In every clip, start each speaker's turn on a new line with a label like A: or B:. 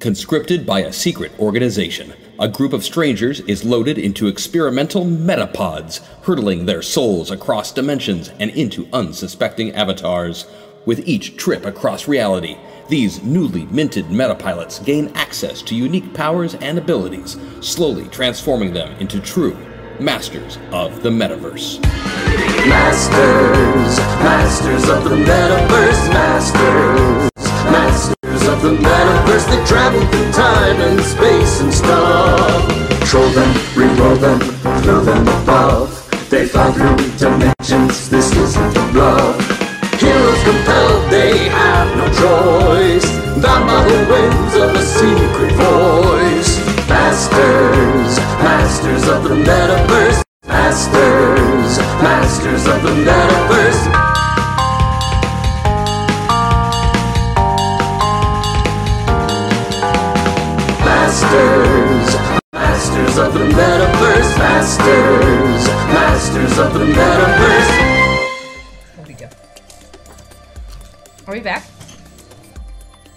A: Conscripted by a secret organization, a group of strangers is loaded into experimental metapods, hurtling their souls across dimensions and into unsuspecting avatars. With each trip across reality, these newly minted metapilots gain access to unique powers and abilities, slowly transforming them into true masters of the metaverse.
B: Masters, masters of the metaverse, masters, masters of the metaverse. They travel through time and space and stuff. Troll them, re-roll them, throw them above. They fly through dimensions. This isn't a bluff. Heroes compelled, they have no choice. The model wins of a secret voice. Masters, masters of the metaverse. Masters, masters of the metaverse. Masters, masters of the metaverse. Masters, masters of the metaverse.
C: There we go. Are we back?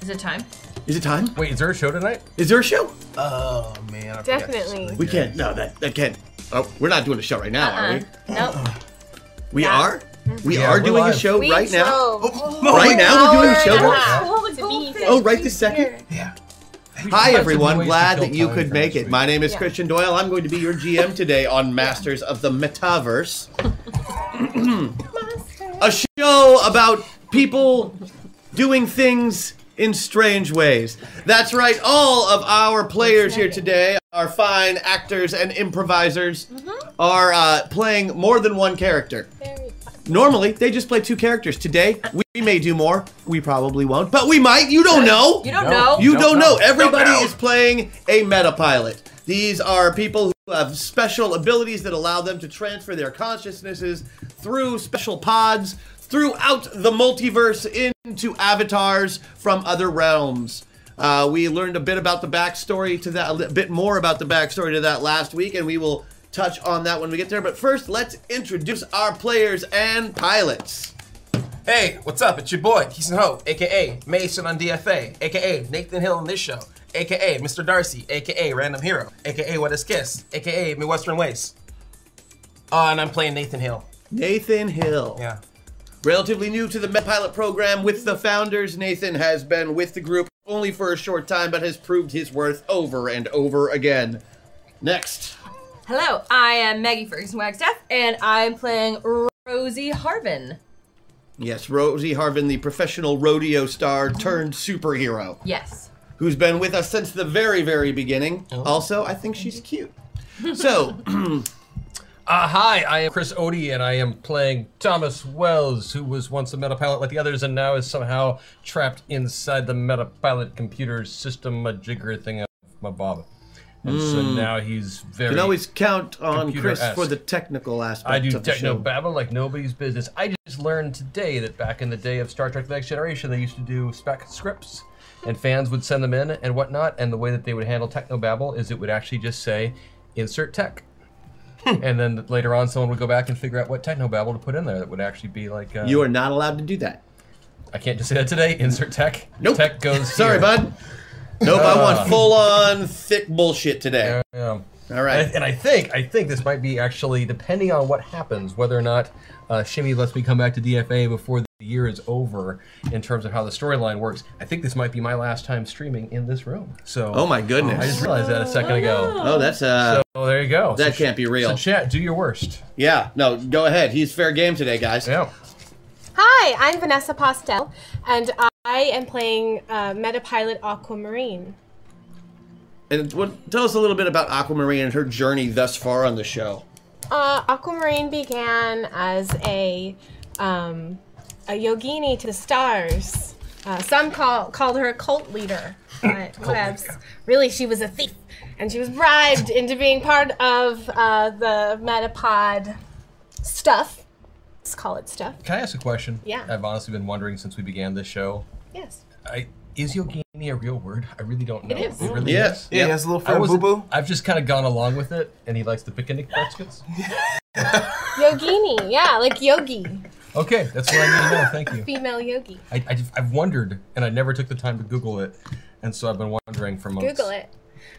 C: Is it time?
D: Is it time?
E: Wait, is there a show tonight?
D: Is there a show?
E: Oh man, I forgot.
F: Definitely.
D: We can't. No, that that can't. Oh, we're not doing a show right now, are we?
F: Uh-uh.
C: Nope.
D: We are. We
E: Yeah,
D: are
E: we're
D: doing
E: live.
D: a show
F: We
D: right now. Oh,
F: drove.
D: right now, we're doing a show.
F: Hour and
D: right-
F: half
C: Oh, the
F: to be
C: goldfish.
F: here.
D: Oh, right this second.
E: Yeah.
D: Hi, everyone. Glad that you could make it.
E: My
D: My name is
F: Yeah.
D: Christian Doyle. I'm going to be your GM today on Masters of the Metaverse, a show about people doing things in strange ways. That's right. All of our players here today are fine actors and improvisers. Are uh, playing more than one character.
F: Mm-hmm. Very fun.
D: Normally, they just play two characters. Today, we, we may do more. We probably won't, but we might. You don't know.
C: You don't
E: Oh, No.
C: know?
D: You
E: Don't
D: don't know.
E: know.
D: Everybody
E: Don't know.
D: is playing a meta pilot. These are people who have special abilities that allow them to transfer their consciousnesses through special pods throughout the multiverse into avatars from other realms. Uh, we learned a bit about the backstory to that, a li- bit more about the backstory to that last week, and we will touch on that when we get there. But first, let's introduce our players and pilots.
E: hey, what's up? It's your boy Keeson Ho, aka Mason on DFA, aka Nathan Hill on this show, aka Mr. Darcy, aka Random Hero, aka What Is Kiss, aka Midwestern Waste. Uh, and I'm playing Nathan Hill.
D: Nathan Hill.
E: Yeah.
D: Relatively new to the Met Pilot program with the founders, Nathan has been with the group only for a short time, but has proved his worth over and over again. Next.
C: Hello, I am Maggie Ferguson Wagstaff, and I'm playing Rosie Harvin.
D: Yes, Rosie Harvin, the professional rodeo star turned superhero,
C: Yes.
D: who's been with us since the very, very beginning. Also, I think she's cute. So,
G: Uh, hi, I am Chris Odie, and I am playing Thomas Wells, who was once a metapilot like the others, and now is somehow trapped inside the metapilot computer system, a jigger thing of my bob. And Hmm. so now he's very.
D: you can always count on Chris
G: Computer-esque.
D: for the technical aspect
G: I do
D: of the
G: techno
D: show.
G: babble like nobody's business. I just learned today that back in the day of Star Trek: The Next Generation, they used to do spec scripts, and fans would send them in and whatnot. And the way that they would handle techno babble is it would actually just say, "Insert tech,"
D: Hmm.
G: and then later on, someone would go back and figure out what techno babble to put in there that would actually be like. Uh,
D: You are not allowed to do that.
G: I can't just say that today. Insert tech.
D: Nope.
G: Tech goes.
D: Sorry,
G: here. Ah.
D: bud. Nope, I want full on thick bullshit today.
G: Yeah.
D: All right.
G: And, and I think I think this might be actually depending on what happens, whether or not uh, Shimmy lets me come back to DFA before the year is over, in terms of how the storyline works. I think this might be my last time streaming in this room. So
D: Oh my
G: I just
D: goodness.
G: realized that a second ago.
D: Oh, that's uh
G: So there you go.
D: that
G: So sh-
D: can't be real.
G: So chat, do your worst.
D: yeah, no, go ahead. He's fair game today, guys.
G: Yeah.
F: Hi, I'm Vanessa Postel, and I am playing uh, Metapilot Aquamarine.
D: And what, tell us a little bit about Aquamarine and her journey thus far on the show.
F: Uh, Aquamarine began as a um, a yogini to the stars. Uh, some call, called her a cult leader, but whatevs. Really, she was a thief, and she was bribed into being part of uh, the Metapod stuff. Let's call it stuff.
G: Can I ask a question?
F: Yeah.
G: I've honestly been wondering since we began this show.
F: Yes.
G: I, is yogini a real word? I really don't know.
F: is.
G: It really
D: Yes.
G: is.
E: Yeah,
D: Yep.
E: he has a little
G: I
E: fur boo
G: wasn't-
E: boo.
G: I've just kind of gone along with it, and he likes the picnic baskets.
F: Yogini, yeah, like yogi,
G: Okay, that's what I need to know. Thank you.
F: female yogi.
G: I, I, have wondered, and I never took the time to Google it, and so I've been wondering ring for months.
F: Google it.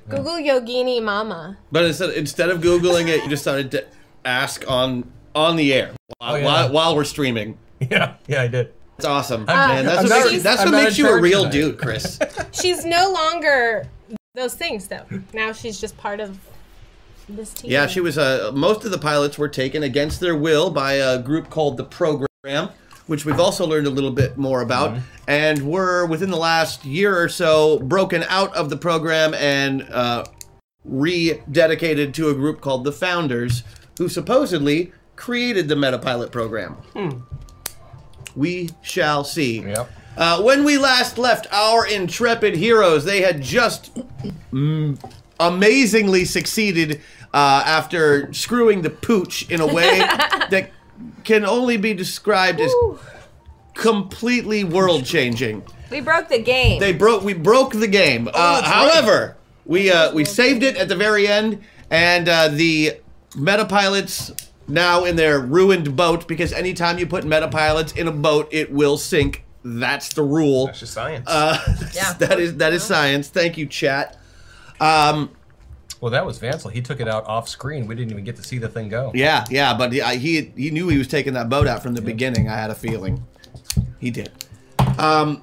F: Google Yogini Mama.
D: But instead, instead of googling it, you just started to ask on on the air while,
G: yeah.
D: while, while we're streaming.
G: Yeah, yeah, I did.
D: It's awesome,
G: I'm-
D: man. That's
G: I'm
D: what
G: not-
D: makes you, that's
G: I'm
D: what
G: not
D: makes
G: in
D: you a
G: charge
D: real
G: tonight.
D: dude, Chris.
F: She's no longer those things though. Now she's just part of this team.
D: yeah, she was. Uh, most of the pilots were taken against their will by a group called the Program, which we've also learned a little bit more about, and were within the last year or so broken out of the program and uh, rededicated to a group called the Founders, who supposedly created the Metapilot program. We shall see.
G: Yep.
D: Uh, when we last left our intrepid heroes, they had just amazingly succeeded uh, after screwing the pooch in a way that can only be described as completely world changing.
C: We broke the game.
D: They broke. We broke the game. uh, however, we uh, we saved it at the very end, and uh, the metapilots now in their ruined boat because anytime you put metapilots in a boat, it will sink. That's the rule.
E: It's just science.
D: Uh,
C: yeah.
D: That is that is science. Thank you, chat.
G: Well, that was Vansel. He took it out off screen. We didn't even get to see the thing go.
D: Yeah, yeah, but he, I, he he knew he was taking that boat out from the beginning. I had a feeling. He did. Um,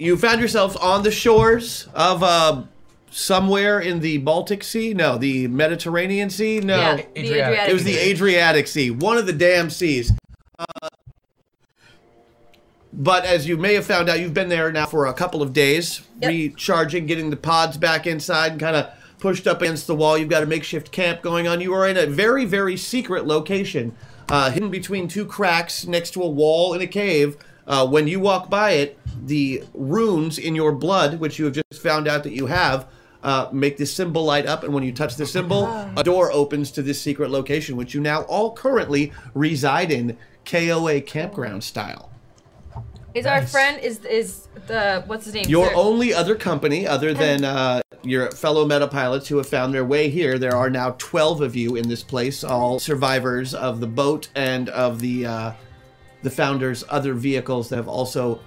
D: you found yourself on the shores of uh, somewhere in the Baltic Sea? No, the Mediterranean Sea? No.
C: yeah.
G: Adriatic.
C: The Adriatic.
D: It was the Adriatic Sea, one of the damn seas. Uh, but as you may have found out, you've been there now for a couple of days,
C: Yep.
D: recharging, getting the pods back inside, and kind of pushed up against the wall. You've got a makeshift camp going on. You are in a very, very secret location, uh, hidden between two cracks next to a wall in a cave. Uh, when you walk by it, the runes in your blood, which you have just found out that you have, uh, make this symbol light up, and when you touch the symbol, a door opens to this secret location, which you now all currently reside in, KOA campground style.
C: Is our friend is is the what's his name?
D: Your
C: Sir-
D: only other company, other than uh, your fellow meta pilots who have found their way here, there are now 12 of you in this place, all survivors of the boat and of the uh, the founders' other vehicles that have also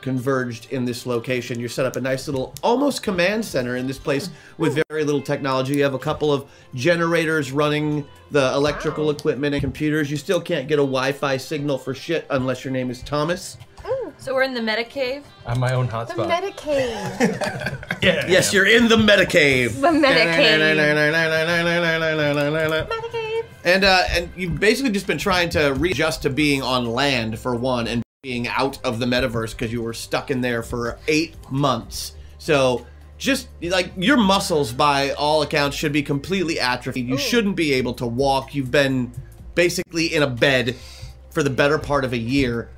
D: converged in this location. You set up a nice little, almost command center in this place with very little technology. You have a couple of generators running the electrical equipment and computers. You still can't get a Wi-Fi signal for shit unless your name is Thomas.
C: So we're in the meta cave.
G: On my own
F: the
G: hotspot.
F: Medicaid.
G: yeah.
D: Yes, you're in the meta cave.
C: The meta cave.
D: And
F: Medicaid.
D: uh, and you've basically just been trying to readjust to being on land for one, and being out of the metaverse because you were stuck in there for eight months. So just like your muscles, by all accounts, should be completely atrophied. You shouldn't be able to walk. You've been basically in a bed for the better part of a year.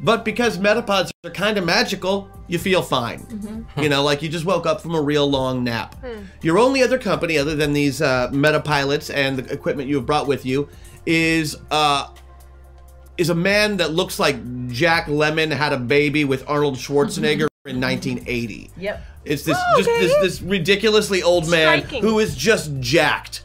D: But because metapods are kind of magical, you feel fine. You know, like you just woke up from a real long nap. Your only other company, other than these uh, metapilots and the equipment you have brought with you, is uh, is a man that looks like Jack Lemon had a baby with Arnold Schwarzenegger in 1980.
C: Yep.
D: It's this just this this ridiculously old man
F: Striking.
D: who is just jacked.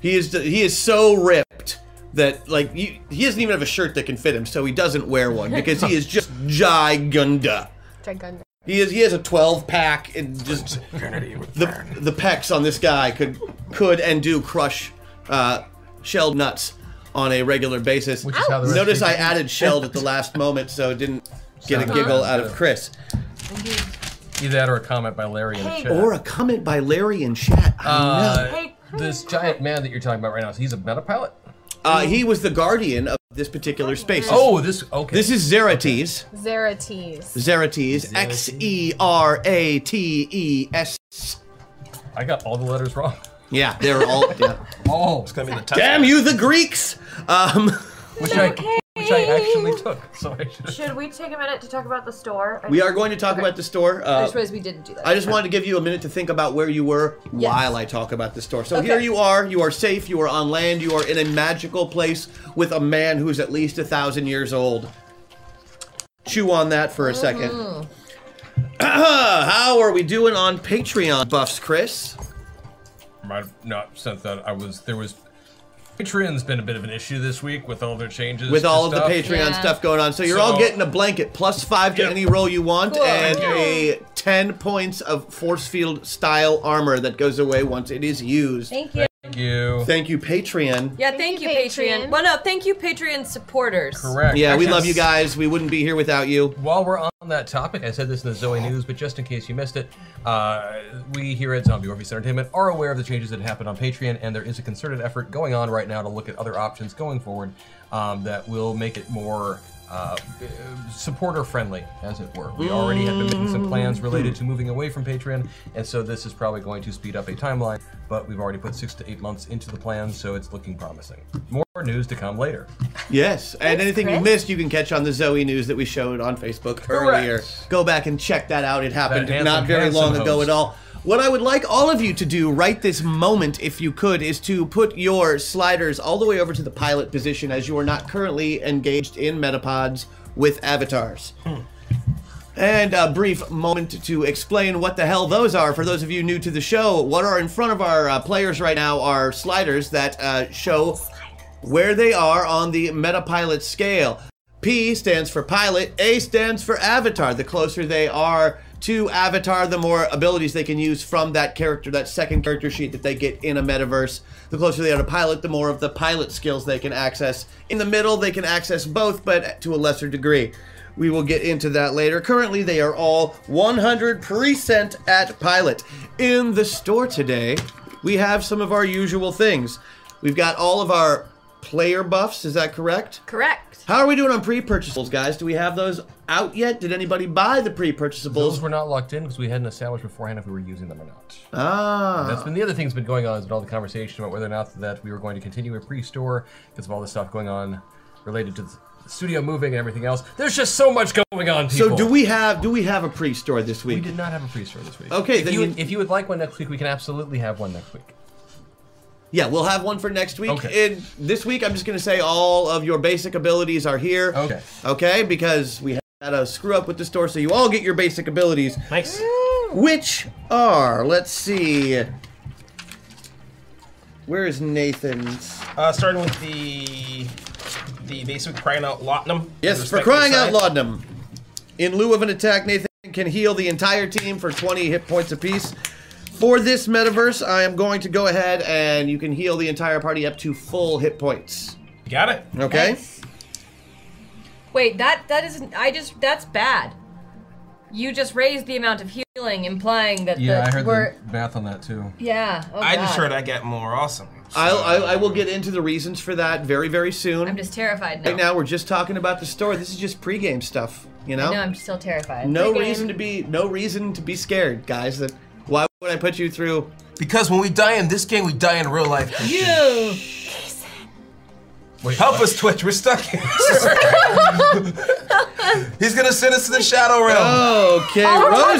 D: He is he is so ripped that like you, he doesn't even have a shirt that can fit him, so he doesn't wear one because he is just gigunda.
F: Dragunda.
D: He is he has a 12 pack and just
E: Eternity with
D: the
E: burn.
D: the pecs on this guy could could and do crush uh, shelled nuts on a regular basis.
G: Which is how the rest
D: Notice
G: of
D: I added shelled at the last moment, so it didn't get a
G: Sounded
D: giggle
G: good.
D: out of Chris.
G: Either that or a comment by Larry in the
C: Hey,
G: chat.
D: Or a comment by Larry in chat. I know.
G: uh,
C: Hey,
G: this giant man that you're talking about right now, he's a metapilot?
D: Uh, he was the guardian of this particular space.
G: Oh, this, okay.
D: This is Zerates.
F: Zerates.
D: Zerates. X E R A T E S.
G: I got all the letters wrong.
D: Yeah, they're all. yeah.
G: Oh,
E: It's gonna be the touch.
D: Damn you, the Greeks! Um,
G: which I, which I actually took. So I should
H: Should we take a minute to talk about the store? I
D: we
H: just-
D: are going to talk about the store.
C: I
D: Uh,
C: just realized we didn't do that.
D: I just wanted to give you a minute to think about where you were
C: Yes.
D: while I talk about the store. So
C: Okay.
D: here you are. You are safe. You are on land. You are in a magical place with a man who's at least a thousand years old. Chew on that for a 2nd
C: Mm-hmm.
D: How are we doing on Patreon buffs, Chris?
G: might have not sent that. I was there was Patreon's been a bit of an issue this week with all their changes.
D: with
G: to
D: all of the
G: stuff.
D: Patreon
C: Yeah.
D: stuff going on. So you're all
G: So-
D: getting a blanket plus five to
G: Yep.
D: any roll you want
C: Cool.
D: and a 10 points of force field style armor that goes away once it is used.
C: Thank you.
G: Thank you.
D: Thank you, Patreon.
C: Yeah, thank, you, Patreon.
F: Patreon.
C: Well, no, thank you, Patreon supporters.
G: Correct.
D: Yeah, we
G: Actually,
D: love you guys. We wouldn't be here without you.
G: While we're on that topic, I said this in the Zoe News, but just in case you missed it, uh, we here at Zombie Orpheus Entertainment are aware of the changes that happened on Patreon, and there is a concerted effort going on right now to look at other options going forward um, that will make it more uh, supporter friendly, as it were. We already have been making some plans related to moving away from Patreon, and so this is probably going to speed up a timeline, but we've already put six to eight months into the plan, so it's looking promising. More news to come later.
D: Yes, and anything you
F: Chris.
D: missed, you can catch on the Zoe news that we showed on Facebook earlier. Go back and check that out. It happened
G: That
D: not
G: handsome,
D: very long
G: handsome
D: ago
G: host.
D: at all. What I would like all of you to do right this moment, if you could, is to put your sliders all the way over to the pilot position as you are not currently engaged in metapods with avatars.
G: Hmm.
D: And a brief moment to explain what the hell those are for those of you new to the show. What are in front of our uh, players right now are sliders that uh, show where they are on the Metapilot scale. P stands for pilot, A stands for avatar. The closer they are to avatar, the more abilities they can use from that character, that second character sheet that they get in a metaverse. The closer they are to pilot, the more of the pilot skills they can access. In the middle, they can access both, but to a lesser degree. We will get into that later. Currently, they are all 100% at pilot. In the store today, we have some of our usual things. We've got all of our player buffs, is that correct?
C: Correct.
D: How are we doing on pre-purchasables, guys? Do we have those out yet? Did anybody buy the
G: Those
D: pre-purchasables?
G: were not locked in because we hadn't established beforehand if we were using them or not. That's
D: ah,
G: been the other thing's been going on has been all the conversation about whether or not that we were going to continue a pre-store because of all the stuff going on related to the studio moving and everything else. There's just so much going on. People.
D: so do we have do we have a pre-store this
G: We
D: week?
G: did not have a pre-store this week.
D: Okay,
G: If,
D: then
G: you,
D: you-
G: if you would like one next week, we can absolutely have one next week.
D: Yeah, we'll have one for next week.
G: Okay.
D: And this week, I'm just going to say all of your basic abilities are here.
G: Okay.
D: Okay, because we had a screw up with the store, so you all get your basic abilities.
E: Nice.
D: Which are, let's see. Where is Nathan's?
E: Uh, starting with the the basic crying out laudanum.
D: Yes,
E: With
D: for
E: respect to
D: crying
E: the
D: out
E: side.
D: laudanum. In lieu of an attack, Nathan can heal the entire team for 20 hit points apiece. For this metaverse, I am going to go ahead and you can heal the entire party up to full hit points.
E: You got it.
D: Okay?
C: Wait, that that isn't. I just that's bad. You just raised the amount of healing, implying that the, we're
G: math on that too.
C: yeah. Oh
E: I just
C: God.
E: heard I get more awesome.
D: I'll, I, I will get into the reasons for that very, very soon.
C: I'm just terrified now.
D: right now, we're just talking about the store. This is just pregame stuff, you know?
C: No, I'm still terrified.
D: no
F: pregame.
D: reason to be no reason to be scared, guys. That why would I put you through?
E: Because when we die in this game, we die in real life.
C: You.
G: Wait,
E: Help us, Twitch. We're stuck here. He's gonna send us to the shadow realm.
C: Oh,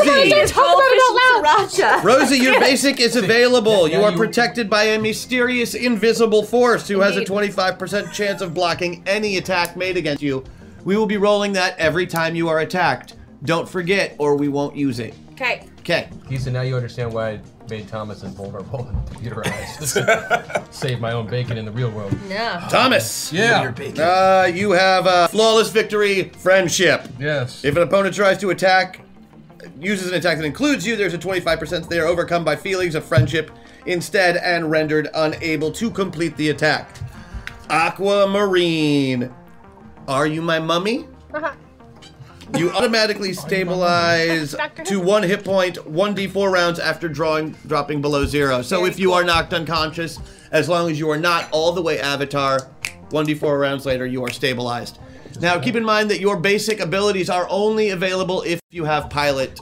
D: Okay, Rosie. Rosie, your basic is available. You
G: yeah,
D: are
G: you-
D: protected by a mysterious invisible force who has a
C: Indeed.
D: 25% chance of blocking any attack made against you. We will be rolling that every time you are attacked. Don't forget, or we won't use it.
C: Okay.
D: Okay.
G: Lisa, now you understand why I made Thomas invulnerable and computerized. Save my own bacon in the real world.
C: No.
D: Thomas.
E: You're big.
D: Uh, you have a flawless victory friendship.
G: Yes.
D: If an opponent tries to attack, uses an attack that includes you, there's a 25% they are overcome by feelings of friendship instead and rendered unable to complete the attack. Aquamarine. Are you my mummy? You automatically stabilize
F: Dr.
D: to one hit point, 1d4 rounds after drawing dropping below zero. So if you are knocked unconscious, as long as you are not all the way avatar, 1d4 rounds later, you are stabilized. Now, keep in mind that your basic abilities are only available if you have pilot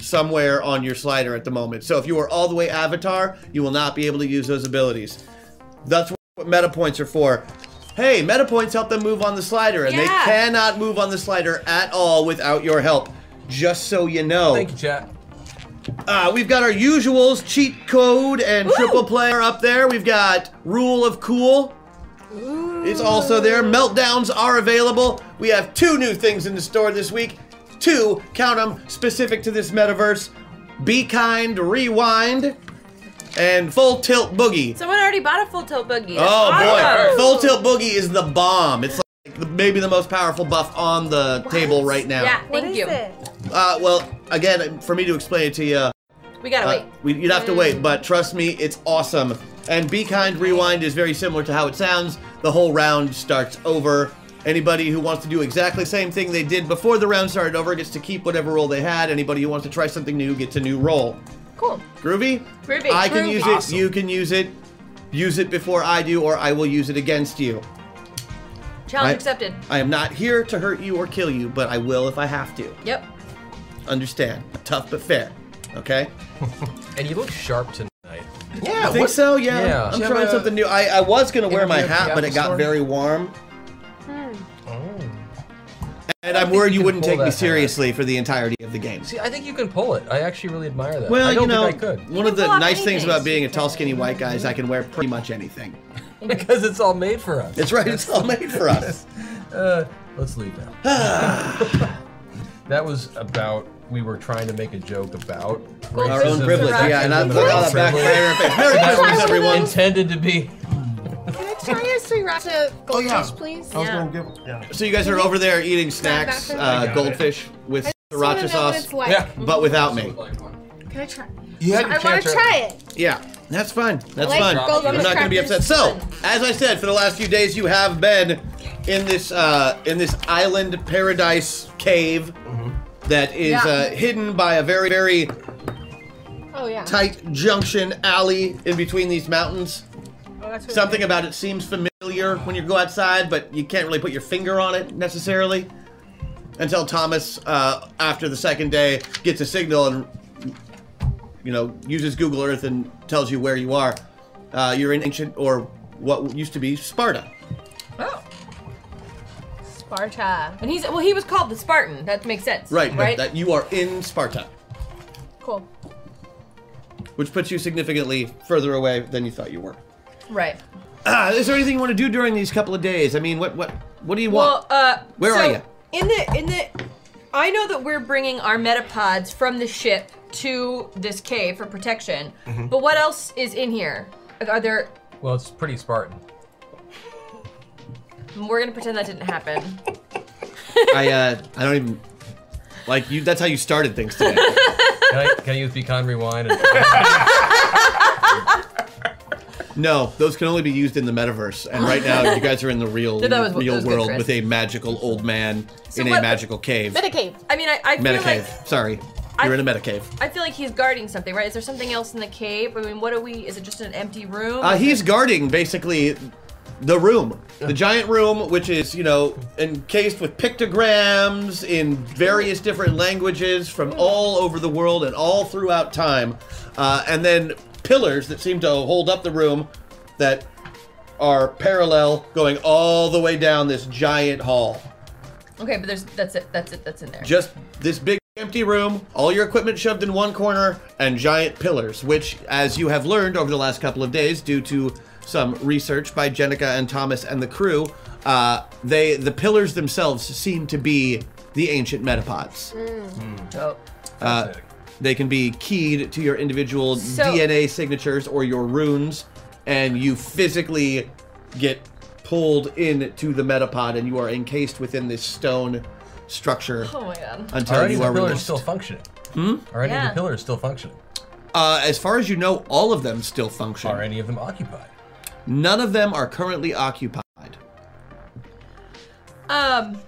D: somewhere on your slider at the moment. So if you are all the way avatar, you will not be able to use those abilities. That's what meta points are for. Hey, meta points help them move on the slider, and they
C: Yeah.
D: cannot move on the slider at all without your help. Just so you know.
G: Thank you, chat.
D: Uh, we've got our usuals, cheat code, and triple player up there. We've got Rule of Cool. It's also there. Meltdowns are available. We have two new things in the store this week. Two, count them, specific to this metaverse. Be kind, rewind, and full tilt boogie.
C: Someone already bought a full tilt boogie. That's
D: Oh boy,
C: awesome.
D: Full Tilt Boogie is the bomb. It's like the, maybe the most powerful buff on the table right now.
C: Yeah. Thank you.
D: Uh, well, again, for me to explain it to you,
C: We gotta
D: uh,
C: wait.
D: we, you'd have to
C: mm.
D: wait, but trust me, it's awesome. And Be Kind Rewind is very similar to how it sounds. The whole round starts over. Anybody who wants to do exactly the same thing they did before the round started over gets to keep whatever roll they had. Anybody who wants to try something new gets a new roll.
F: Cool.
D: Groovy?
C: Groovy.
D: I can
C: Groovy.
D: use
C: Awesome.
D: it, you can use it. Use it before I do, or I will use it against you.
C: Challenge
D: I-
C: accepted.
D: I am not here to hurt you or kill you, but I will if I have to.
C: Yep.
D: Understand. Tough but fair. Okay?
G: And you look sharp tonight.
E: Yeah,
D: I think
E: what-
D: so. Yeah,
G: Yeah.
D: I'm
G: Do you
D: trying
E: have a-
D: something new. I, I was gonna wear
E: Interview
D: my
E: at the
D: hat, but
E: Apple
D: it got
E: store?
D: very warm, and I'm
G: think
D: worried you
G: you can
D: wouldn't
G: pull
D: take me
G: that hat.
D: seriously for the entirety of the game.
G: See, I think you can pull it. I actually really admire that.
D: Well,
G: I don't
D: you know,
G: think I could
D: one of the
C: pull off
D: nice
C: many
D: things
C: things.
D: about being a tall, skinny white guy is I can wear pretty much anything.
G: because it's all made for us.
D: That's right. It's all made for us.
G: Uh, let's leave that. that was about. We were trying to make a joke about
D: Our own
G: racism
D: privilege.
G: and
D: Yeah, and I
G: sexism
D: put all that back
G: privilege.
D: right in her face. Merry
G: That
D: Christmas,
G: was
D: everyone.
G: Intended to be.
F: Can I try us three rounds of
D: Oh,
F: goldfish, please?
E: I was
C: Yeah.
E: gonna give it. Yeah.
D: So you guys are over there eating snacks,
F: back
D: uh, goldfish with
F: just wanna
D: sriracha
F: know what
D: sauce,
F: it's like.
G: Yeah.
D: but without me.
F: Can I try?
E: You had your
F: I want
E: chance
F: to
E: at-
F: try it.
D: Yeah, that's fine. That's
F: like
D: fine.
F: gold
D: I'm
F: on
D: not
F: the
D: going to be upset.
F: crackers.
D: So, as I said, for the last few days, you have been in this uh, in this island paradise cave that is
F: Yeah.
D: uh, hidden by a very very
F: Oh yeah.
D: tight junction alley in between these mountains.
F: Oh, that's what
D: Something about it seems familiar when you go outside, but you can't really put your finger on it necessarily. Until Thomas, uh, after the second day, gets a signal and you know uses Google Earth and tells you where you are. Uh, you're in ancient or what used to be Sparta.
C: Oh.
F: Sparta.
C: And he's well, he was called the Spartan. That makes sense.
D: Right, but
C: Right.
D: That you are in Sparta,
F: Cool.
D: which puts you significantly further away than you thought you were.
C: right.
D: Ah, is there anything you want to do during these couple of days? I mean, what what what do you
C: Well,
D: want?
C: uh,
D: Where
C: so
D: are you?
C: In the in the, I know that we're bringing our metapods from the ship to this cave for protection.
D: Mm-hmm.
C: But what else is in here? Like, Are there?
G: Well, it's pretty Spartan.
C: We're gonna pretend that didn't happen.
D: I uh, I don't even like you. That's how you started things today.
G: Can I, can I use Beacon Rewind? And,
D: No, those can only be used in the metaverse. And right now, you guys are in the real,
C: that was- that
D: real
C: was good,
D: world
C: Chris.
D: with a magical old man in a
C: what-
D: magical cave.
F: Medicate.
C: I mean, I, I feel
D: Meta
C: like
D: cave. Sorry, you're in a meta cave.
C: I feel like he's guarding something, right? Is there something else in the cave? I mean, what do we? Is it just an empty room?
D: Uh, he's guarding basically the room, the giant room, which is you know encased with pictograms in various different languages from all over the world and all throughout time, uh, and then pillars that seem to hold up the room that are parallel going all the way down this giant hall.
C: okay, but there's that's it. That's it. That's in there.
D: just this big empty room, all your equipment shoved in one corner, and giant pillars, which, as you have learned over the last couple of days, due to some research by Jenica and Thomas and the crew, uh, they the pillars themselves seem to be the ancient metapods.
C: Mm. Dope.
D: Uh, they can be keyed to your individual
C: So-
D: DNA signatures or your runes, and you physically get pulled into the metapod, and you are encased within this stone structure
C: Oh my god.
D: until
G: already
D: you
G: the
D: are
G: pillar
D: released.
G: is still functioning. Hmm? Already
C: Yeah.
G: the pillar is still functioning.
D: Uh, as far as you know, all of them still function.
G: Are any of them occupied?
D: None of them are currently occupied.
C: Um.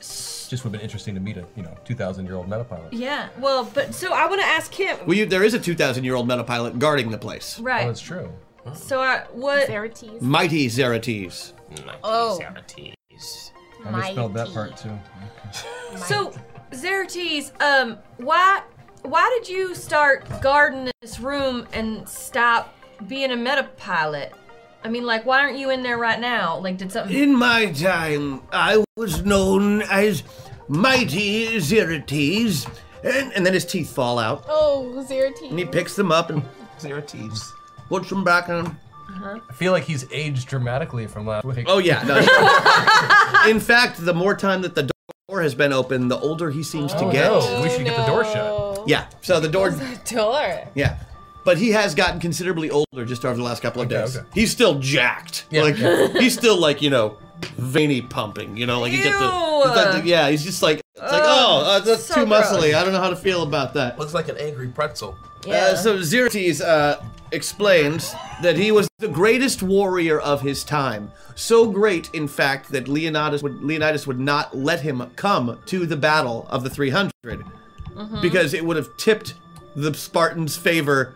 G: Just would have been interesting to meet a you know 2,000 year old metapilot.
C: Yeah. Well, but so I want to ask him.
D: Well, you, there is a 2,000 year old metapilot guarding the place.
G: Oh,
C: right.
G: that's true.
C: so I, what?
F: Verities.
D: Mighty Zerates.
F: Oh.
G: I misspelled that part too.
C: So, Xerxes, um, why why did you start guarding this room and stop being a meta pilot? I mean, like, why aren't you in there right now? Like, did something?
D: In my time, I was known as Mighty Zerates. And, and then his teeth fall out.
F: Oh, Xerxes.
D: And he picks them up and
E: Zero teams.
D: puts them back on.
G: I feel like he's aged dramatically from last week.
D: Oh, yeah. No, in fact, the more time that the door has been open, the older he seems to
G: Oh,
D: get.
G: no. We should get the door shut.
F: Oh.
D: Yeah. So the door
F: Door.
D: Yeah. But he has gotten considerably older just over the last couple of days.
G: okay.
D: He's still jacked.
G: Yeah.
D: Like he's still like, you know, veiny pumping, you know, like he gets the,
C: Ew.
D: it's like the- yeah, he's just like it's like, oh, know. Uh, that's
C: So
D: too
C: gross.
D: muscly. I don't know how to feel about that.
E: Looks like an angry pretzel.
D: Uh, so Xerxes uh, explains that he was the greatest warrior of his time. So great, in fact, that Leonidas would, Leonidas would not let him come to the Battle of the 300
C: Mm-hmm.
D: because it would have tipped the Spartans' favor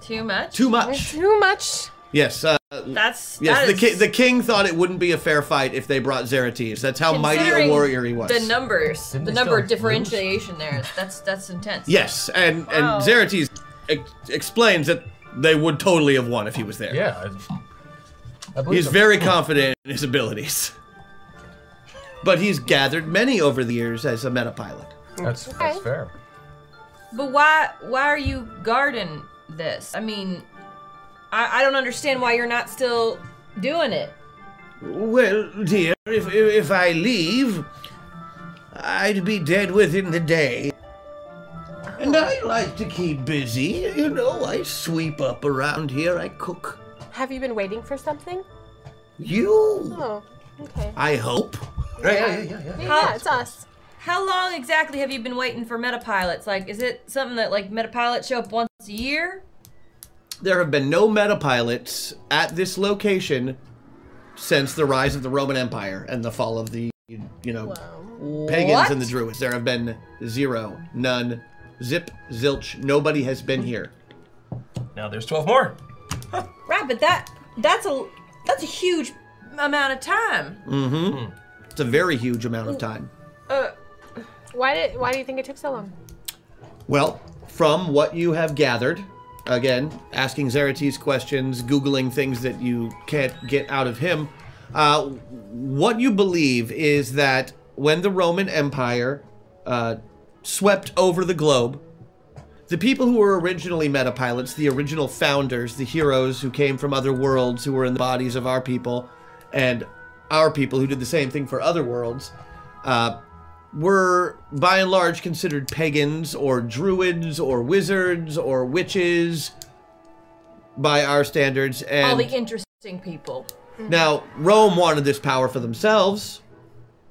C: Too much.
D: too
F: There's
D: much.
F: too much.
D: Yes, uh,
C: That's
D: yes.
C: that
D: The,
C: is-
D: ki- the king thought it wouldn't be a fair fight if they brought Xerxes. That's how mighty a
C: considering
D: warrior he was.
C: The numbers,
G: Didn't
C: the
G: they
C: number
G: still
C: differentiation there. is- That's that's intense.
D: yes, and and Xerxes ex- explains that they would totally have won if he was there.
G: Yeah. I, I believe
D: He's
G: so.
D: very confident in his abilities. But he's gathered many over the years as a metapilot.
G: That's, that's
F: Okay.
G: fair.
C: But why why are you guarding this? I mean, I, I don't understand why you're not still doing it.
D: Well, dear, if, if, if I leave, I'd be dead within the day. And I like to keep busy. You know, I sweep up around here, I cook.
F: Have you been waiting for something?
D: You,
F: Oh, okay.
D: I hope.
E: Yeah, yeah, yeah, yeah. yeah.
F: Yeah, it's us.
C: How long exactly have you been waiting for metapilots? Like, is it something that like metapilots show up once a year?
D: There have been no metapilots at this location since the rise of the Roman Empire and the fall of the, you know, pagans
C: What?
D: and the druids. There have been zero, none, zip, zilch. Nobody has been here.
E: Now there's 12 more.
C: Right, but that that's a that's a huge amount of time.
D: It's a very huge amount of time.
F: Why did? Why do you think it took so long?
D: Well, from what you have gathered, again, asking Xerxes questions, Googling things that you can't get out of him, uh, what you believe is that when the Roman Empire uh, swept over the globe, the people who were originally metapilots, the original founders, the heroes who came from other worlds, who were in the bodies of our people, and our people who did the same thing for other worlds, uh, were by and large considered pagans or druids or wizards or witches by our standards.
C: All
D: And
C: the interesting people.
D: now, Rome wanted this power for themselves.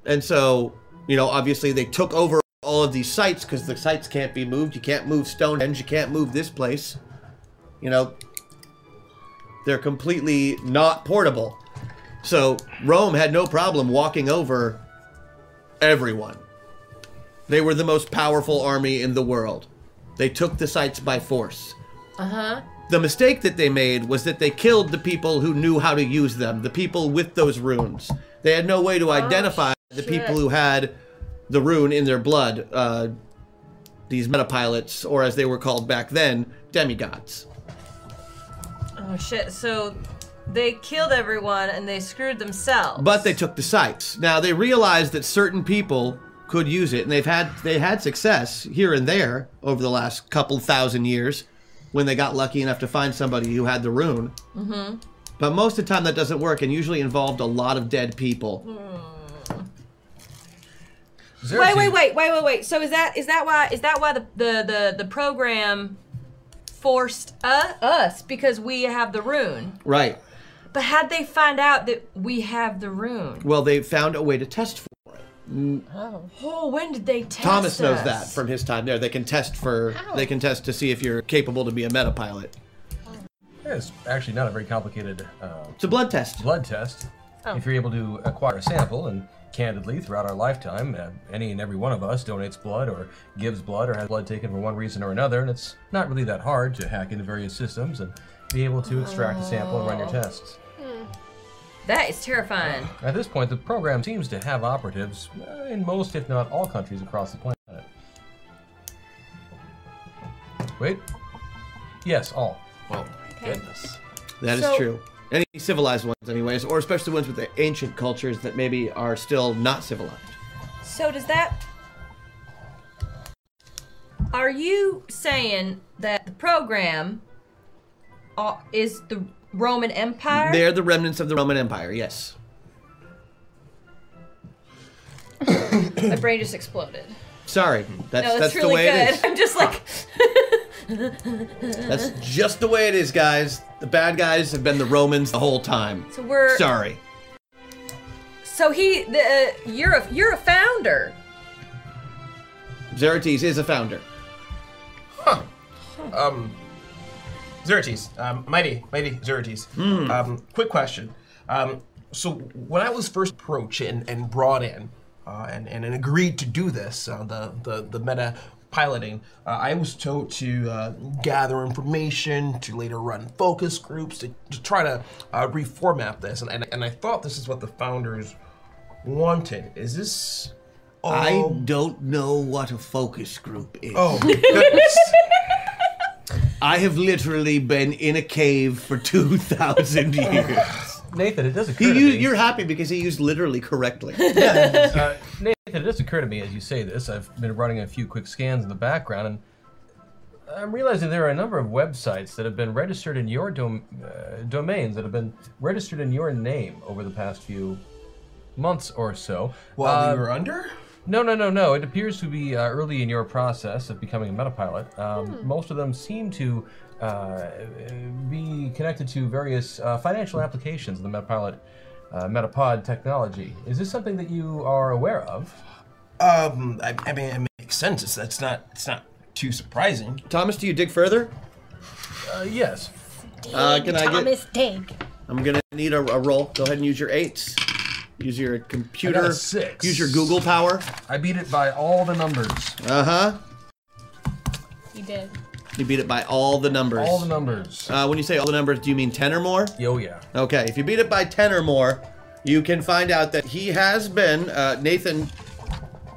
D: And so, you know, obviously they took over all of these sites because the sites can't be moved. You can't move Stonehenge. You can't move this place. You know, they're completely not portable. So Rome had no problem walking over everyone. They were the most powerful army in the world. They took the sites by force. The mistake that they made was that they killed the people who knew how to use them, the people with those runes. They had no way to identify the people who had the rune in their blood, uh, these metapilots, or as they were called back then, demigods.
C: Oh shit! So they killed everyone and they screwed themselves.
D: But they took the sites. Now they realized that certain people could use it, and they've had they had success here and there over the last couple thousand years when they got lucky enough to find somebody who had the rune. Mm-hmm. But most of the time that doesn't work, and usually involved a lot of dead people.
C: Mm. wait, wait, wait, wait, wait, wait. So is that is that why is that why the the the, the program forced uh, us because we have the rune?
D: Right.
C: But how'd they find out that we have the rune?
D: Well, they found a way to test for.
C: Oh, when did they test
D: Thomas knows
C: us?
D: that from his time there. They can test for. They can test to see if you're capable to be a metapilot.
G: Yeah, it's actually not a very complicated uh,
D: It's a blood test.
G: blood test.
C: Oh.
G: If you're able to acquire a sample, and candidly, throughout our lifetime, uh, any and every one of us donates blood or gives blood or has blood taken for one reason or another, and it's not really that hard to hack into various systems and be able to extract a sample and run your
C: Oh.
G: tests.
C: That is terrifying.
G: At this point, the program seems to have operatives uh, in most, if not all, countries across the planet. Wait. Yes, all.
E: Oh, goodness.
D: That is
F: So-
D: true. Any civilized ones, anyways, or especially ones with the ancient cultures that maybe are still not civilized.
C: So does that Are you saying that the program uh, is the Roman Empire?
D: They're the remnants of the Roman Empire. Yes.
C: My brain just exploded.
D: Sorry, that's
C: No, that's,
D: that's the
C: really
D: way
C: good.
D: it is.
C: I'm just like
D: That's just the way it is, guys. The bad guys have been the Romans the whole time.
C: So we're
D: Sorry.
C: So he, the, uh, you're a you're a founder.
D: Xerxes is a founder.
E: Xerxes, um, mighty, mighty Xerxes. Um, quick question. Um, so when I was first approached and, and brought in uh, and, and, and agreed to do this, uh, the, the, the meta piloting, uh, I was told to uh, gather information, to later run focus groups, to, to try to uh, reformat this. And, and, and I thought this is what the founders wanted. Is this... all-
D: I don't know what a focus group is.
E: Oh, goodness.
D: I have literally been in a cave for 2,000 years.
G: Nathan, it does occur
D: He
G: to
D: u-
G: me.
D: you're happy because he used literally correctly.
G: Uh, Nathan, it does occur to me as you say this. I've been running a few quick scans in the background, and I'm realizing there are a number of websites that have been registered in your dom- uh, domains that have been registered in your name over the past few months or so.
E: While
G: Uh,
E: we were under?
G: No, no, no, no. It appears to be uh, early in your process of becoming a metapilot. Um, Most of them seem to uh, be connected to various uh, financial applications of the metapilot uh, metapod technology. Is this something that you are aware of?
E: Um, I, I mean, it makes sense. It's, it's not. It's not too surprising.
D: Thomas, do you dig further?
G: Uh, yes.
D: Uh, can I get?
F: Thomas Dig.
D: I'm gonna need a, a roll. Go ahead and use your eights. Use your computer.
G: I got a six.
D: Use your Google power.
G: I beat it by all the numbers.
D: Uh huh.
F: You did.
D: You beat it by all the numbers.
G: All the numbers.
D: uh, when you say all the numbers, do you mean ten or more?
G: Yo, oh, yeah.
D: Okay, if you beat it by 10 or more, you can find out that he has been, uh, Nathan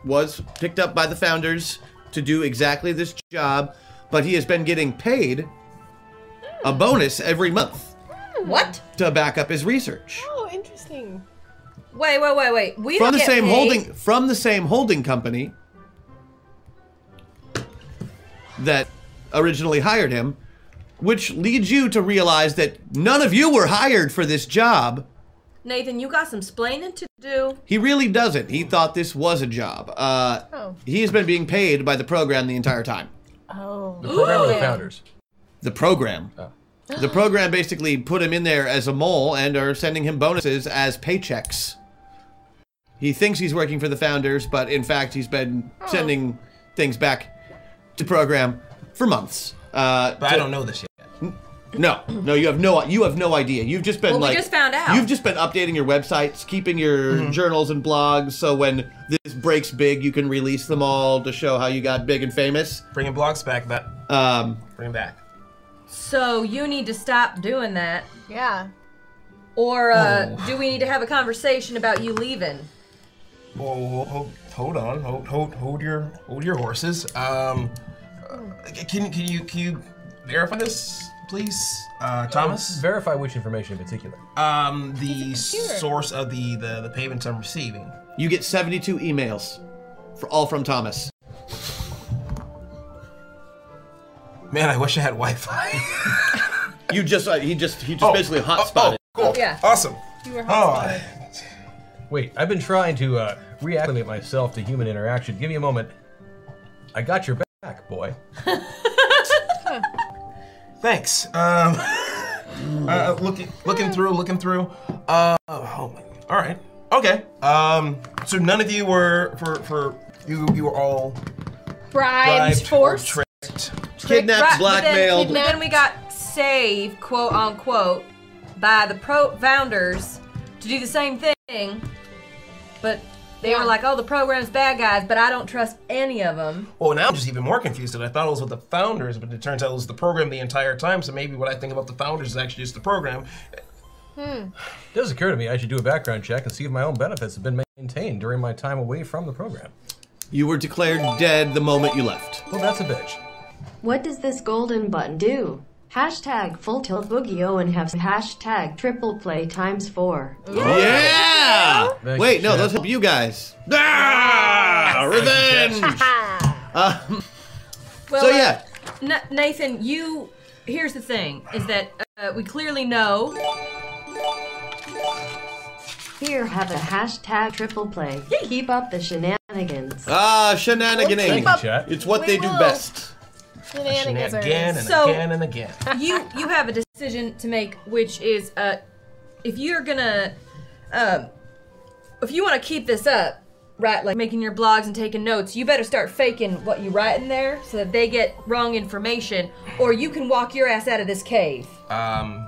D: was picked up by the founders to do exactly this job, but he has been getting paid a bonus every month
C: What?
D: to back up his research.
F: Oh, interesting.
C: Wait, wait, wait, wait. We
D: From
C: don't
D: the
C: get
D: same
C: paid.
D: holding from the same holding company that originally hired him, which leads you to realize that none of you were hired for this job.
C: Nathan, you got some splaining to do.
D: He really doesn't. He thought this was a job. Uh,
F: Oh.
D: He has been being paid by the program the entire time.
G: The
F: Oh.
G: program of the founders.
D: The program. The program basically put him in there as a mole and are sending him bonuses as paychecks. He thinks he's working for the founders, but in fact, he's been
C: Oh.
D: sending things back to program for months. Uh,
E: But I don't know this yet.
D: No, no, you have no, you have no idea. You've just been
C: Well, we
D: like,
C: just found out.
D: You've just been updating your websites, keeping your journals and blogs, so when this breaks big, you can release them all to show how you got big and famous.
E: Bringing blogs back, but
D: Um,
E: bring it back.
C: So you need to stop doing that.
F: Yeah.
C: Or uh,
D: Oh.
C: do we need to have a conversation about you leaving?
E: Whoa, whoa, whoa, hold, hold on, hold, hold, hold your, hold your horses. Um, uh, can, can you, can you verify this, please, uh, Thomas?
G: Verify which information in particular.
E: Um, the source of the, the, the payments I'm receiving.
D: you get 72 emails, for all from Thomas.
E: Man, I wish I had Wi-Fi.
D: You just, uh, he just, he just basically hotspotted.
E: Oh, cool.
C: Yeah.
E: Awesome.
F: You were
E: Oh,
F: hot.
E: I-
G: Wait, I've been trying to uh, reacclimate myself to human interaction. Give me a moment. I got your back, boy.
E: Thanks. Um, uh, looking looking through, looking through. Uh, oh my. All right. Okay. Um, so none of you were for for you you were all
F: Bribes,
E: bribed
F: force.
E: or tricked.
D: Kidnapped,
C: Right, but then-
D: blackmailed.
C: But then we got saved, quote unquote, by the pro founders to do the same thing. But they
F: Yeah.
C: were like, "Oh, the program's bad guys," but I don't trust any of them.
E: Well, Oh, now I'm just even more confused. And I thought it was with the founders, but it turns out it was the program the entire time. So maybe what I think about the founders is actually just the program.
G: It does occur to me I should do a background check and see if my own benefits have been maintained during my time away from the program.
D: You were declared dead the moment you left.
G: Well, that's a bitch.
I: What does this golden button do? Hashtag full tilt boogie oh and have hashtag triple play times four.
D: Yeah.
G: Thank
D: Oh. Wait,
G: you,
D: no,
G: Chef.
D: those help you guys. Ah, revenge.
C: Well,
D: So
C: uh,
D: yeah,
C: Na- Nathan, you. Here's the thing: is that uh, we clearly know.
I: Here have a hashtag triple play. Keep up the shenanigans.
D: Ah, shenaniganing.
F: Keep up.
G: Chat.
D: It's what
F: We
D: they do
F: will.
D: best.
E: And
F: Shenanigans.
E: again and
C: So-
E: again and again.
C: you you have a decision to make, which is uh, if you're gonna, um, if you want to keep this up, write like making your blogs and taking notes, you better start faking what you write in there so that they get wrong information, or you can walk your ass out of this cave.
E: Um,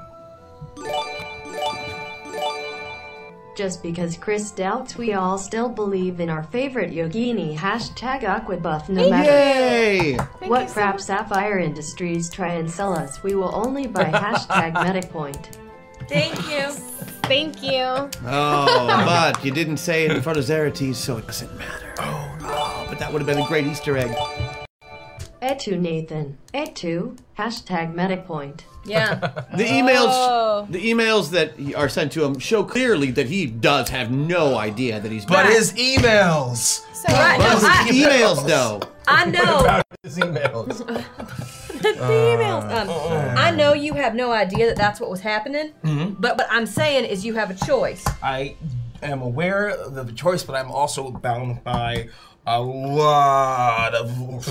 I: Just because Chris doubts, we all still believe in our favorite Yogini hashtag Aquabuff no matter
D: Yay!
I: what crap Sapphire Industries try and sell us, we will only buy hashtag MetaPoint.
C: Thank you.
F: Thank you.
D: Oh, but you didn't say it in front of Zerates, so it doesn't matter. Oh, but that would have been a great Easter egg.
I: Etu Nathan. Etu. Hashtag MetaPoint.
C: Yeah.
D: The emails,
F: Oh.
D: the emails that are sent to him show clearly that he does have no idea that he's.
E: but
D: back.
E: his emails.
F: So
C: Right, no,
D: Those
C: I-
D: emails, though.
C: I know
G: His emails.
C: the emails. Um, I know you have no idea that that's what was happening, but what I'm saying is you have a choice.
E: I am aware of the choice, but I'm also bound by a lot of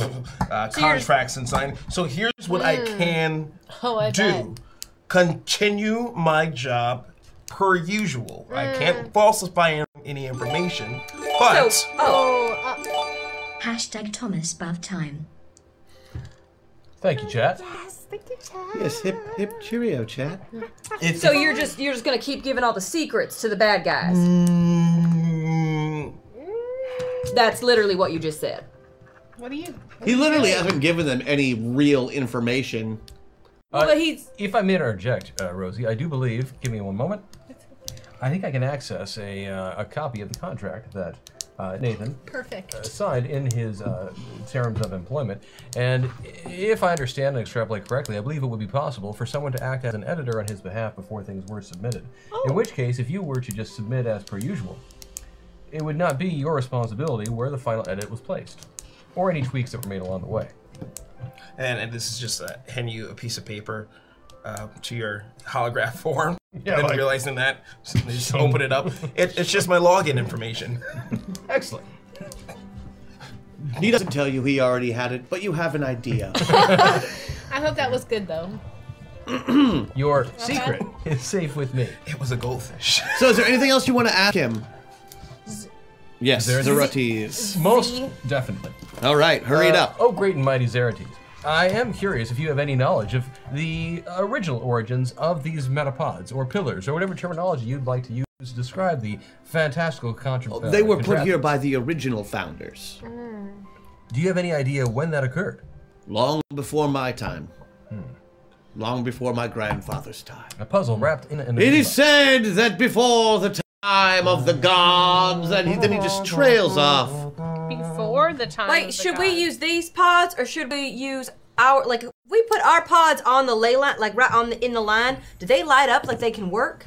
E: uh, contracts and sign. So here's what I can
F: Hmm. Oh, I
E: do:
F: bet.
E: continue my job per usual. I
F: Hmm.
E: can't falsify any information,
C: So,
E: but
C: oh,
J: Hashtag Thomas bath time.
G: Thank you, chat.
D: Yes, hip hip cheerio, chat.
E: if
C: so you're just you're just gonna keep giving all the secrets to the bad guys.
E: Mm,
C: That's literally what you just said.
F: What do you?
D: He literally hasn't given them any real information.
C: Well,
G: Uh,
C: but he's
G: If I may interject, uh, Rosie, I do believe. Give me one moment. I think I can access a, uh, a copy of the contract that uh, Nathan
F: Perfect.
G: signed in his uh, terms of employment. And if I understand and extrapolate correctly, I believe it would be possible for someone to act as an editor on his behalf before things were submitted. In which case, if you were to just submit as per usual, it would not be your responsibility where the final edit was placed, or any tweaks that were made along the way.
E: and, and this is just uh, hand you a piece of paper uh, to your holograph form. Yeah, and
G: like-
E: realizing that, so they just open it up. It, it's just my login information.
G: Excellent.
D: He doesn't tell you he already had it, but you have an idea.
F: I hope that was good though.
G: Your secret is safe with me.
E: It was a goldfish.
D: so, is there anything else you want to ask him? Yes,
G: There's-
D: Zerates.
G: Most definitely.
D: All right, hurry it
G: Uh,
D: up.
G: Oh, great and mighty Zerates. I am curious if you have any knowledge of the original origins of these metapods or pillars or whatever terminology you'd like to use to describe the fantastical contribution.
D: Oh, They were put here by the original founders,
G: Do you have any idea when that occurred?
D: long before my time, long before my grandfather's time.
G: A puzzle wrapped in an.
D: It is said that before the time of the gods, and he, then he just trails off.
F: Before the time.
C: Wait,
F: of the
C: should we
F: gods.
C: use these pods or should we use our like we put our pods on the ley line, like right on the in the line? Do they light up like they can work?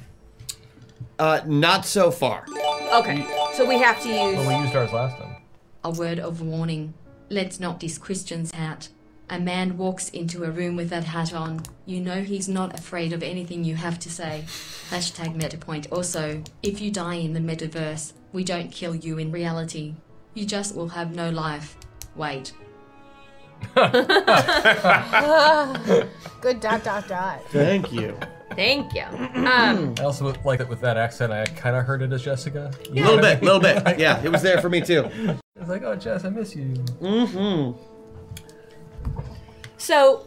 D: Uh, not so far.
C: Okay, so we have to use.
G: Well, we used ours last time.
J: A word of warning. Let's not diss Christian's hat. A man walks into a room with that hat on. You know he's not afraid of anything you have to say. Hashtag MetaPoint. Also, if you die in the metaverse, we don't kill you in reality. You just will have no life. Wait.
F: Good dot dot dot.
D: Thank you.
C: Thank you. Um,
G: I also like that with that accent. I kind of heard it as Jessica.
D: A little bit, little bit. Yeah, it was there for me too.
G: It's like, oh, Jess, I miss you.
C: so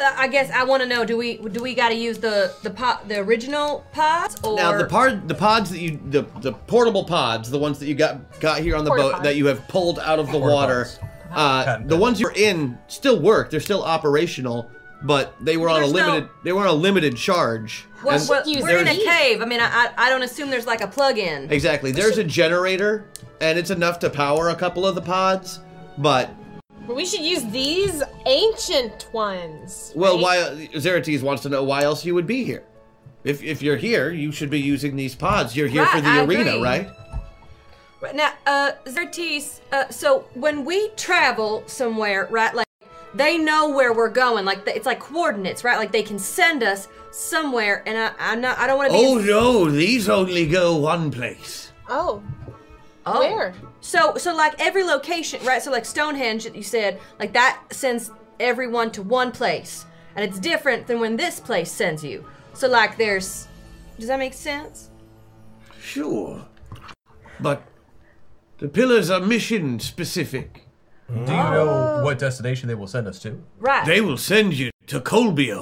C: uh, I guess I want to know: do we do we got to use the the pod, the original pods or
D: Now the pod, the pods that you, the, the portable pods, the ones that you got got here on the boat
F: Porta-pods.
D: that you have pulled out of the water,
G: Porta-pods.
D: uh, the ones you're in still work. They're still operational, but they were on a
C: There's no-
D: limited. They were on a limited charge.
C: Well,
D: And-
C: well,
F: use
C: we're in a
F: these.
C: cave. I mean, I, I I don't assume there's like a plug-in.
D: Exactly. There's a generator, and it's enough to power a couple of the pods, but
F: We should use these ancient ones.
D: Well,
F: right?
D: why uh, Xerates wants to know why else you would be here. If, if you're here, you should be using these pods. You're here for
C: Right,
D: the
C: I
D: arena,
C: agree.
D: right?
C: Right now, uh, Zertis, uh, so when we travel somewhere, right, like they know where we're going, like it's like coordinates, right? Like they can send us somewhere, and I, I'm not, I don't want to be.
D: Oh no, these only go one place.
F: Oh,
C: Oh.
F: where?
C: So, so like every location, right? So like Stonehenge, that you said, like that sends everyone to one place, and it's different than when this place sends you. So like, there's, does that make sense?
D: Sure. But The pillars are mission specific.
G: Do you know what destination they will send us to?
C: Right.
D: They will send you to Colbio,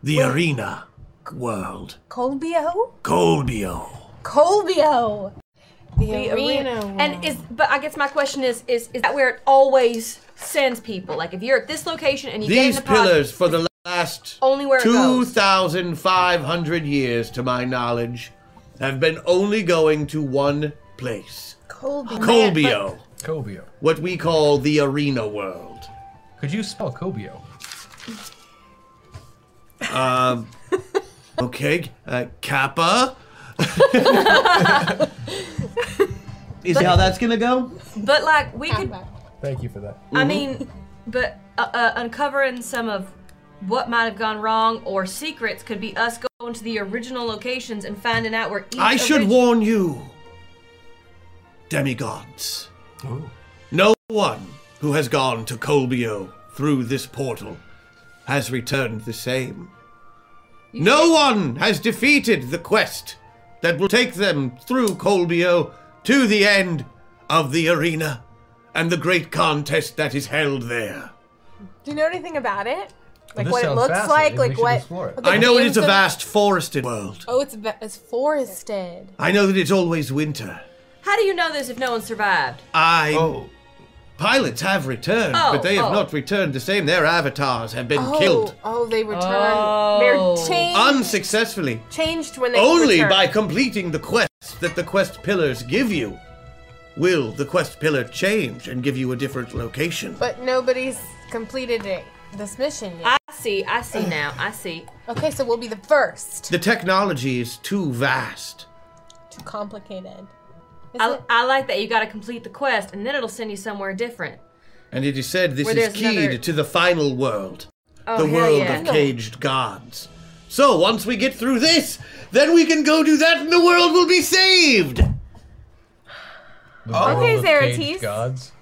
D: the arena world.
F: Colbio?
D: Colbio.
F: Colbio! The,
C: The
F: arena.
C: arena.
F: one.
C: And is but I guess my question is is is that where it always sends people? Like if you're at this location and you get in
D: These
C: the pod,
D: pillars, for the last
C: only where it goes.
D: 2,500 years, to my knowledge, have been only going to one place
F: Colbio.
D: Colbio,
G: Cobio.
D: what we call the arena world.
G: Could you spell Cobio?
D: Okay, uh, Kappa. You see how that's gonna go?
C: But like we could
G: Thank you for that.
D: Mm-hmm.
C: I mean, but uh, uh, uncovering some of what might have gone wrong or secrets could be us going to the original locations and finding out where each
D: I should
C: orig-
D: warn you, demigods. No one who has gone to Colbio through this portal has returned the same. No one has defeated the quest that will take them through Colbio to the end of the arena and the great contest that is held there.
F: Do you know anything about it? Like
G: this
F: what it
G: sounds
F: looks like?
G: fascinating. We
F: Like
G: should
F: what?
G: explore it.
F: what the
D: I know it
F: names
D: is a
F: of-
D: vast forested world.
F: Oh, it's, va- it's forested.
D: I know that it's always winter.
C: How do you know this if no one survived?
D: I
E: Oh.
D: pilots have returned, but they have
C: Oh, oh.
D: not returned the same. Their avatars have been
F: Oh,
D: killed
F: oh, they return.
C: Oh.
F: They're changed,
D: unsuccessfully,
F: changed when they
D: only
F: return.
D: by completing the quests that the quest pillars give you. Will the quest pillar change and give you a different location?
F: But nobody's completed it, this mission yet.
C: I see, I see now, I see.
F: okay, so we'll be the first.
D: the technology is too vast.
F: Too complicated. Is
C: I,
F: it?
C: I like that you got to complete the quest and then it'll send you somewhere different.
D: And it is said this
C: Where
D: is
C: there's
D: keyed
C: another-
D: to the final world,
C: Oh,
D: the
C: hell
D: world
C: yeah.
D: of caged gods. So once we get through this, then we can go do that, and the world will be saved.
G: The world
F: Okay,
G: of caged
F: Zeratis.
G: Gods.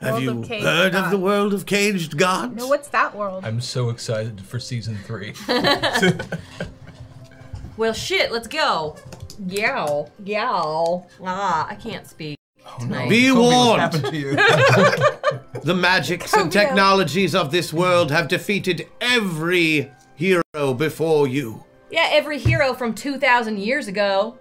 D: Have
F: World
D: you
F: of Caged
D: heard of the
F: Gods.
D: world of caged gods?
F: No, what's that world?
G: I'm so excited for season three.
C: Well, shit, let's go. Yeah, yeah. Ah, I can't speak.
D: Be
E: What
D: warned,
E: happened to you?
D: the magics and technologies of this world have defeated every hero before you.
C: Yeah, every hero from 2,000 years ago.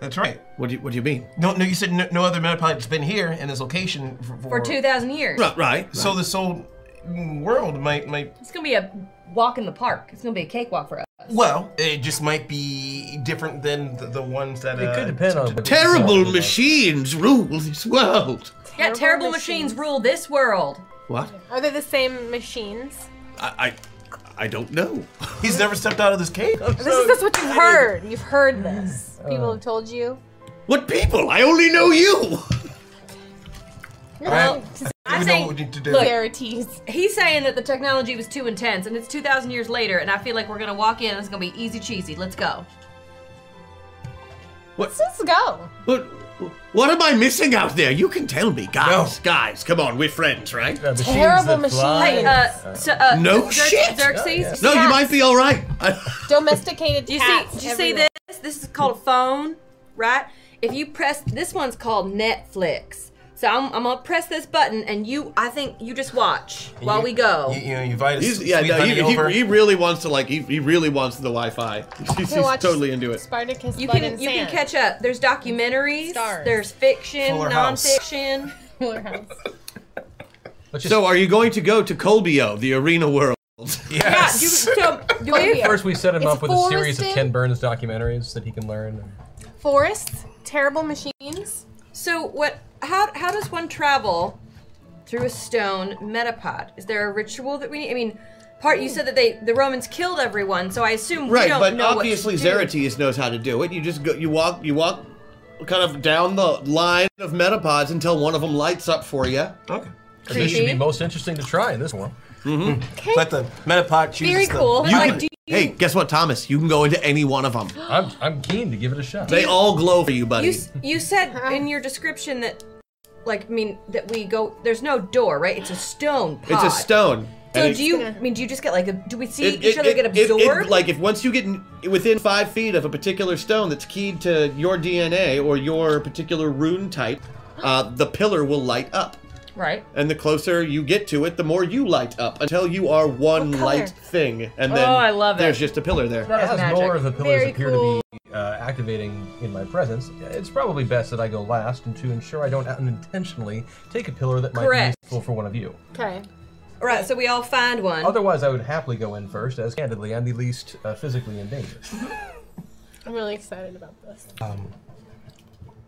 E: That's right.
D: What do you, what do you mean?
E: No, no, you said no, no other metapod's been here in this location for,
C: For 2,000 years.
D: Right, right.
E: So this whole world might might
C: It's gonna be a walk in the park. It's gonna be a cakewalk for us.
E: well, it just might be different than the, the ones that.
G: It
E: uh,
G: could depend on.
D: terrible machines rule this world.
C: yeah, terrible machines. rule this world.
D: What?
F: Are they the same machines?
D: I, I, I don't know.
E: He's never stepped out of this cave.
F: This is just what you've heard. You've heard this.
C: Uh.
F: People have told you.
D: What people? I only know you.
E: Well,
C: I
E: we know
C: think-
E: what we need to do.
C: look,
F: Verities.
C: He's saying that the technology was too intense, and it's 2,000 years later, and I feel like we're gonna walk in and it's gonna be easy cheesy. Let's go.
F: Let's just go.
D: What? What am I missing out there? You can tell me, guys. Guys, come on, we're friends, right?
G: Yeah, machines
F: Terrible
G: that fly.
C: Hey, uh, so, uh,
D: No
C: Xer-
D: shit!
C: Xerxes?
D: No, you
C: Cats.
D: might be all right.
F: Domesticated
C: Do you
F: cats.
C: see? Do you
F: everywhere.
C: see this? This is called a phone, right? If you press this one's called Netflix. So I'm, I'm gonna press this button, and you, I think you just watch while we go.
E: You, you know, you invite us.
D: He's, yeah, no, he,
E: over.
D: he, he really wants to like. He, he really wants the Wi-Fi. He's,
F: We
D: he's
F: watched
D: totally into it.
F: Spartacus.
C: You
F: Blood
C: can
F: and
C: you can
F: Sand.
C: catch up. There's documentaries.
F: Stars.
C: There's fiction,
E: Fuller House.
C: nonfiction.
F: Fuller House.
G: Let's just-
D: So, are you going to go to Colbio, the arena world?
C: Yeah.
E: yes.
C: Do, so do we?
F: Colbio.
G: First, we set him
F: It's
G: up with a series of
F: forested.
G: Ken Burns documentaries that he can learn.
F: Forests. Terrible machines.
C: So what? How how does one travel through a stone metapod? Is there a ritual that we need? I mean, part you said that they the Romans killed everyone, so I assume we
D: Right,
C: don't
D: but
C: know what to
D: obviously
C: do.
D: Zeratis knows how to do it. You just go. You walk. You walk, kind of down the line of metapods until one of them lights up for you.
E: Okay.
G: And this should
C: Creepy.
G: be most interesting to try in this one.
E: Let Mm-hmm. the metapod choose.
F: Very
E: the,
F: cool.
E: You
C: Like,
E: can,
C: do you,
D: Hey, guess what, Thomas? You can go into any one of them.
G: I'm, I'm keen to give it a shot.
D: They all glow for you, buddy.
C: You s- you said
F: Uh-huh.
C: in your description that, like, I mean, that we go. There's no door, right? It's a stone pod.
D: it's a stone.
C: So
D: And
C: do
D: it-
C: you? I mean, do you just get like? A, do we see
D: It-
C: each
D: it-
C: other
D: it-
C: get
D: it- it-
C: absorbed?
D: like if once you get in, within five feet of a particular stone that's keyed to your DNA or your particular rune type, uh, the pillar will light up.
C: right.
D: And the closer you get to it, the more you light up until you are one
F: What color?
D: light thing. And then
C: Oh, I love it.
D: there's just a pillar there.
G: Now, as
C: magic.
G: more of the pillars
F: Very
G: appear
F: cool.
G: to be uh, activating in my presence, it's probably best that I go last and to ensure I don't unintentionally take a pillar that might
C: Correct.
G: be useful for one of you.
F: Okay.
C: All right. So we all find one.
G: Otherwise, I would happily go in first, as candidly, I'm the least uh, physically in danger.
F: I'm really excited about this.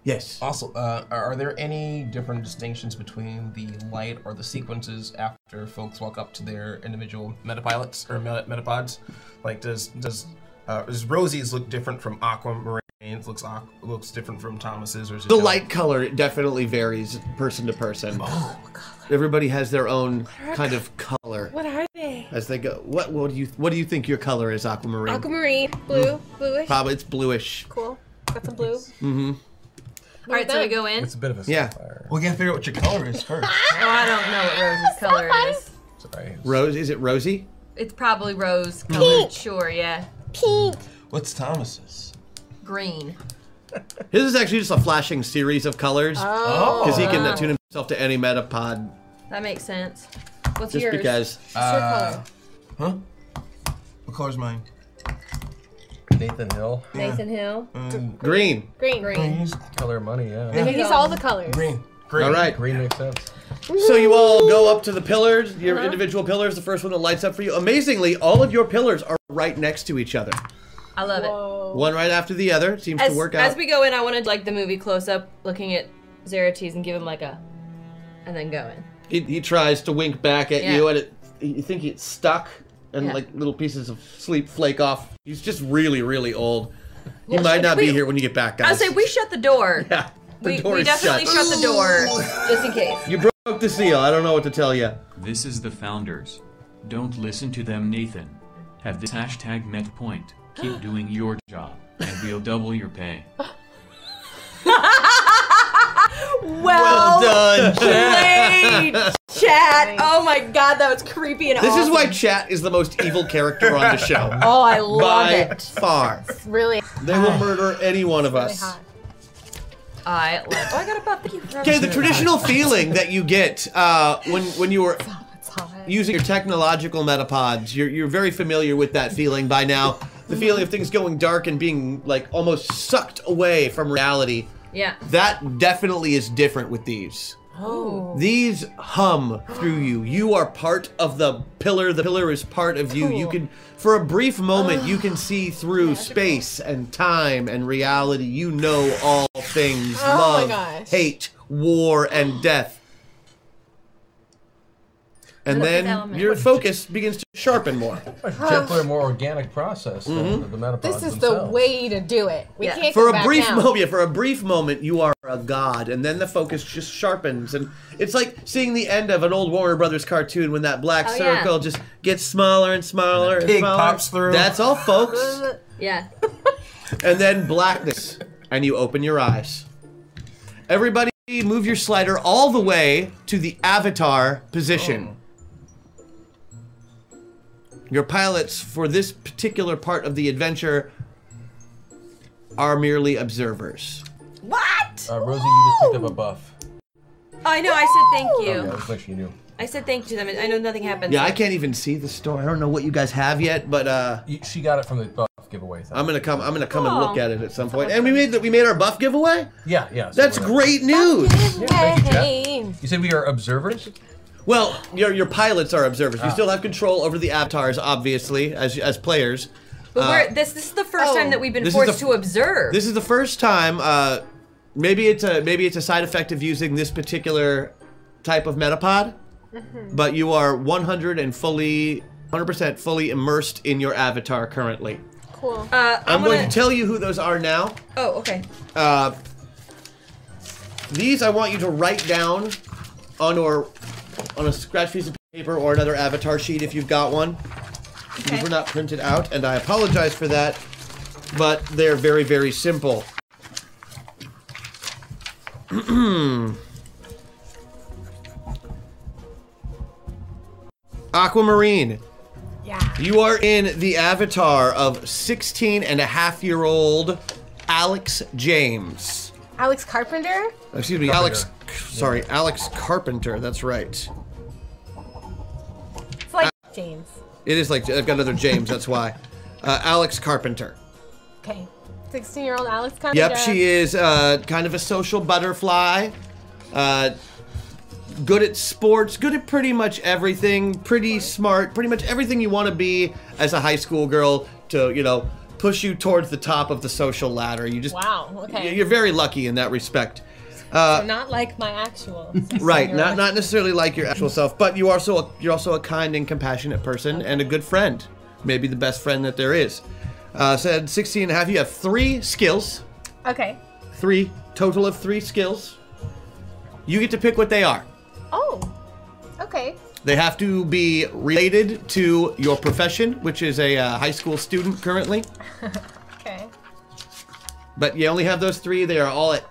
D: Yes.
E: Also, uh, are are there any different distinctions between the light or the sequences after folks walk up to their individual metapilots or meta- metapods? Like, does does uh, does Rosie's look different from Aquamarine's? Looks aqu- looks different from Thomas's? Or is it
D: The
E: kinda-
D: light color definitely varies person to person. Everybody has their own kind of color
F: What are they?
D: as they go. What, what do you what do you think your color is, Aquamarine?
F: Oh. Aquamarine, blue, bluish.
D: Probably it's bluish.
F: Cool. Got some blue.
C: all right. So we
F: then.
C: go in.
G: It's a bit of a
D: Yeah.
G: sapphire.
E: We gotta figure out what your color is first.
C: Oh, I don't know what Rose's color is.
G: Sorry.
D: Rose is it rosy?
C: It's probably rose colored. Sure. Yeah.
F: Pink.
E: What's Thomas's?
C: Green.
D: His is actually just a flashing series of colors because
E: Oh,
D: he can attune himself to any metapod
C: That makes sense. What's
D: just
C: yours?
D: because. uh,
F: What's your color?
E: huh? What color's mine?
G: Nathan Hill,
C: Nathan Hill.
E: Um,
D: Green.
F: Green. Green.
G: color money, yeah.
F: He's all the colors.
E: green. Green.
D: All right.
G: Green makes sense.
D: So you all go up to the pillars, your individual pillars, the first one that lights up for you. Amazingly, all of your pillars are right next to each other.
C: I love it.
F: Whoa.
D: One right after the other seems
C: as,
D: to work
C: as
D: out.
C: we go in, I want to like the movie close up, looking at Xerxes and give him like a, and then go in.
D: he, he tries to wink back at
C: Yeah.
D: you, and it, you think it's stuck, and
C: Yeah.
D: like little pieces of sleep flake off. He's just really, really old. He
C: Well,
D: might not
C: we-
D: be here when you get back,
C: I
D: guys.
C: say we shut the door.
D: Yeah, the
C: we,
D: door
C: we
D: is
C: definitely
D: shut.
C: shut the door just in case.
D: You broke the seal. I don't know what to tell you.
K: This is the founders. Don't listen to them, Nathan. Have this hashtag met point. Keep doing your job, and we'll double your pay.
C: Well,
D: done,
C: played, chat. Oh my god, that was creepy and
D: This is
C: awesome.
D: why Chat is the most evil character on the show.
C: Oh, I love
D: by
C: it.
D: far.
F: Really.
D: They will murder any one of
F: Really
D: us.
F: hot.
C: I love. Oh, I got a buff. You for
D: Okay, the traditional feeling that you get uh, when when you were
F: It's hot.
D: using your technological metapods, you're you're very familiar with that feeling by now. The feeling of things going dark and being like almost sucked away from reality.
C: Yeah.
D: That definitely is different with these.
C: Oh.
D: These hum through you. You are part of the pillar. The pillar is part of you. You can, for a brief moment, you can see through space and time and reality. You know all things
C: Oh
F: my
D: love,
F: gosh.
D: hate, war, and death. And
C: Look at
D: then
C: element.
D: your focus begins to sharpen more.
G: Much gentler, more organic process than
D: Mm-hmm.
G: the metapods
F: This is the
G: themselves.
F: way to do it. We
C: Yeah.
F: can't
D: For
F: go
D: a
F: back
D: brief
F: now.
D: moment, for a brief moment, you are a god, and then the focus just sharpens, and it's like seeing the end of an old Warner Brothers cartoon when that black
C: Oh, yeah.
D: circle just gets smaller and smaller. And
E: pig
D: smaller.
E: pops through.
D: That's all, folks.
C: Yeah.
D: and then blackness, and you open your eyes. Everybody, move your slider all the way to the avatar
E: Oh.
D: position. Your pilots for this particular part of the adventure are merely observers.
C: What?
G: Uh, Rosie, you just picked up a buff.
C: I know. I said thank
G: Yeah,
C: you.
G: let's make sure you knew.
C: I said thank you to them. and I know nothing happened.
D: Yeah, I can't even see the store. I don't know what you guys have yet, but uh,
G: You- She got it from the buff giveaway thing.
D: I'm gonna come. I'm gonna come and look
C: Aw.
D: at it at some point. And we made the, we made our buff giveaway.
G: yeah, yeah. so
D: That's
G: we're-
D: great news.
F: Hey.
G: You said we are observers?
D: Well, your your pilots are observers.
G: Ah.
D: You still have control over the avatars, obviously, as as players.
C: But we're, this this is the first
F: oh.
C: time that we've been
D: Uh, This is
C: forced
D: the-
C: to observe.
D: This is the first time. Uh, maybe it's a maybe it's a side effect of using this particular type of metapod, but you are 100 and fully 100% fully immersed in your avatar currently.
F: Cool.
C: uh,
D: I'm
C: I'm gonna.
D: going to tell you who those are now.
C: oh, okay.
D: Uh, these I want you to write down on or on a scratch piece of paper or another avatar sheet if you've got one. These were not printed out, and I apologize for that, but they're very, very simple. Aquamarine.
F: Yeah.
D: You are in the avatar of 16 and a half year old Alex James.
F: Alex Carpenter?
D: Excuse me, Alex. Sorry, Alex Carpenter. That's right.
F: It's like James.
D: It is like I've got another James. that's why. Uh, Alex Carpenter.
F: Okay. 16 year old Alex Carpenter.
D: Yep, she is uh, kind of a social butterfly. Uh, good at sports, good at pretty much everything, pretty smart, pretty much everything you want to be as a high school girl to, you know, push you towards the top of the social ladder. You just.
F: Wow, okay.
D: You're very lucky in that respect.
F: So
D: Uh,
F: not like my actual.
D: right, not not necessarily like your actual self, but you are so a, you're also a kind and compassionate person and a good friend, maybe the best friend that there is. Uh, so at 16 and a half, you have three skills.
F: Okay.
D: Three, total of three skills. You get to pick what they are.
F: Oh. Okay.
D: They have to be related to your profession, which is a uh, high school student currently.
F: Okay.
D: But you only have those three. They are all at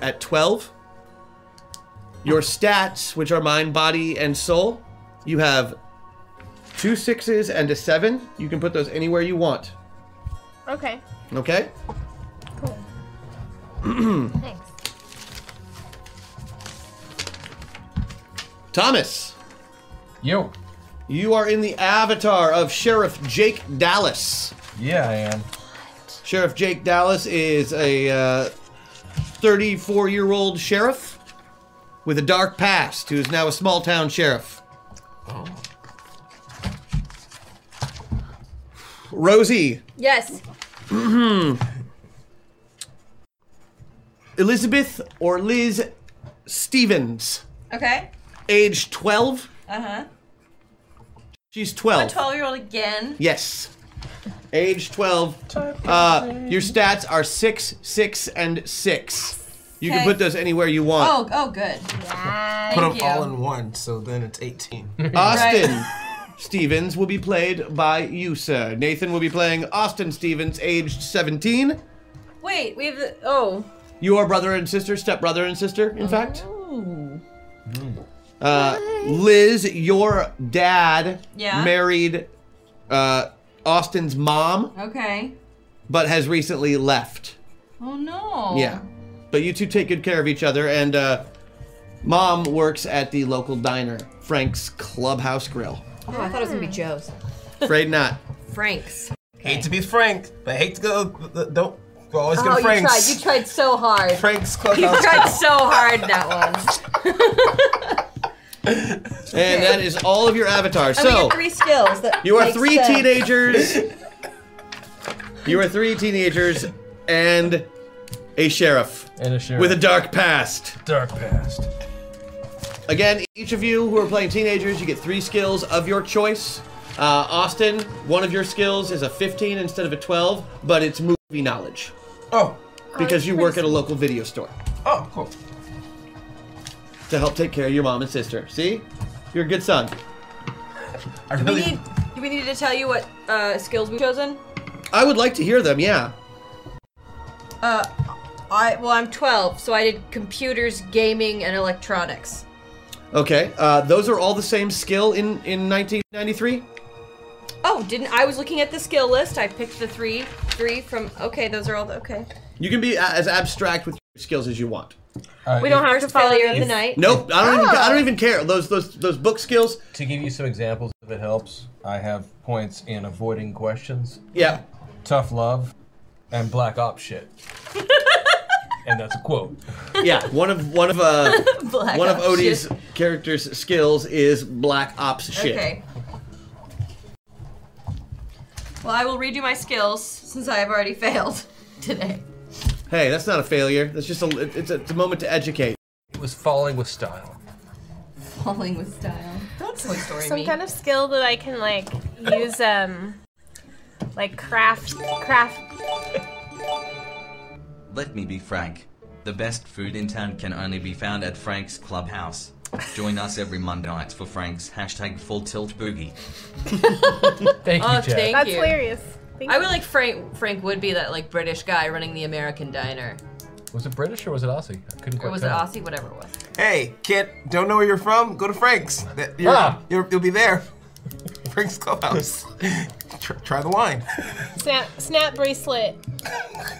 D: at 12. Your stats, which are mind, body, and soul, you have two sixes and a seven. You can put those anywhere you want.
F: Okay.
D: Okay?
F: Cool. Thanks.
D: Thomas.
G: Yo.
D: You are in the avatar of Sheriff Jake Dallas.
G: Yeah, I am.
D: Sheriff Jake Dallas is a 34 year old sheriff with a dark past who is now a small town sheriff. Rosie.
C: Yes.
D: Elizabeth or Liz Stevens,
C: Okay.
D: age 12.
C: Uh huh.
D: She's
C: A
D: 12.
C: 12 year old again.
D: Yes. Age 12. Uh, your stats are 6, 6, and 6. You can
C: Okay.
D: put those anywhere you want.
C: Oh, oh, good. Yeah.
E: Put them
C: Thank you.
E: all in one, so then it's 18.
D: Austin Stevens will be played by you, sir. Nathan will be playing Austin Stevens, aged 17.
C: Wait, we have the. Oh.
D: You are brother and sister, stepbrother and sister, in fact.
C: Ooh.
D: Uh, Liz, your dad
C: Yeah.
D: married uh, Austin's mom,
C: Okay.
D: but has recently left.
C: Oh no.
D: Yeah. But you two take good care of each other, and uh, mom works at the local diner, Frank's Clubhouse Grill.
L: Oh, I thought it was gonna be Joe's.
D: Afraid not.
C: Frank's.
E: Hate to be Frank, but hate to go. Don't go always
L: oh,
E: go
L: you
E: Frank's.
L: tried. You tried so hard.
E: Frank's
C: You
E: clubhouse.
C: tried so hard that one.
D: And that is all of your avatars.
L: And
D: so.
L: we have three skills. That
D: You are
L: make
D: three
L: sense.
D: teenagers. you are three teenagers and a sheriff.
G: And a sheriff.
D: With a dark past.
G: Dark past.
D: Again, each of you who are playing teenagers, you get three skills of your choice. Uh, Austin, one of your skills is a 15 instead of a 12, but it's movie knowledge.
E: Oh.
D: Because you work at a local video store
E: Oh, cool.
D: to help take care of your mom and sister. See? You're a good son.
E: I
C: Do we need, do we need to tell you what uh, skills we've chosen?
D: I would like to hear them, yeah.
C: Uh, I well, I'm 12, so I did computers, gaming, and electronics.
D: Okay. Uh, those are all the same skill in, in 1993?
C: Oh, didn't I was looking at the skill list? I picked the three, three from. Okay, those are all. The, okay.
D: You can be a- as abstract with your skills as you want.
C: we don't have to follow you of the
G: uh, if-
C: night.
D: Nope, I don't even.
C: Oh.
D: I don't even care. Those those those book skills.
G: To give you some examples, if it helps, I have points in avoiding questions,
D: Yeah.
G: tough love, and black ops shit. and that's a quote.
D: Yeah. One of one of uh
C: Black
D: one of
C: ops
D: Odie's
C: shit.
D: characters' skills is black ops shit.
C: Okay. Well, I will redo my skills since I have already failed today.
D: Hey, that's not a failure. That's just a it- it's a, it's a moment to educate.
G: It was falling with style.
C: Falling with style. Don't Toy Story
F: Some
C: me.
F: kind of skill that I can like use um like craft craft
M: Let me be frank. The best food in town can only be found at Frank's Clubhouse. Join us every Monday night for Frank's hashtag Full Tilt Boogie.
G: Thank
C: oh, thank
F: That's
C: you.
F: hilarious. Thank
C: I
F: you.
C: would like Frank. Frank would be that like British guy running the American diner,
G: Was it British or was it Aussie? I couldn't quite
C: or was it
G: tell.
C: Aussie? Whatever it was.
E: Hey, kid, don't know where you're from? Go to Frank's. That- You're,
G: Ah.
E: you will be there. Frank's Clubhouse. try, try the wine.
F: Snap, snap bracelet.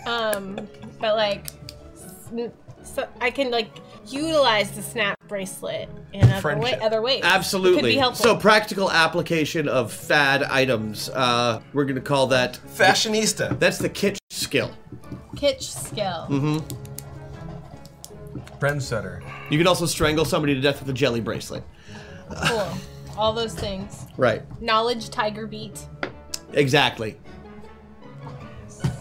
F: Um, but like, sn- so I can like utilize the snap bracelet in other, way,
D: Friendship.
F: other ways.
D: Absolutely.
F: It could be helpful.
D: So practical application of fad items. Uh, we're gonna call that
E: fashionista.
D: That's the kitsch skill.
F: Kitsch skill.
D: Mm-hmm.
G: Friend setter.
D: You can also strangle somebody to death with a jelly bracelet.
F: Cool. All those things.
D: Right.
F: Knowledge tiger beat.
D: Exactly.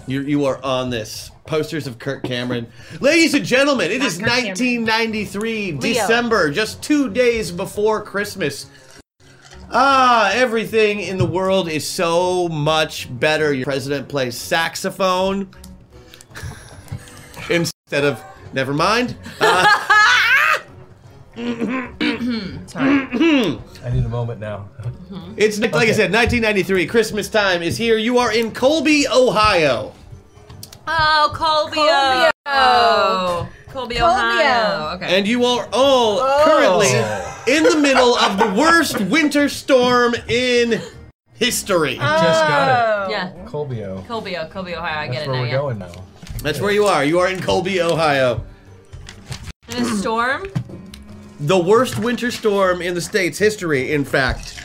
D: You you are on this. Posters of Kirk Cameron. Ladies and gentlemen, it is 1993, December, just two days before Christmas. Ah, everything in the world is so much better. Your president plays saxophone instead of. Never mind. Uh,
G: I need a moment now.
D: It's like I said, 1993. Christmas time is here. You are in Colby, Ohio.
C: Oh, Colbio. Colbio. Colby, Ohio. Okay.
D: And you are all currently in the middle of the worst winter storm in history.
G: just got it.
C: Yeah.
G: Colbio.
C: Oh. Colbio, Colby, Ohio. I
G: That's
C: get it
G: where
C: now.
G: we're
C: yeah.
G: going now.
D: That's where you are. You are in Colby, Ohio.
C: In a storm?
D: The worst winter storm in the state's history, in fact.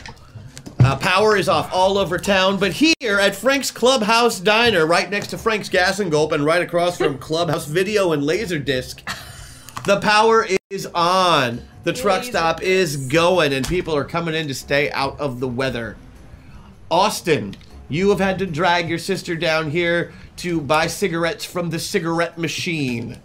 D: Uh, power is off all over town, but here at Frank's Clubhouse Diner, right next to Frank's Gas and Gulp and right across from Clubhouse Video and Laserdisc, the power is on. The truck stop is going, and people are coming in to stay out of the weather. Austin, you have had to drag your sister down here to buy cigarettes from the cigarette machine.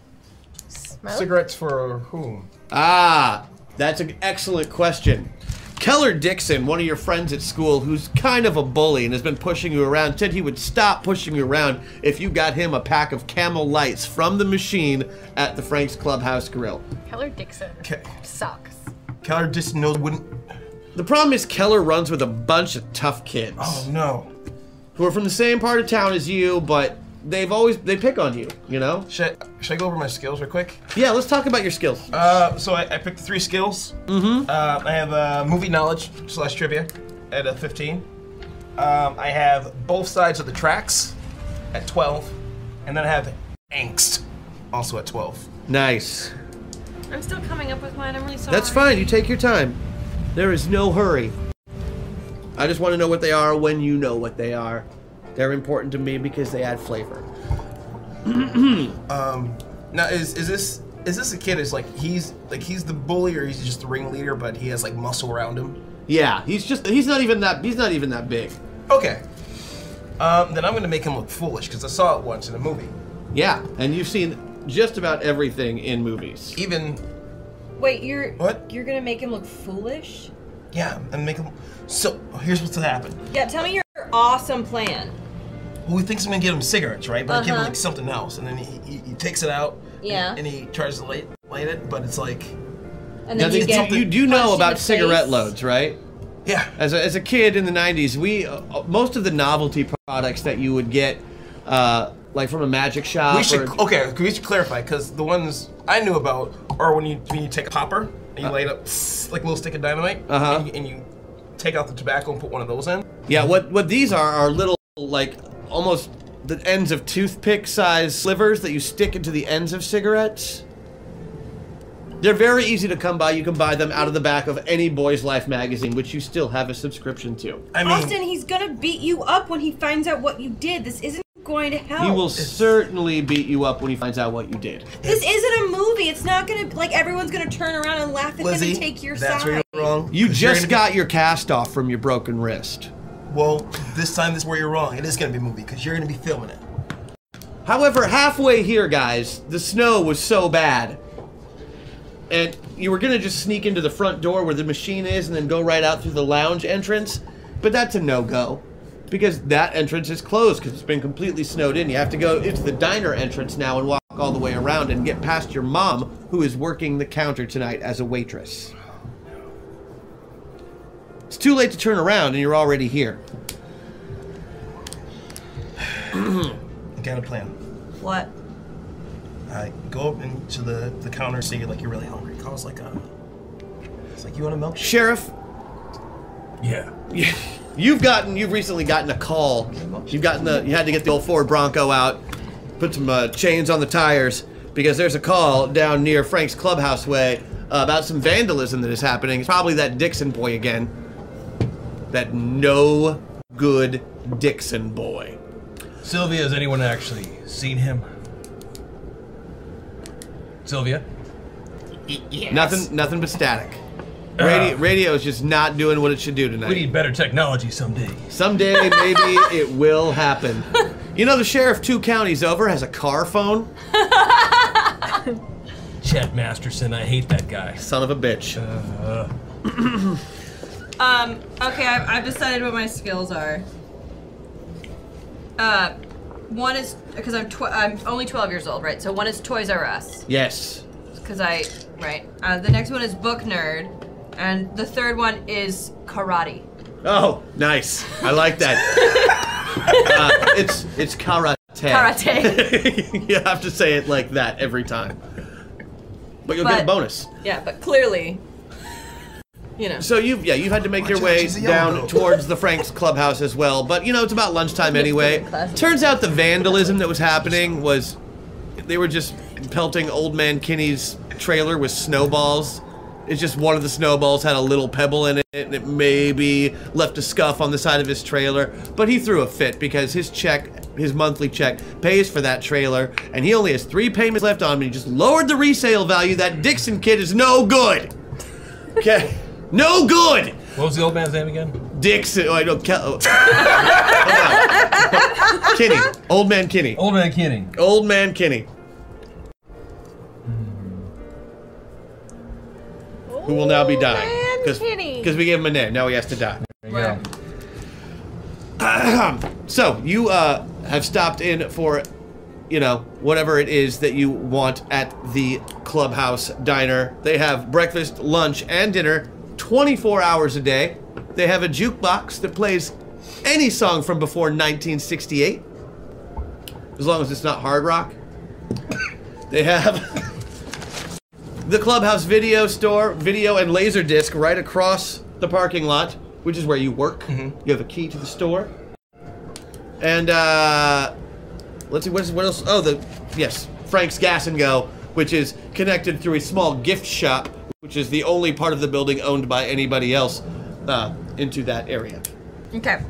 E: Oh. Cigarettes for whom?
D: Ah, that's an excellent question. Keller Dixon, one of your friends at school who's kind of a bully and has been pushing you around, said he would stop pushing you around if you got him a pack of camel lights from the machine at the Frank's Clubhouse Grill.
F: Keller Dixon. Sucks.
D: Keller just knows wouldn't. The problem is, Keller runs with a bunch of tough kids. Oh,
E: no.
D: Who are from the same part of town as you, but they've always. they pick on you, you know?
E: Should, should I go over my skills real quick?
D: Yeah, let's talk about your skills.
E: Uh, so I, I picked three skills. Mm-hmm. Uh, I have uh, movie knowledge slash trivia at a 15. Um, I have both sides of the tracks at 12, and then I have angst also at 12.
D: Nice.
C: I'm still coming up with mine. I'm really sorry.
D: That's fine. You take your time. There is no hurry. I just want to know what they are when you know what they are. They're important to me because they add flavor.
E: um, now is is this is this a kid? Is like he's like he's the bully or he's just the ringleader, but he has like muscle around him.
D: Yeah, he's just he's not even that he's not even that big.
E: Okay. Um, then I'm gonna make him look foolish because I saw it once in a movie.
D: Yeah, and you've seen just about everything in movies.
E: Even
L: Wait, you're
E: What?
L: You're gonna make him look foolish?
E: yeah, and make him. So here's what's gonna happen.
L: Yeah. Tell me your awesome plan.
E: Well, he thinks I'm gonna get him cigarettes, right? But I give him
L: Uh-huh.
E: like something else, and then he, he, he takes it out.
L: Yeah.
E: And, and he tries to light, light it, but it's like.
L: And
D: now, you, you do know about cigarette loads, right?
E: Yeah.
D: As a, as a kid in the 90s, we uh, uh, most of the novelty products that you would get, uh, like from a magic shop.
E: we should
D: or,
E: okay. We should clarify because the ones I knew about are when you when you take a popper and you light up pss, like a little stick of dynamite,
D: Uh. Uh-huh.
E: and, you, and you take out the tobacco and put one of those in.
D: Yeah, what what these are are little like almost the ends of toothpick size slivers that you stick into the ends of cigarettes. They're very easy to come by. You can buy them out of the back of any Boys Life magazine, which you still have a subscription to.
L: Austin, he's gonna beat you up when he finds out what you did. This isn't going to help.
D: he will certainly beat you up when he finds out what you did.
L: This isn't a movie. It's not gonna like everyone's gonna turn around and laugh at him
D: Lizzie,
L: and take your
E: That's
L: side.
E: where you're wrong.
D: You
E: 'cause you're
D: just
E: gonna be-
D: got your cast off from your broken wrist.
E: Well, this time this is where you're wrong. It is gonna be a movie because you're gonna be filming it.
D: However, halfway here, guys, the snow was so bad. And you were gonna just sneak into the front door where the machine is and then go right out through the lounge entrance, but that's a no go. Because that entrance is closed because it's been completely snowed in. You have to go into the diner entrance now and walk all the way around and get past your mom, who is working the counter tonight as a waitress. It's too late to turn around and you're already here.
E: I got a plan.
L: What?
E: I go up into the, the counter, see like uh, you're really hungry. Calls like a. It's like you want a milk.
D: Sheriff,
G: Yeah.
D: Yeah. You've gotten, you've recently gotten a call. You've gotten the, you had to get the old Ford Bronco out, put some uh, chains on the tires because there's a call down near Frank's clubhouse way uh, about some vandalism that is happening. It's probably that Dixon boy again. That no good Dixon boy.
G: Sylvia, has anyone actually seen him? Sylvia?
D: Yes. Nothing, nothing but static. Radio, radio is just not doing what it should do tonight.
G: We need better technology someday.
D: Someday, maybe it will happen. You know, the sheriff two counties over has a car phone.
G: Chad Masterson, I hate that guy.
D: Son of a bitch.
N: Um, okay, I've, I've decided what my skills are.
C: Uh, one is because I'm tw- I'm only 12 years old, right? So one is Toys R Us
D: Yes.
C: because I right. Uh, the next one is book nerd, and the third one is karate.
D: Oh, nice. I like that. uh, it's it's karate.
C: Karate.
D: you have to say it like that every time. But you'll get a
C: But-
D: bonus.
C: Yeah, but clearly, you know.
D: So you've yeah you've had to make your
C: Watch out,
D: way
C: she's a
D: down
C: yellow.
D: towards the Frank's clubhouse as well. But you know it's about lunchtime anyway. Turns out the vandalism that was happening was they were just pelting old man Kinney's trailer with snowballs. It's just one of the snowballs had a little pebble in it, and it maybe left a scuff on the side of his trailer. But he threw a fit because his check, his monthly check, pays for that trailer, and he only has three payments left on him. And he just lowered the resale value. That Dixon kid is no good. Okay. No good.
G: What was the old man's name again?
D: Dixon. Oh, I know. Ke- oh. Hold on. Kinney. Old man Kinney.
G: Old man Kinney.
D: Old man Kinney. Who will now be dying.
B: Kinney.
D: Because we gave him a name. Now he has to die.
G: There
D: so you uh, have stopped in for, you know, whatever it is that you want at the clubhouse diner. They have breakfast, lunch, and dinner 24 hours a day. They have a jukebox that plays any song from before 1968, as long as it's not hard rock. They have the clubhouse video store, video and laser disc right across the parking lot, which is where you work. You have a key to the store. And uh, let's see, what, is, what else? Oh, the yes, Frank's Gas and Go, which is connected through a small gift shop, which is the only part of the building owned by anybody else uh, into that area.
C: Okay.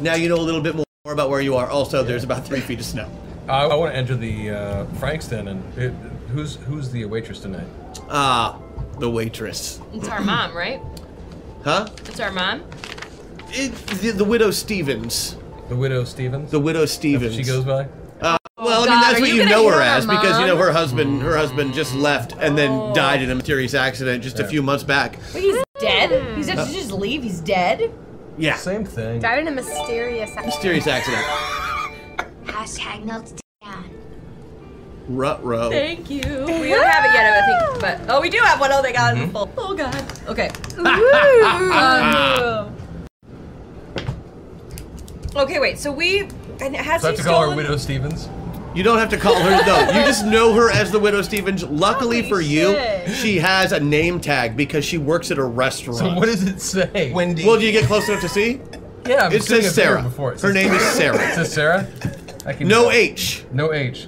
D: Now you know a little bit more about where you are. Also, there's about three feet of snow.
G: I, I want to enter the uh, Frank's then, and it, who's who's the waitress tonight?
D: Ah, the waitress.
C: It's our mom, right?
D: Huh?
C: It's our mom.
D: It, the, the widow Stevens.
G: The widow Stevens.
D: The widow Stevens.
G: she goes by.
D: Uh, well, I mean
G: Oh, God,
D: that's
G: are
D: what
G: you
D: you
G: gonna
D: know her
G: hear her,
D: as because you know her
G: Mom? Oh.
D: husband. Her husband just left and then died in a mysterious accident just a few months back.
N: Wait, he's dead? He's actually just leave? He's dead?
D: Yeah.
G: Same thing.
F: Died in a mysterious accident.
D: Mysterious accident.
F: Hashtag melts down.
D: Rut row.
C: Thank you. We don't have it yet, I think. But oh, we do have one. Oh, they got it in full. Oh God. Okay. Um, okay, wait. So we and has
G: So I
C: he
G: have to call her
C: stolen?
G: widow Stevens.
D: You don't have to call her though. You just know her as the widow Stevens. Luckily for you, she has a name tag because she works at a restaurant.
G: So what does it say?
E: Wendy.
D: Well, do you get close enough to see?
G: Yeah, I'm
D: it
G: shooting
D: says
G: a figure
D: Sarah.
G: Before. It
D: Her
G: says-
D: name is Sarah.
G: It says Sarah. I can
D: No H.
G: No H.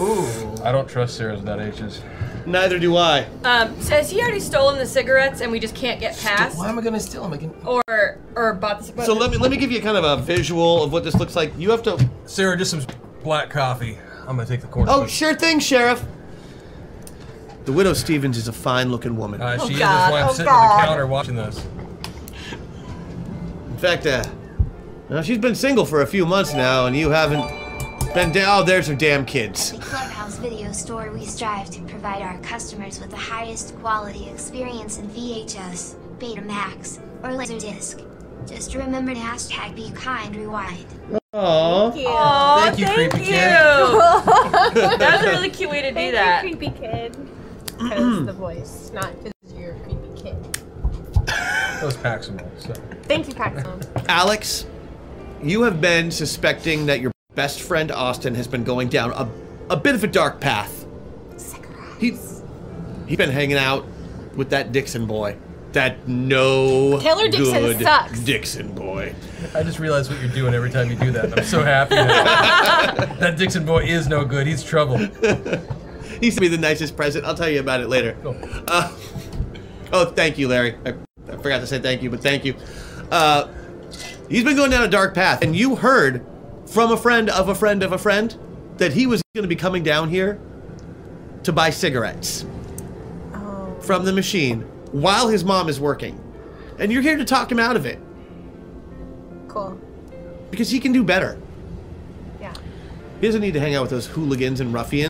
G: Ooh. I don't trust Sarah's without H's.
D: Neither do I.
C: Um, so has he already stolen the cigarettes and we just can't get past? Why
E: am I gonna steal them again?
D: Uh,
C: Or or bought the cigarettes?
D: So let me let me give you kind of a visual of what this looks like. You have to.
G: Sarah, just some black coffee. I'm gonna take the corner.
D: Oh, sure thing, Sheriff. The widow Stevens is a fine-looking woman.
G: Uh, she and his wife sitting at the counter watching this.
D: In fact, uh, well, she's been single for a few months now, and you haven't been. Da- oh, there's her damn kids.
O: Clubhouse Video Store, we strive to provide our customers with the highest quality experience in VHS, Betamax, or Laserdisc. Just remember to hashtag be kind rewind.
D: Aww.
C: Aw,
O: Thank you, creepy kid.
C: you. That's a really cute way to do
F: Thank
C: that.
F: You, creepy kid. Because the voice, not because you're a creepy kid.
G: That was Paximal. So.
F: Thank you, Paxton.
D: Alex, you have been suspecting that your best friend Austin has been going down a, a bit of a dark path. He, he's been hanging out with that Dixon boy. That no
F: Taylor Dixon
D: good
F: sucks.
D: Dixon boy.
G: I just realized what you're doing every time you do that. and I'm so happy now. that Dixon boy is no good. He's trouble.
D: He used to be the nicest present. I'll tell you about it later. Uh, oh, thank you, Larry. I, I forgot to say thank you, but thank you. Uh, he's been going down a dark path, and you heard from a friend of a friend of a friend that he was going to be coming down here to buy cigarettes from the machine while his mom is working. And you're here to talk him out of it
F: Cool.
D: because he can do better.
F: Yeah.
D: He doesn't need to hang out with those hooligans and ruffians,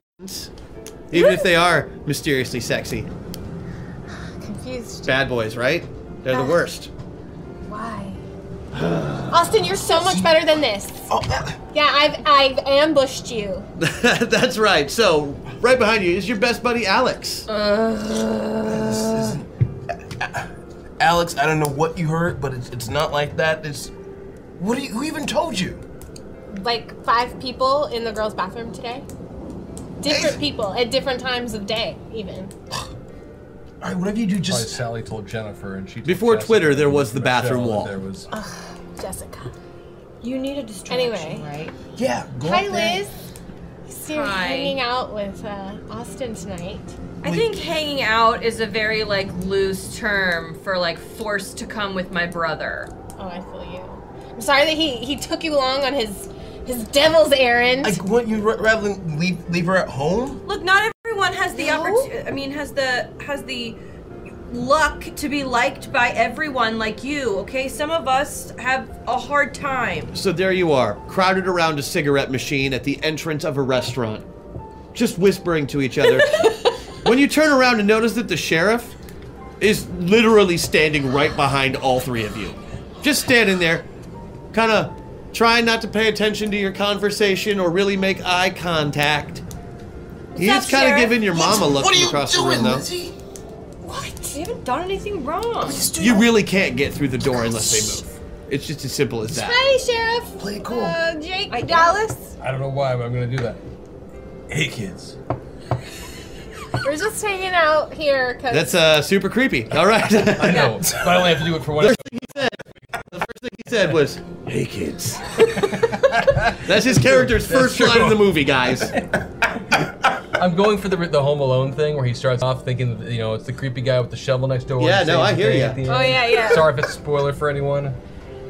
D: even if they are mysteriously sexy.
F: Confused.
D: Bad boys, right? They're the worst.
F: Why? Austin, you're so much better than this.
E: Oh,
F: Yeah, I've I've ambushed you.
D: That's right. So, right behind you is your best buddy Alex.
H: Uh.
D: uh,
E: uh, Alex, I don't know what you heard, but it's, it's not like that. It's what do you, who even told you?
F: Like five people in the girls' bathroom today. Different people at different times of day, even.
E: All right, whatever you do, just
G: Sally told Jennifer, and she told
D: Before
G: Jessica
D: Twitter, there
G: and
D: was the
G: Michelle
D: bathroom
G: that
D: wall.
G: There was
F: Jessica.
H: You need a distraction,
F: Anyway.
H: right?
E: Yeah.
F: Hi, Liz. So you're
C: Hi.
F: hanging out with uh, Austin tonight.
C: I think hanging out is a very like loose term for like forced to come with my brother.
F: Oh, I feel you. I'm sorry that he he took you along on his his devil's errand.
E: Like, what you ra- rather than leave leave her at home?
C: Look, not everyone has the opportunity. I mean, has the has the luck to be liked by everyone like you. Okay, some of us have a hard time.
D: So there you are, crowded around a cigarette machine at the entrance of a restaurant, just whispering to each other. when you turn around and notice that the sheriff is literally standing right behind all three of you, just standing there, kind of trying not to pay attention to your conversation or really make eye contact. He's
H: up,
D: kind of
H: Sheriff?
D: giving your mom a
H: What-
D: look
H: what are
D: from
H: you
D: across
H: doing,
D: the room, though.
H: Lizzie?
C: What? We haven't done anything wrong.
D: You really can't get through the door unless they move. It's just as simple as that.
F: Hi, Sheriff.
E: Play cool.
F: Uh, Jake Dallas.
G: I don't know why, but I'm gonna do that. Hey, kids.
F: We're just hanging out here because
D: That's uh, super creepy. All right. I
G: know, but I only have to do it for one.
D: First thing he said. The first thing he said was, "Hey kids." That's his character's first line in the movie, guys.
G: I'm going for the the Home Alone thing where he starts off thinking, that, you know, it's the creepy guy with the shovel next door.
D: Yeah,
G: and
D: no,
G: saves
D: I
G: the
D: hear
G: day
D: ya.
G: at the
F: Oh,
G: end.
F: yeah, yeah.
G: Sorry if it's a spoiler for anyone.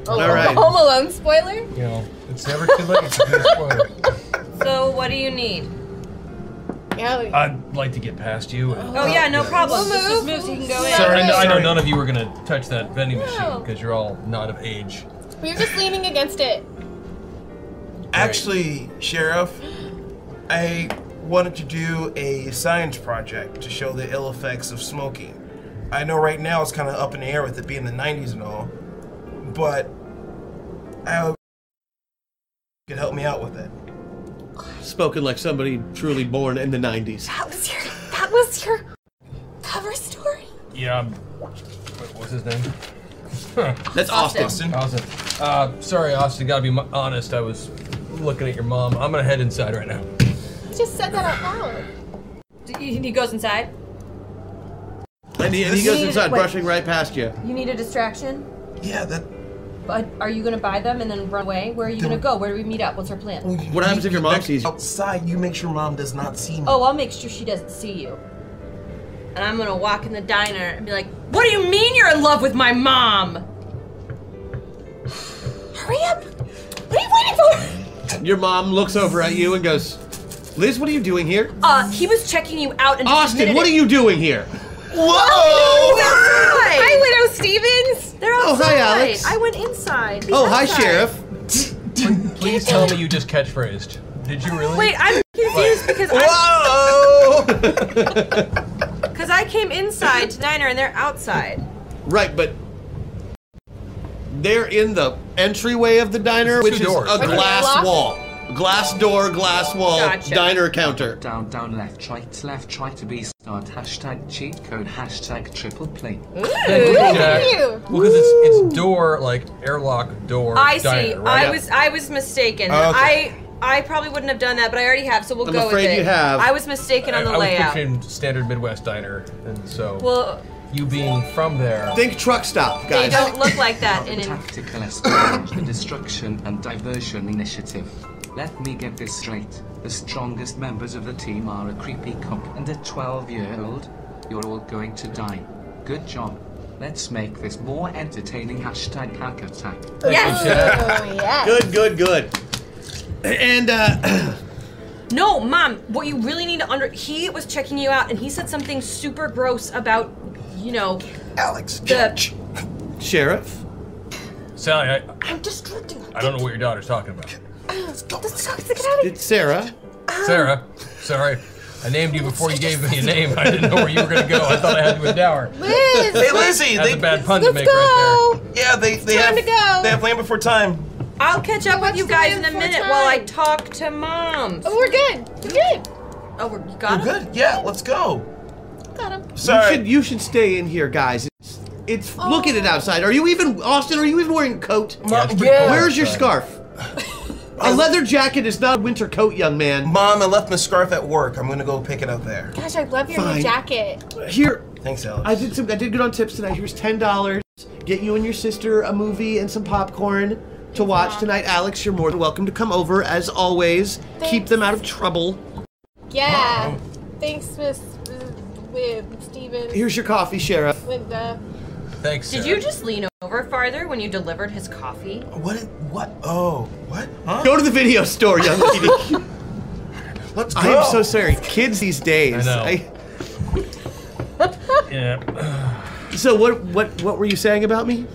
F: Oh,
G: All right.
F: the Home Alone spoiler.
G: You know, it's never too late to do a spoiler.
C: So what do you need?
F: Yeah.
G: I'd like to get past you. And,
C: Oh yeah, no
G: you know.
C: problem.
F: We'll
C: This is moves.
F: move.
C: You can go in.
G: Sorry, I know, I know
F: Sorry.
G: none of you were gonna touch that vending
F: No.
G: machine because you're all not of age.
F: We were just leaning against it.
E: Actually, Sheriff, I wanted to do a science project to show the ill effects of smoking. I know right now it's kind of up in the air with it being the 90s and all, but I could help me out with it.
D: Spoken like somebody truly born in the '90s.
F: That was your. That was your cover story.
G: Yeah. I'm- What was his name?
D: That's Austin. Austin.
G: Austin. Uh, sorry, Austin. Gotta be mo- honest. I was looking at your mom. I'm gonna head inside right now.
F: You just said that out loud.
C: He he goes inside.
D: And he, and he
C: You
D: goes
C: need-
D: inside,
C: wait.
D: brushing right past you.
C: You need a distraction.
E: Yeah, that.
C: But are you gonna buy them and then run away? Where are you gonna go? Where do we meet up? What's our
E: Mm.
C: plan?
D: What happens if your mom sees you?
E: Outside, you make sure mom does not see me.
C: Oh, I'll make sure she doesn't see you. And I'm gonna walk in the diner and be like, "What do you mean you're in love with my mom?"
F: Hurry up! What are you waiting for?
D: Your mom looks over at you and goes, "Liz, what are you doing here?
C: Uh, he was checking you out and just
D: Austin,
C: admitted
D: what are
C: it.
D: you doing here?"
C: Oh, no, he's outside.
F: Hi, Widow Stevens.
C: They're
D: Oh,
C: outside.
D: hi, Alex.
C: I went inside.
D: Oh, hi,
C: Outside.
D: Sheriff.
G: Please tell me you just catchphrased. Did you really?
C: Wait, I'm confused because I
D: Whoa!
C: because I came inside to diner and they're outside.
D: Right, but they're in the entryway of the diner,
G: It's
D: which
G: two
D: is
G: doors.
D: a
G: Like a
D: glass
F: lock?
D: wall. Glass door, glass wall,
C: Gotcha.
D: diner counter.
P: Down, down, left, right, left, right, B start, hashtag cheat code, hashtag triple play.
G: Well, because it's it's door like airlock door.
C: I see.
G: diner, right?
C: I was I was mistaken.
G: Oh, okay.
C: I I probably wouldn't have done that, but I already have, so we'll
G: I'm
C: go with
G: afraid
C: it.
G: you have.
C: I was mistaken on the
G: I, I was
C: layout.
G: picturing standard Midwest diner, and so
C: Well,
G: you being from there.
D: Think truck stop,
C: They don't look like that in an.
P: Tactical espionage, the destruction and diversion initiative. Let me get this straight. The strongest members of the team are a creepy cop and a 12 year old. You're all going to die. Good job. Let's make this more entertaining hashtag hack attack.
D: Yes!
C: Oh,
D: Good, good, good. And uh,
L: No, mom, what you really need to under he was checking you out and he said something super gross about, you know,
D: Alex.
L: The
D: sheriff.
G: Sally, I,
L: I'm distracting.
G: I don't know what your daughter's talking about.
L: This sucks. Get out of here.
D: It's Sarah.
G: Sarah, sorry. I named you before you gave me a name. I didn't know where you were going to go. I thought I had you in dower.
F: Liz!
E: Hey, Lizzie,
G: That's
E: they-
G: a bad pun to
E: let's
G: make right
E: there. Yeah, they they
L: time
E: have
L: to go.
E: they have land before time.
L: I'll catch up with you guys in a minute while I talk to mom. Oh, we're good. We're good. Oh, we're, you got
E: We're
L: him?
E: good. Yeah, let's go.
L: Got him.
D: Sorry. You should, you should stay in here, guys. It's, it's look at it
C: Oh.
D: outside. Are you even Austin? Are you even wearing a coat?
E: yeah.
D: Where's your
E: Sorry.
D: scarf? a leather jacket is not a winter coat, young man.
E: Mom, I left my scarf at work. I'm gonna go pick it up there.
F: Gosh, I love your
D: Fine.
F: new jacket.
D: Here,
E: Thanks, Alex.
D: I did some. I did good on tips tonight. Here's ten dollars. Get you and your sister a movie and some popcorn to watch tonight. Alex, you're more than welcome to come over as always. Keep them out of trouble.
F: Yeah. Thanks, Miss with Steven.
D: Here's your coffee, Sheriff.
F: With the
G: Thanks.
C: Did you just lean over farther when you delivered his coffee?
E: What? What? Oh, what? Huh?
D: Go to the video store, young lady.
E: Let's
D: I am so sorry. Kids these days.
G: I
D: I-
G: Yeah.
D: so what? What? What were you saying about me?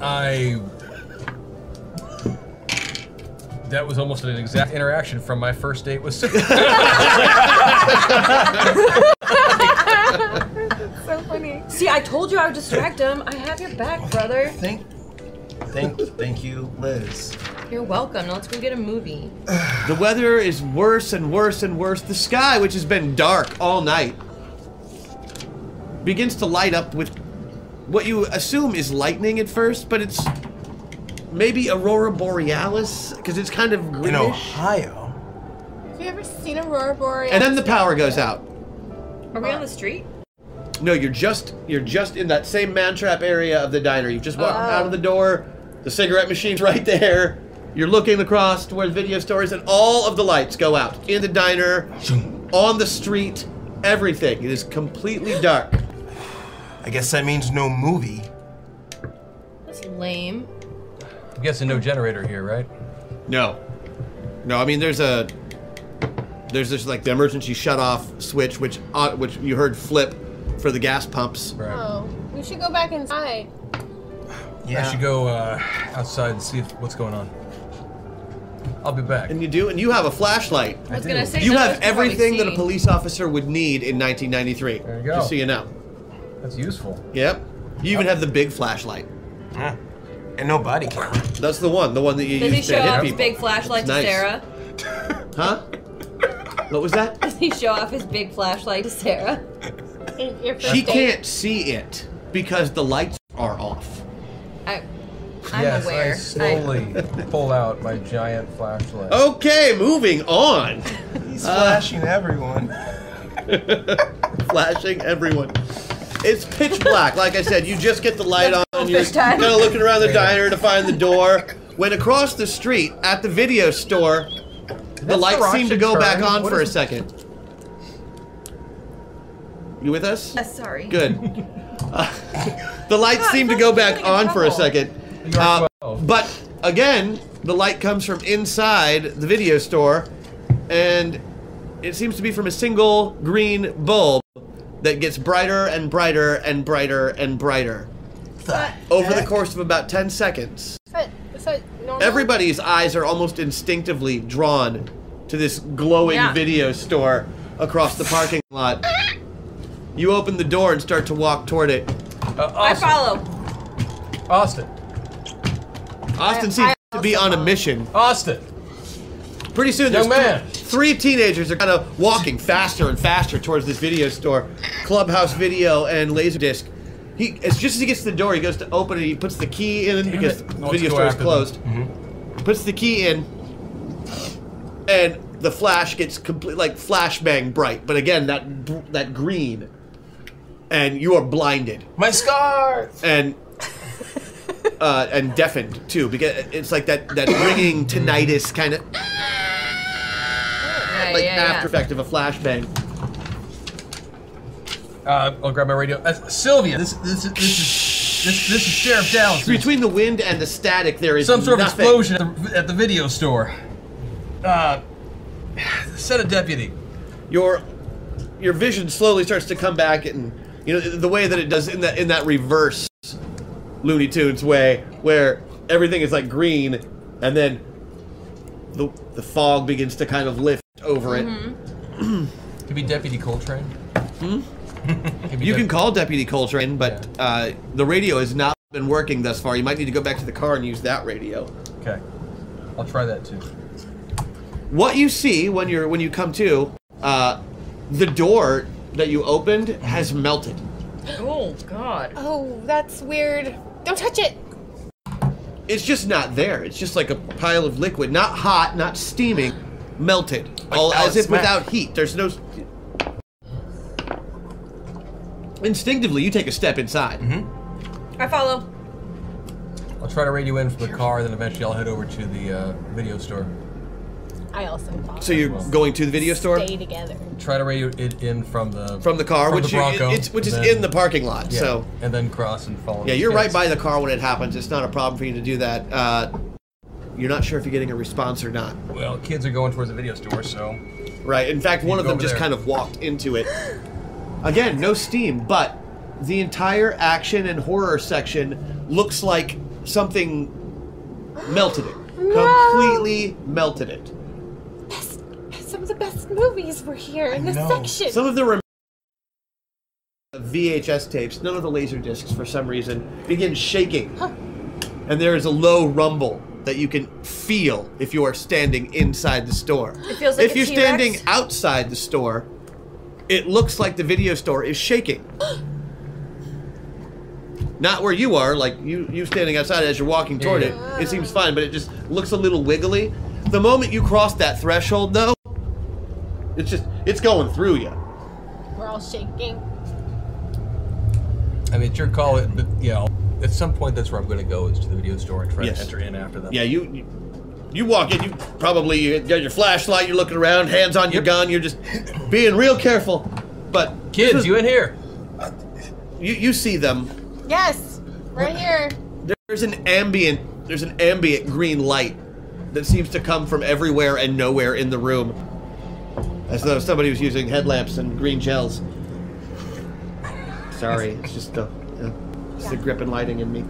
G: I. That was almost an exact interaction from my first date with Sarah.
L: so funny. See, I told you I would distract him. I have your back, brother.
E: Thank Thank thank you, Liz.
C: You're welcome. Now let's go get a movie.
D: The weather is worse and worse and worse. The sky, which has been dark all night, begins to light up with what you assume is lightning at first, but it's maybe aurora borealis because it's kind of greenish.
E: Ohio.
F: Have you ever seen Aurora Borealis?
D: And then the power goes out.
L: Are we on the street?
D: No, you're just you're just in that same man trap area of the diner. You've just walked
L: Oh.
D: out of the door. The cigarette machine's right there. You're looking across to where the video store is, and all of the lights go out in the diner, on the street, everything. It is completely dark.
E: I guess that means no movie.
C: That's lame.
G: I'm guessing no generator here, right?
D: No, no. I mean, there's a there's this like the emergency shut-off switch, which uh, which you heard flip for the gas pumps.
G: Right.
F: Oh, we should go back inside.
G: Yeah. I should go uh, outside and see if, what's going on. I'll be back.
D: And you do, and you have a flashlight.
G: I was do. gonna say,
D: you
G: none of
D: have
G: us can probably
D: everything that a
G: see.
D: police officer would need in 1993. There you
G: go.
D: Just so you know.
G: That's useful.
D: Yep. You even have the big flashlight.
E: And no body camera.
D: That's the one, the one that you
C: Does he
D: use to
C: show
D: hit
C: off his
D: people.
C: big flashlight
D: It's
C: to
D: nice.
C: Sarah?
D: Huh? what was that?
C: Does he show off his big flashlight to Sarah?
D: She can't see it because the lights are off.
C: I, I'm
G: yes,
C: aware.
G: I slowly pull out my giant flashlight.
D: Oh. Okay, moving on.
E: He's
D: Uh,
E: flashing everyone.
D: Flashing everyone. It's pitch black. Like I said, you just get the light
E: Let's
D: on.
E: go
D: You're
E: fish time.
D: kind of looking around the
E: Yeah.
D: diner to find the door. When across the street at the video store, the
G: That's
D: lights
G: the
D: seem to
G: Russian
D: go back
G: turn.
D: on
G: What
D: for a
G: is-
D: second. You with us?
C: Uh, sorry.
D: Good. Uh, the lights seem to go back on for a second. Uh, but again, the light comes from inside the video store, and it seems to be from a single green bulb that gets brighter and brighter and brighter and brighter. Over the course of about 10 seconds,
F: Is that, is that normal?
D: everybody's eyes are almost instinctively drawn to this glowing
F: Yeah.
D: video store across the parking lot. You open the door and start to walk toward it.
C: I follow.
G: Uh, Austin.
D: Austin seems to be on a mission.
G: Austin.
D: Pretty soon,
G: Young
D: there's th-
G: man.
D: three teenagers are kind of walking faster and faster towards this video store, Clubhouse Video and Laserdisc. He, as just as he gets to the door, he goes to open it. He puts the key in because
G: it.
D: the
G: Let's
D: video
G: go
D: store is
G: after them. Mm-hmm.
D: closed. Puts the key in, and the flash gets complete like flashbang bright. But again, that br- that green and you are blinded.
E: My scarf.
D: And uh, and deafened too because it's like that that ringing tinnitus kind of
C: Yeah,
D: like
C: yeah, yeah.
D: after effect of a flashbang.
G: Uh, I'll grab my radio. Uh, Sylvia, this this this is this, this is Sheriff Dallas.
D: Between the wind and the static, there is
G: some sort of
D: nothing.
G: explosion at the, at the video store. Uh, send a deputy.
D: Your your vision slowly starts to come back, and you know the way that it does in that in that reverse Looney Tunes way, where everything is like green, and then the the fog begins to kind of lift over it.
C: Mm-hmm.
G: Could be Deputy Coltrane.
D: Hmm? You can call Deputy Coltrane, but uh, the radio has not been working thus far. You might need to go back to the car and use that radio.
G: Okay, I'll try that too.
D: What you see when you're when you come to, uh, the door that you opened has melted.
C: Oh God.
F: Oh, that's weird. Don't touch it.
D: It's just not there. It's just like a pile of liquid, not hot, not steaming, melted, all
B: Alex
D: as if
B: Mack.
D: without heat. There's no. Instinctively, you take a step inside.
G: Mm-hmm.
L: I follow.
G: I'll try to radio in from the car, then eventually I'll head over to the uh, video store.
F: I also follow.
D: So you're going to the video store.
F: Stay together.
G: Try to radio it in from the
D: From the car,
G: from
D: which
G: the
D: you-
G: Bronco,
D: it's- which
G: and
D: is in the parking lot,
G: Yeah,
D: so-
G: and then cross and follow.
D: Yeah,
G: the
D: you're right by
G: stairs.
D: the car when it happens. It's not a problem for you to do that. Uh, you're not sure if you're getting a response or not.
G: Well, kids are going towards the video store, so
D: Right. In fact,
G: You
D: one of
G: go
D: them
G: over
D: just
G: there.
D: kind of walked into it. Again, no steam, but the entire action and horror section looks like something melted it. Completely melted it.
F: Some of the best movies were here in this section.
D: Some of the rem- VHS tapes, none of the laser discs for some reason, begin shaking. And there is a low rumble that you can feel if you are standing inside the store.
L: It feels like
D: if
L: a
D: you're
L: T-Rex.
D: standing outside the store, it looks like the video store is shaking. Not where you are, like you you standing outside as you're walking toward it, it seems fine, but it just looks a little wiggly. The moment you cross that threshold though, it's just it's going through you.
F: We're all shaking.
G: I mean, it's your call. It, but yeah, I'll- at some point, that's where I'm going to go is to the video store and try
D: Yes.
G: to enter in after them.
D: Yeah, you, you you walk in. You probably you got your flashlight. You're looking around, hands on your gun. You're just being real careful. But
G: kids, you in here?
D: You you see them.
F: Yes, right here.
D: There's an ambient there's an ambient green light that seems to come from everywhere and nowhere in the room, as though somebody was using headlamps and green gels. Sorry, it's just the uh, it's the grip and lighting in me.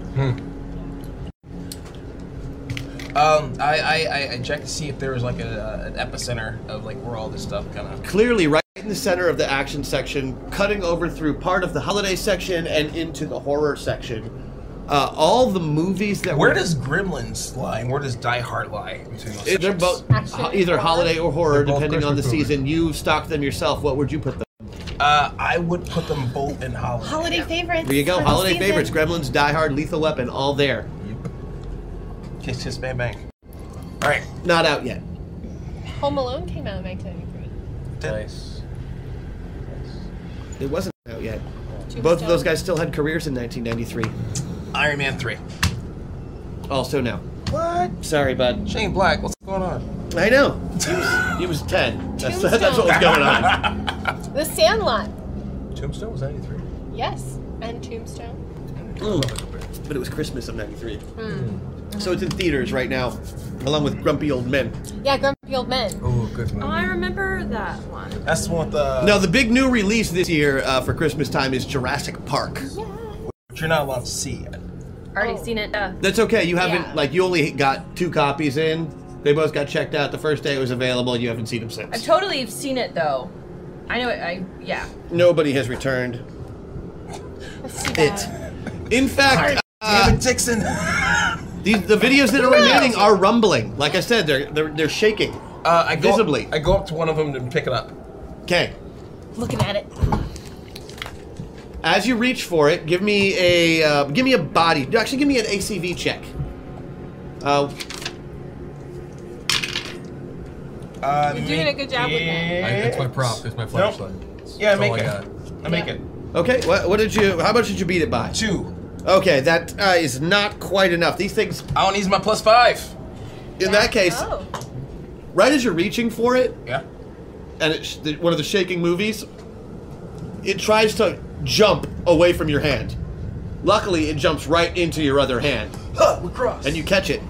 E: Um, I, I, I, I checked to see if there was like a, uh, an epicenter of like where all this stuff kind of.
D: Clearly, right in the center of the action section, cutting over through part of the holiday section and into the horror section. Uh, all the movies that
E: Where
D: were-
E: does Gremlins lie? And where does Die Hard lie? Between those
D: It- they're
E: sections?
D: both ho- either holiday or horror,
E: They're both
D: depending on the
E: Christmas movies.
D: season. You stocked them yourself. What would you put them?
E: Uh, I would put them both in holiday.
F: Holiday favorites.
D: There you
F: for
D: go.
F: the
D: Holiday
F: season.
D: favorites: Gremlins, Die Hard, Lethal Weapon, all there.
E: Kiss, kiss, bang, bang. All right,
D: not out yet.
F: Home Alone came out in 1993.
G: Nice.
D: It wasn't out yet.
F: Tombstone.
D: Both of those guys still had careers in 1993.
E: Iron Man three.
D: Also no.
E: What?
D: Sorry, bud.
E: Shane Black, what's going on?
D: I know. He was, he was 10. That's, that's what was going on.
F: The Sandlot.
G: Tombstone was 93.
F: Yes, and Tombstone.
D: Mm. But it was Christmas of 93. So it's in theaters right now, along with Grumpy Old Men.
F: Yeah, Grumpy Old Men.
G: Oh, good
C: Oh, I remember that one.
E: That's the one with uh, the.
D: No, the big new release this year uh, for Christmas time is Jurassic Park.
E: Which you're not allowed to see yet.
C: Already seen it. Uh,
D: That's okay. You haven't
C: Yeah.
D: like you only got two copies in. They both got checked out the first day it was available. You haven't seen them since.
C: I've totally seen it though. I know it. I yeah.
D: Nobody has returned. It. In fact, uh,
E: Dixon.
D: the, the videos that are
E: No.
D: remaining are rumbling. Like I said, they're they're, they're shaking.
E: Uh, I go
D: Visibly.
E: Up, I go up to one of them and pick it up.
D: Okay.
F: Looking at it.
D: As you reach for it, give me a uh, give me a body. Actually, give me an ACV check. Uh,
E: Uh,
F: You're doing a good job with that.
E: Uh,
G: I, it's my prop. It's my flashlight.
E: Yeah, I
G: That's
E: make
G: all I
E: it.
G: got.
E: I make it.
D: Okay, what, what did you? How much did you beat it by?
E: Two.
D: Okay, that uh, is not quite enough. These things.
E: I don't use my plus five.
D: In that case, right as you're reaching for it,
E: yeah,
D: and it, sh- the, one of the shaking movies, it tries to jump away from your hand. Luckily, it jumps right into your other hand,
E: Huh, we crossed.
D: and you catch it.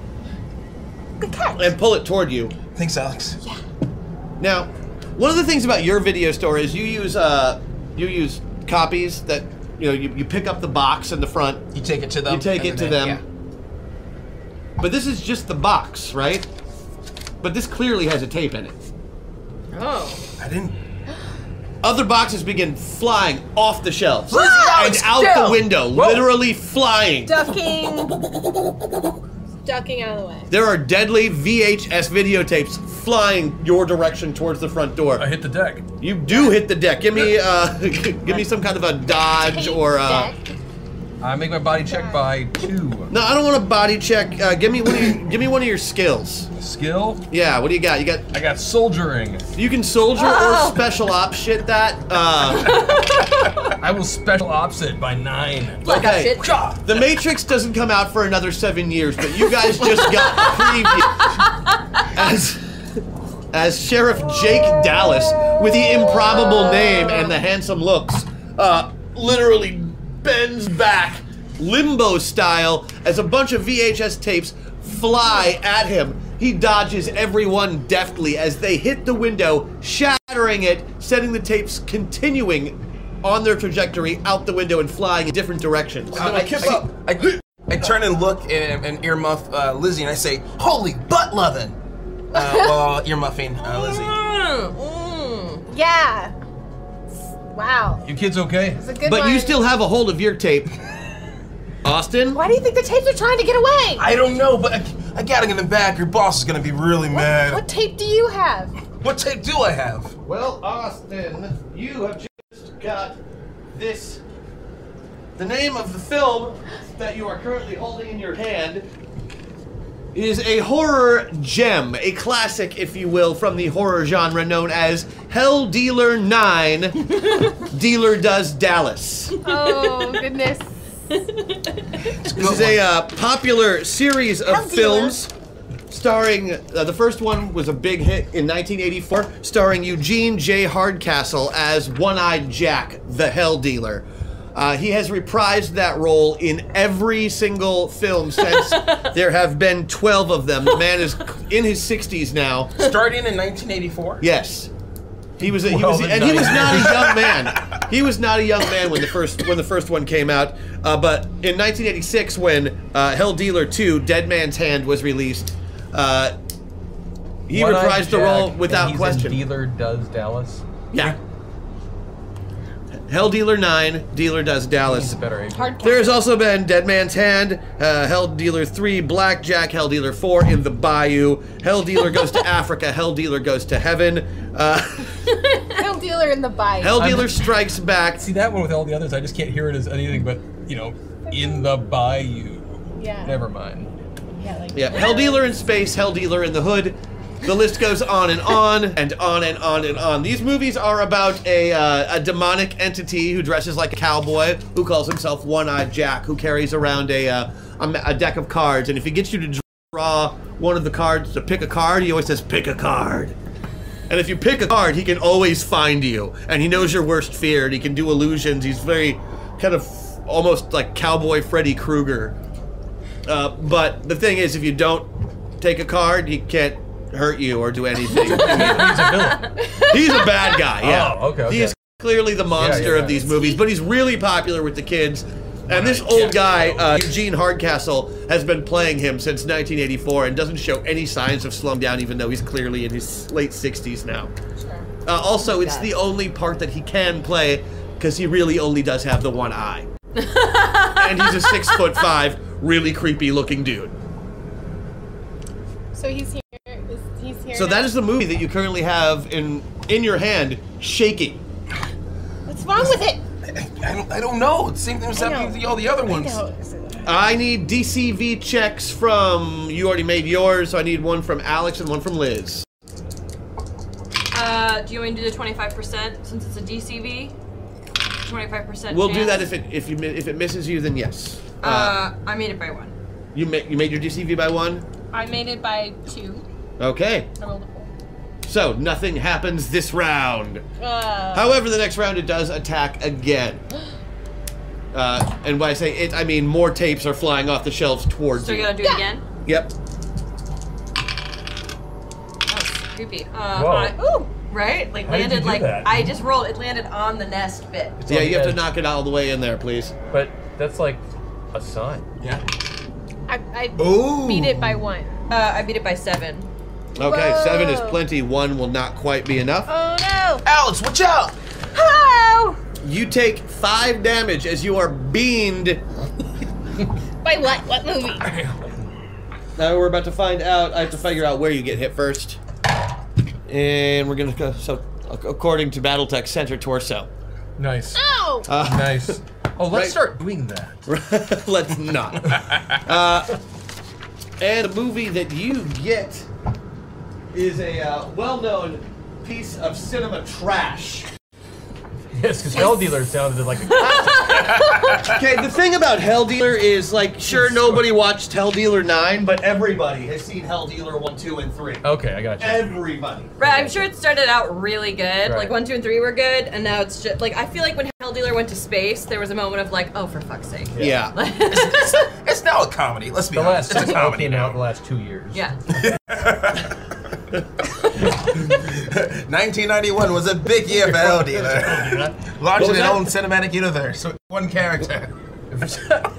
D: Good catch. And pull it toward you.
E: Thanks, Alex. Yeah.
D: Now, one of the things about your video store is you use uh, you use copies that you know you, you pick up the box in the front.
E: You take it to them.
D: You take
E: and
D: it to
E: then
D: them.
E: they-
D: But this is just the box, right? But this clearly has a tape in it.
E: Oh. I didn't.
D: Other boxes begin flying off the shelves
B: Let's go,
D: and
B: let's
D: out the
B: go.
D: window,
B: Whoa.
D: literally flying.
F: Ducking. Ducking out of the way.
D: There are deadly VHS videotapes flying your direction towards the front door. I
G: hit the deck.
D: You do hit the deck. Give me uh, give me some kind of a dodge or uh,
G: I make my body check by two.
D: no. I don't want a body check. Uh, give me one of your, give me one of your skills.
G: Skill?
D: Yeah. What do you got? You got?
G: I got soldiering.
D: You can soldier
G: Oh.
D: or special ops shit that. Uh,
G: I will special ops it by nine.
D: Okay. The Matrix doesn't come out for another seven years, but you guys just got preview as as Sheriff Jake Dallas with the improbable name and the handsome looks, uh, literally bends back limbo style as a bunch of VHS tapes fly at him. He dodges everyone deftly as they hit the window, shattering it, setting the tapes continuing on their trajectory out the window and flying in different directions.
E: I, I- I- I turn and look and, and earmuff uh, Lizzie and I say, "Holy butt lovin'." Uh, well, earmuffing uh, Lizzie.
F: Mm, Yeah. Wow.
G: You kids okay?
F: It's a good
D: but
F: one.
D: you still have a hold of your tape. Austin?
F: Why do you think the tapes are trying to get away?
E: I don't know, but I, I gotta get them back. Your boss is gonna be really mad.
F: What tape do you have?
E: What tape do I have?
D: Well, Austin, you have just got this. The name of the film that you are currently holding in your hand is a horror gem, a classic, if you will, from the horror genre known as Hell Dealer 9 Dealer Does Dallas.
F: Oh goodness.
D: This is a uh, popular series of films starring. Uh, the first one was a big hit in 1984, starring Eugene J. Hardcastle as One Eyed Jack, the Hell Dealer. Uh, he has reprised that role in every single film since there have been 12 of them. The man is in his 60s now.
E: Starting in 1984.
D: Yes. He was, a, he was
E: Well,
D: and he was
E: then
D: not a
E: nice.
D: young man. He was not a young man when the first when the first one came out. Uh, but in 1986, when uh, Hell Dealer 2: Dead Man's Hand was released, uh, he
G: One-eyed
D: reprised the
G: Jack,
D: role
G: and
D: without
G: he's in
D: question.
G: dealer does Dallas.
D: Yeah. Hell Dealer 9, Dealer Does Dallas.
G: Better
D: There has also been Dead Man's Hand, uh, Hell Dealer 3, Blackjack, Hell Dealer 4, In the Bayou, Hell Dealer Goes to Africa, Hell Dealer Goes to Heaven, uh,
F: Hell dealer in the bike.
D: Hell Dealer Strikes Back.
G: See that one with all the others? I just can't hear it as anything but you know, in the bayou.
F: Yeah.
G: Never mind.
D: Yeah, Hell Dealer in Space, Hell Dealer in the Hood. The list goes on and on and on and on and on. These movies are about a, uh, a demonic entity who dresses like a cowboy, who calls himself One Eyed Jack, who carries around a, uh, a, ma- a deck of cards. And if he gets you to draw one of the cards, to pick a card, he always says, pick a card. And if you pick a card, he can always find you. And he knows your worst fear, and he can do illusions. He's very kind of almost like cowboy Freddy Krueger. Uh, but the thing is, if you don't take a card, he can't hurt you or do anything. he's a bad guy, yeah.
G: Oh, okay,
D: He is clearly the monster
G: yeah,
D: of these movies, but he's really popular with the kids. And this old guy, uh, Eugene Hardcastle, has been playing him since 1984 and doesn't show any signs of slum down, even though he's clearly in his late 60s now. Uh, also, it's the only part that he can play because he really only does have the one eye. and he's a six foot five, really creepy looking dude.
F: So he's here. Is, he's here.
D: So
F: now?
D: that is the movie that you currently have in in your hand, shaking.
F: What's wrong with it?
E: I don't, I don't know. It's the same thing was happening with the- all the other ones.
D: I need DCV checks from you already made yours, so I need one from Alex and one from Liz.
L: Uh, do you want me to do the 25% since it's a DCV?
N: twenty-five percent.
D: We'll do that if it if you mi- if it misses you, then yes.
N: Uh, uh, I made it by one.
D: You ma- you made your DCV by one.
Q: I made it by two.
D: Okay.
Q: I rolled a four.
D: So nothing happens this round.
Q: Uh,
D: However, the next round it does attack again. Uh, and by saying it, I mean more tapes are flying off the shelves towards
N: So
D: you.
N: you gotta do it again.
D: Yep.
N: Creepy. Uh,
D: Whoa.
N: I, ooh, right? Like
D: How did you
N: landed
D: do
N: like
D: that?
N: I just rolled. It landed on the nest bit.
D: yeah, you have to knock it all the way in there, please.
G: But that's like a sign.
D: Yeah.
F: I, I
D: Ooh.
F: beat it by one.
N: Uh, I beat it by seven.
D: Okay, seven is
F: Whoa.
D: plenty. One will not quite be enough.
F: Oh no!
E: Alex, watch out!
F: Hello!
D: You take five damage as you are beamed.
F: By what? What movie?
D: Now we're about to find out. I have to figure out where you get hit first, and we're gonna go. So, ac- according to BattleTech, center torso.
G: Nice.
F: Oh!
D: Uh.
G: nice. Oh, let's
D: Right.
G: start doing that.
D: Let's not. uh, and a movie that you get is a uh, well-known piece of cinema trash.
G: Yes, because Hell Dealer sounded like a
D: okay, the thing about Hell Dealer is like, sure, nobody watched Hell Dealer 9, but everybody has seen Hell Dealer 1, 2, and 3.
G: Okay, I got you.
D: Everybody.
N: Right, I'm sure it started out really good.
G: Right.
N: Like one, two, and three were good, and now it's just like I feel like when Hell Dealer went to space, there was a moment of like, oh, for fuck's sake.
D: Yeah.
E: it's, it's now a comedy. Let's be
G: The
E: honest.
G: last
E: It's a
G: sequel
E: comedy
G: came out
E: now.
G: in the last two years.
N: Yeah.
E: 1991 was a big year for Hell Dealer. Launching
G: What was
E: its
G: that?
E: own cinematic universe with one character.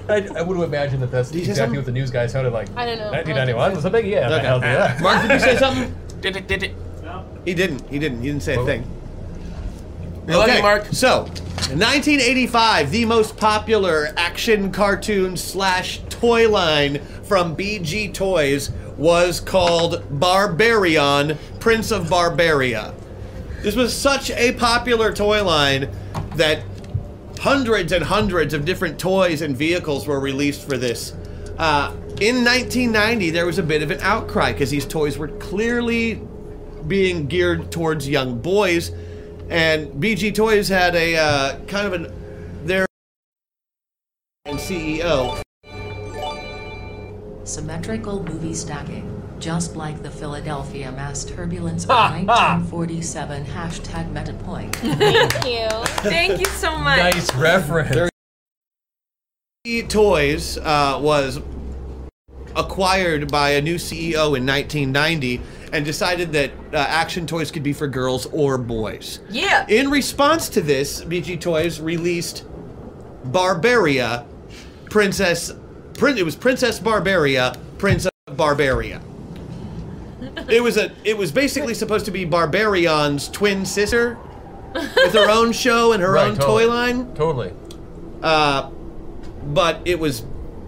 G: I, I would have imagined that that's exactly
E: something?
G: what the news guy sounded like.
E: I don't know.
G: 1991 was a big yeah. Hell Dealer.
D: Mark, did you say something?
E: Did it, did it.
D: He didn't. He didn't. He didn't
G: Oh.
D: say a thing.
E: We love you, Mark.
D: So, in 1985, the most popular action cartoon slash toy line from BG Toys was called Barbarian, Prince of Barbaria. This was such a popular toy line that hundreds and hundreds of different toys and vehicles were released for this. Uh, in 1990, there was a bit of an outcry because these toys were clearly being geared towards young boys, and BG Toys had a uh, kind of an their E CEO.
J: Symmetrical movie stacking. Just like the Philadelphia mass turbulence of 1947 hashtag metapoint.
F: Thank you.
N: Thank you so much.
G: reference.
D: BG Toys uh, was acquired by a new CEO in 1990 and decided that uh, action toys could be for girls or boys.
N: Yeah.
D: In response to this, BG Toys released Barbaria, Princess. Prin- it was Princess Barbaria, Prince of Barbaria. It was a. It was basically supposed to be Barbarion's twin sister, with her own show and her
G: Right,
D: own
G: totally.
D: toy line.
G: Totally.
D: Uh, but it was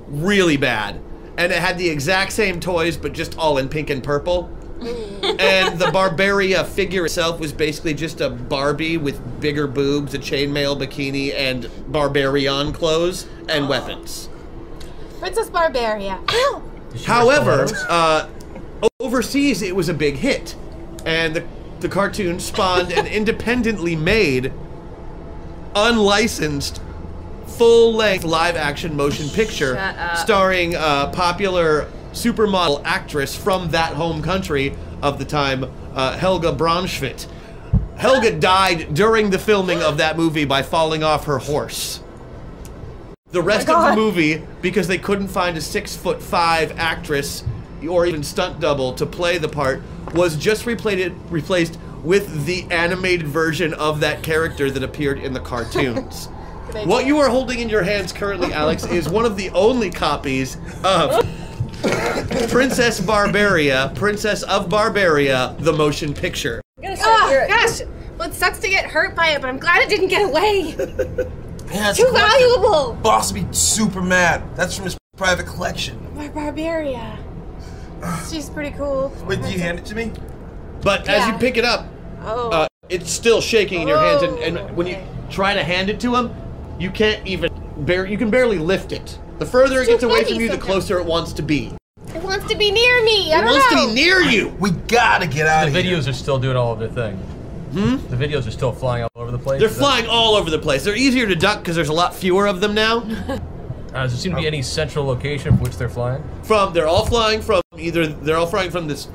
D: really bad, and it had the exact same toys, but just all in pink and purple. and the Barbaria figure itself was basically just a Barbie with bigger boobs, a chainmail bikini, and Barbarian clothes and weapons.
F: Princess Barbaria. Ow!
D: However, uh, overseas it was a big hit, and the, the cartoon spawned an independently made, unlicensed, full length live action motion picture
B: Shut up.
D: starring a popular supermodel actress from that home country of the time, uh, Helga Braunschmidt. Helga died during the filming of that movie by falling off her horse. The rest of the movie, because they couldn't find a six foot five actress or even stunt double to play the part, was just replayed, replaced with the animated version of that character that appeared in the cartoons. what you are holding in your hands currently, Alex, is one of the only copies of Princess Barbaria, Princess of Barbaria, the motion picture.
F: Oh gosh! Well, it sucks to get hurt by it, but I'm glad it didn't get away.
E: Yeah, it's
F: Too
E: collected.
F: valuable.
E: Boss would be super mad. That's from his private collection.
F: My Barbaria. She's pretty cool.
E: Wait, do you hand it to me?
D: But as you pick it up,
F: Oh.
D: uh, it's still shaking in your hands, and, and when you try to hand it to him, you can't even bear. You can barely lift it. The further it
F: It's too
D: gets away
F: heavy
D: from you, the
F: sometimes.
D: closer it wants to be.
F: it wants to be near me. I
D: It
F: don't
D: wants
F: know.
D: to be near you.
E: We gotta get out
G: The videos are still doing all of their thing.
D: Hmm?
G: The videos are still flying all over the place.
D: They're
G: Is that-
D: flying all over the place. They're easier to duck because there's a lot fewer of them now.
G: Uh, does there seem to be any central location from which they're flying?
D: From they're all flying from either they're all flying from this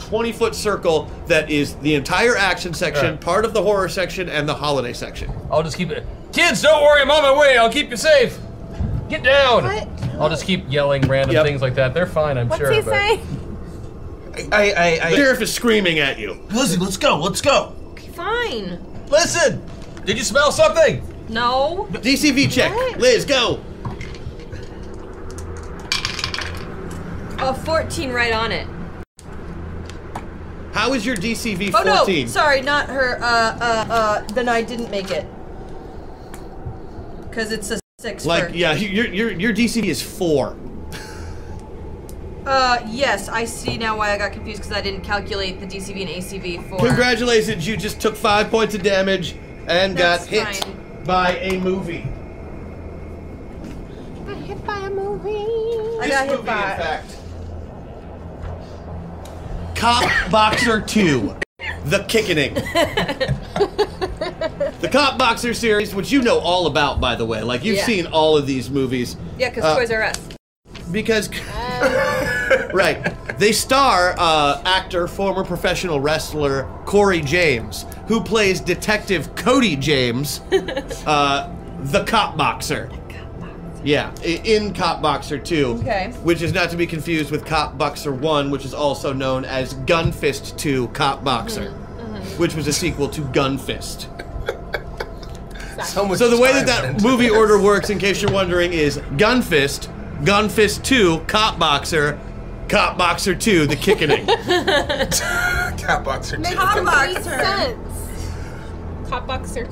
D: 20 foot circle that is the entire action section,
G: Right.
D: part of the horror section, and the holiday section.
G: I'll just keep it. Kids, don't worry, I'm on my way. I'll keep you safe. Get down. I'll just keep yelling random things like that. They're fine, I'm sure. but-
E: I, I, I,
D: the sheriff is screaming at you.
E: Lizzie, let's go. Let's go.
C: Fine.
E: Listen. Did you smell something?
C: No.
D: DCV check. Liz, go.
N: A 14 right on it.
D: How is your DCV 14?
R: Oh no! Sorry, not her. Uh, uh, uh. Then I didn't make it. Cause it's a six.
D: Like,
R: for-
D: yeah, your, your, your DCV is four.
R: Uh,
N: Yes, I see now why I got confused because I didn't calculate the DCV and ACV for.
D: Congratulations, you just took five points of damage and
N: That's
D: got hit by a movie.
F: got hit by a movie.
R: I got hit by.
D: Cop Boxer 2 The Kickening. the Cop Boxer series, which you know all about, by the way. Like, you've
N: Yeah.
D: seen all of these movies.
N: Yeah, because
D: Uh,
N: Toys R Us.
D: Because. right. They star uh, actor, former professional wrestler Corey James, who plays Detective Cody James, uh, the cop boxer. Yeah, i- in Cop Boxer 2.
R: Okay.
D: Which is not to be confused with Cop Boxer 1, which is also known as Gun Fist 2 Cop Boxer, which was a sequel to Gun Fist.
E: So, much
D: the way that
E: time went
D: that
E: into
D: movie
E: this.
D: order works, in case you're wondering, is Gun Fist, Gun Fist 2, Cop Boxer, Cop Boxer 2, The Kickening.
E: Cat boxer.
F: Makes
E: too.
F: complete sense. Cop boxer.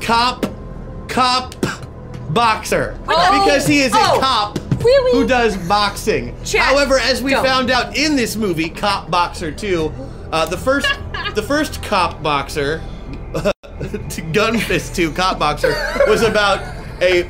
D: cop, Cop Boxer.
F: Oh.
D: Because he is
F: Oh.
D: a cop. Who does boxing? However, as we
F: Go.
D: found out in this movie, Cop Boxer 2, uh, the first the first cop boxer, Gunfist 2 cop boxer, was about a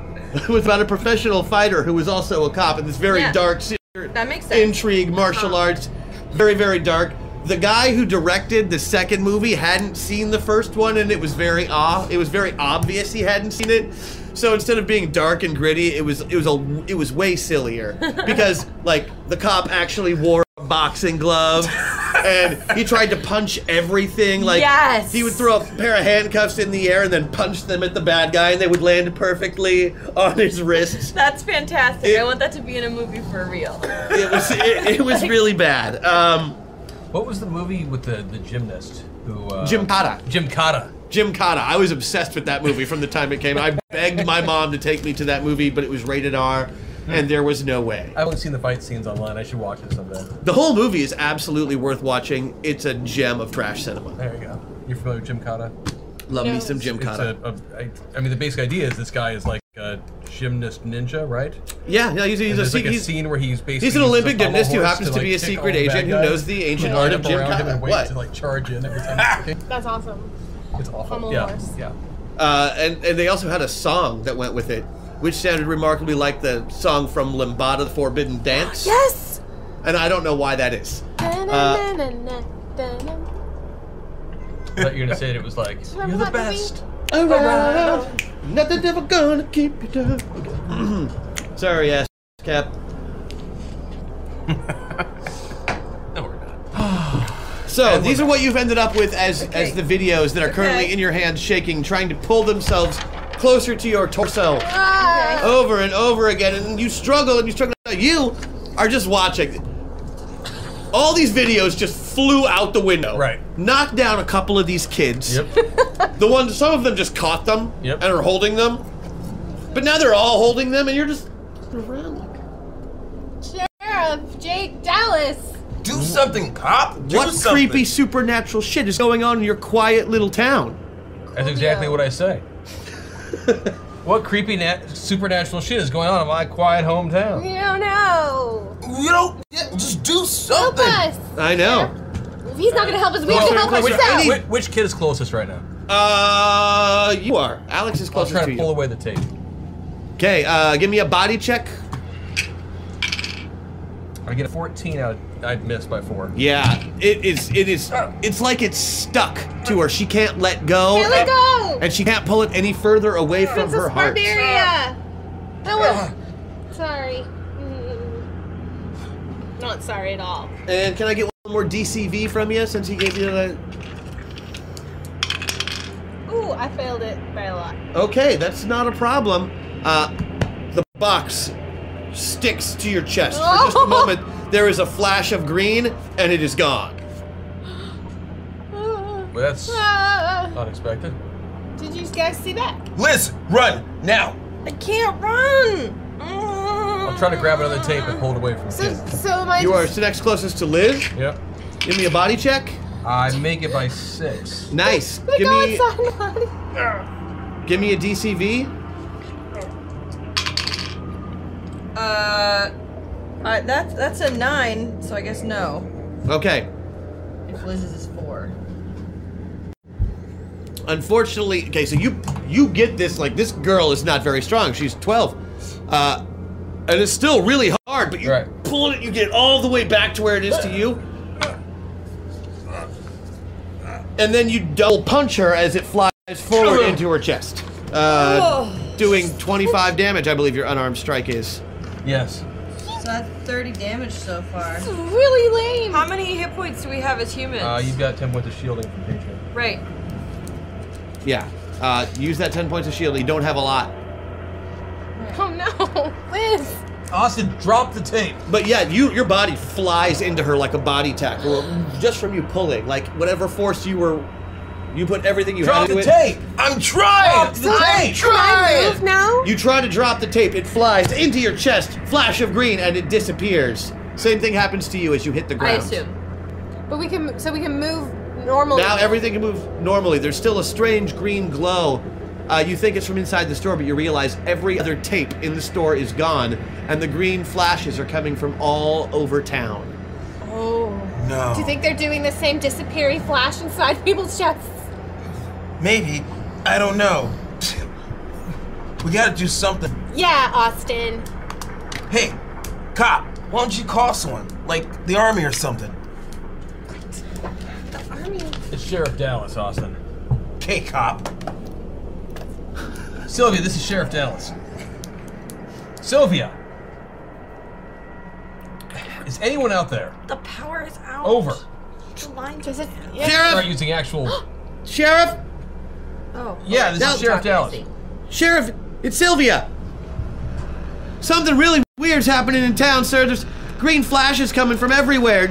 D: was about a professional fighter who was also a cop in this very
N: Yeah.
D: dark se-
N: That makes sense.
D: intrigue, martial arts, very very dark. The guy who directed the second movie hadn't seen the first one, and it was very off. It was very obvious he hadn't seen it. So instead of being dark and gritty, it was it was a it was way sillier because like the cop actually wore a boxing glove. And he tried to punch everything. Like
B: Yes.
D: he would throw a pair of handcuffs in the air and then punch them at the bad guy, and they would land perfectly on his wrists.
N: That's fantastic. I want that to be in a movie for real.
D: It was it, it was really bad. Um,
G: what was the movie with the, the gymnast who? Uh,
D: Jim Cotta.
G: Jim Cotta.
D: Jim Cotta. I was obsessed with that movie from the time it came. I begged my mom to take me to that movie, but it was rated R, and there was no way.
G: I've only seen the fight scenes online. I should watch it someday.
D: The whole movie is absolutely worth watching. It's a gem of trash cinema.
G: There you go. You're familiar with Jim Cotta?
D: Love me some Jim
G: It's
D: Cotta.
G: a- a- I- I mean, the basic idea is this guy is like a gymnast ninja, right?
D: Yeah, yeah, he's, he's
G: And
D: a
G: there's
D: se-
G: like a
D: he's-
G: scene where he's basically
D: he's an
G: uses a
D: Olympic
G: pommel
D: gymnast who
G: horse
D: happens to
G: like,
D: be a
G: kick all
D: secret
G: the bad
D: agent who
G: guys
D: knows the ancient
G: and
D: art
G: line
D: of
G: up
D: Jim
G: around him
D: Cotta.
G: and wait
D: What?
G: To like charge in every time.
F: That's awesome.
G: It's awful.
F: Pommel
G: yeah,
F: horse.
G: yeah.
D: Uh, and, and they also had a song that went with it, which sounded remarkably like the song from Limbada, The Forbidden Dance.
F: Yes.
D: And I don't know why that is. Uh,
G: I thought you were gonna say that it was like you're the best.
D: Around. Nothing ever gonna keep you down. Sorry, ass cap. So these are what you've ended up with as as the videos that are currently
B: Okay.
D: in your hands, shaking, trying to pull themselves closer to your torso,
F: Ah.
D: over and over again, and you struggle and you struggle. You are just watching. All these videos just flew out the window. Right. Knocked down a couple of these kids. Yep. the ones, some of them just caught them
G: Yep.
D: and are holding them, but now they're all holding them, and you're just
F: Sheriff Jake Dallas.
E: Do something, cop. Do
D: what
E: something.
D: creepy supernatural shit is going on in your quiet little town?
G: That's exactly what I say. what creepy nat- supernatural shit is going on in my quiet hometown?
F: We don't know.
E: You don't. Yeah, just do something.
F: Help us.
D: I know.
F: If he's not gonna help us, we have to help
G: which,
F: ourselves.
G: which- which kid is closest right now?
D: Uh, you are. Alex is closest
G: I'll
D: to
G: try to
D: you.
G: pull away the tape.
D: Okay, uh, give me a body check.
G: I get a 14 out of I missed by four.
D: Yeah, it is. It is. It's like it's stuck to her. She can't let go.
F: Oh. Can't let
D: and-
F: go!
D: And she can't pull it any further away from her
F: Princess
D: heart.
F: Barbaria! That
D: Ah.
F: was. Sorry. Mm. Not sorry at all.
D: And can I get one more DCV from you since he gave you the?
F: Ooh, I failed it by a lot.
D: Okay, that's not a problem. Uh, the box sticks to your chest for just
F: Oh.
D: a moment. There is a flash of green, and it is gone.
G: Well, that's
F: Ah,
G: unexpected.
F: did you guys see that?
G: Liz, run now!
F: I can't run!
G: I'm trying to grab another tape and hold away from
F: So,
G: you.
F: so am I
D: You are
F: just-
D: the next closest to Liz.
G: Yep.
D: Give me a body check.
G: I make it by six.
D: Nice.
F: They
D: Give
F: go
D: me,
F: inside
D: give me a DCV.
R: Uh, I, that's that's a nine, so I guess no.
D: Okay.
R: If Liz's is four.
D: Unfortunately, okay. So you you get this like this girl is not very strong. She's twelve, uh, and it's still really hard. But you pull it, you get all the way back to where it is to you, and then you double punch her as it flies forward into her chest, uh, doing twenty-five damage. I believe your unarmed strike is.
G: Yes.
R: So that's 30 damage so far.
C: This is
F: really lame.
C: How many hit points do we have as humans?
G: Uh, you've got 10 points of shielding from Patriot.
C: right.
D: Yeah. Uh, use that ten points of shield. You don't have a lot.
F: Oh no, Liz!
G: Austin, drop the tape.
D: But yeah, you your body flies into her like a body tackle, just from you pulling. Like whatever force you were, you put everything you
E: Drop
D: had into
E: the
D: it.
E: tape. I'm trying. Drop the
D: I'm
E: tape. Trying.
F: Move now?
D: You try to drop the tape. It flies into your chest. Flash of green, and it disappears. Same thing happens to you as you hit the ground.
F: But we can, so we can move normally.
D: Now everything can move normally. There's still a strange green glow. Uh, you think it's from inside the store, but you realize every other tape in the store is gone, and the green flashes are coming from all over town.
F: Oh.
D: No.
F: Do you think they're doing the same disappearing flash inside people's chests?
E: Maybe. I don't know. We gotta do something.
F: Yeah, Austin.
E: Hey, cop, why don't you call someone? Like the army or something.
G: It's Sheriff Dallas, Austin.
E: Hey, cop.
G: Sylvia, this is Sheriff Dallas. Sylvia! Is anyone out there?
L: The power is out.
G: Over.
L: The line
F: just.
G: Start using actual.
D: Sheriff?
L: Oh.
G: Yeah, this
D: Now-
G: is Sheriff Dallas.
D: Sheriff, it's Sylvia. Something really weird's happening in town, sir. There's green flashes coming from everywhere.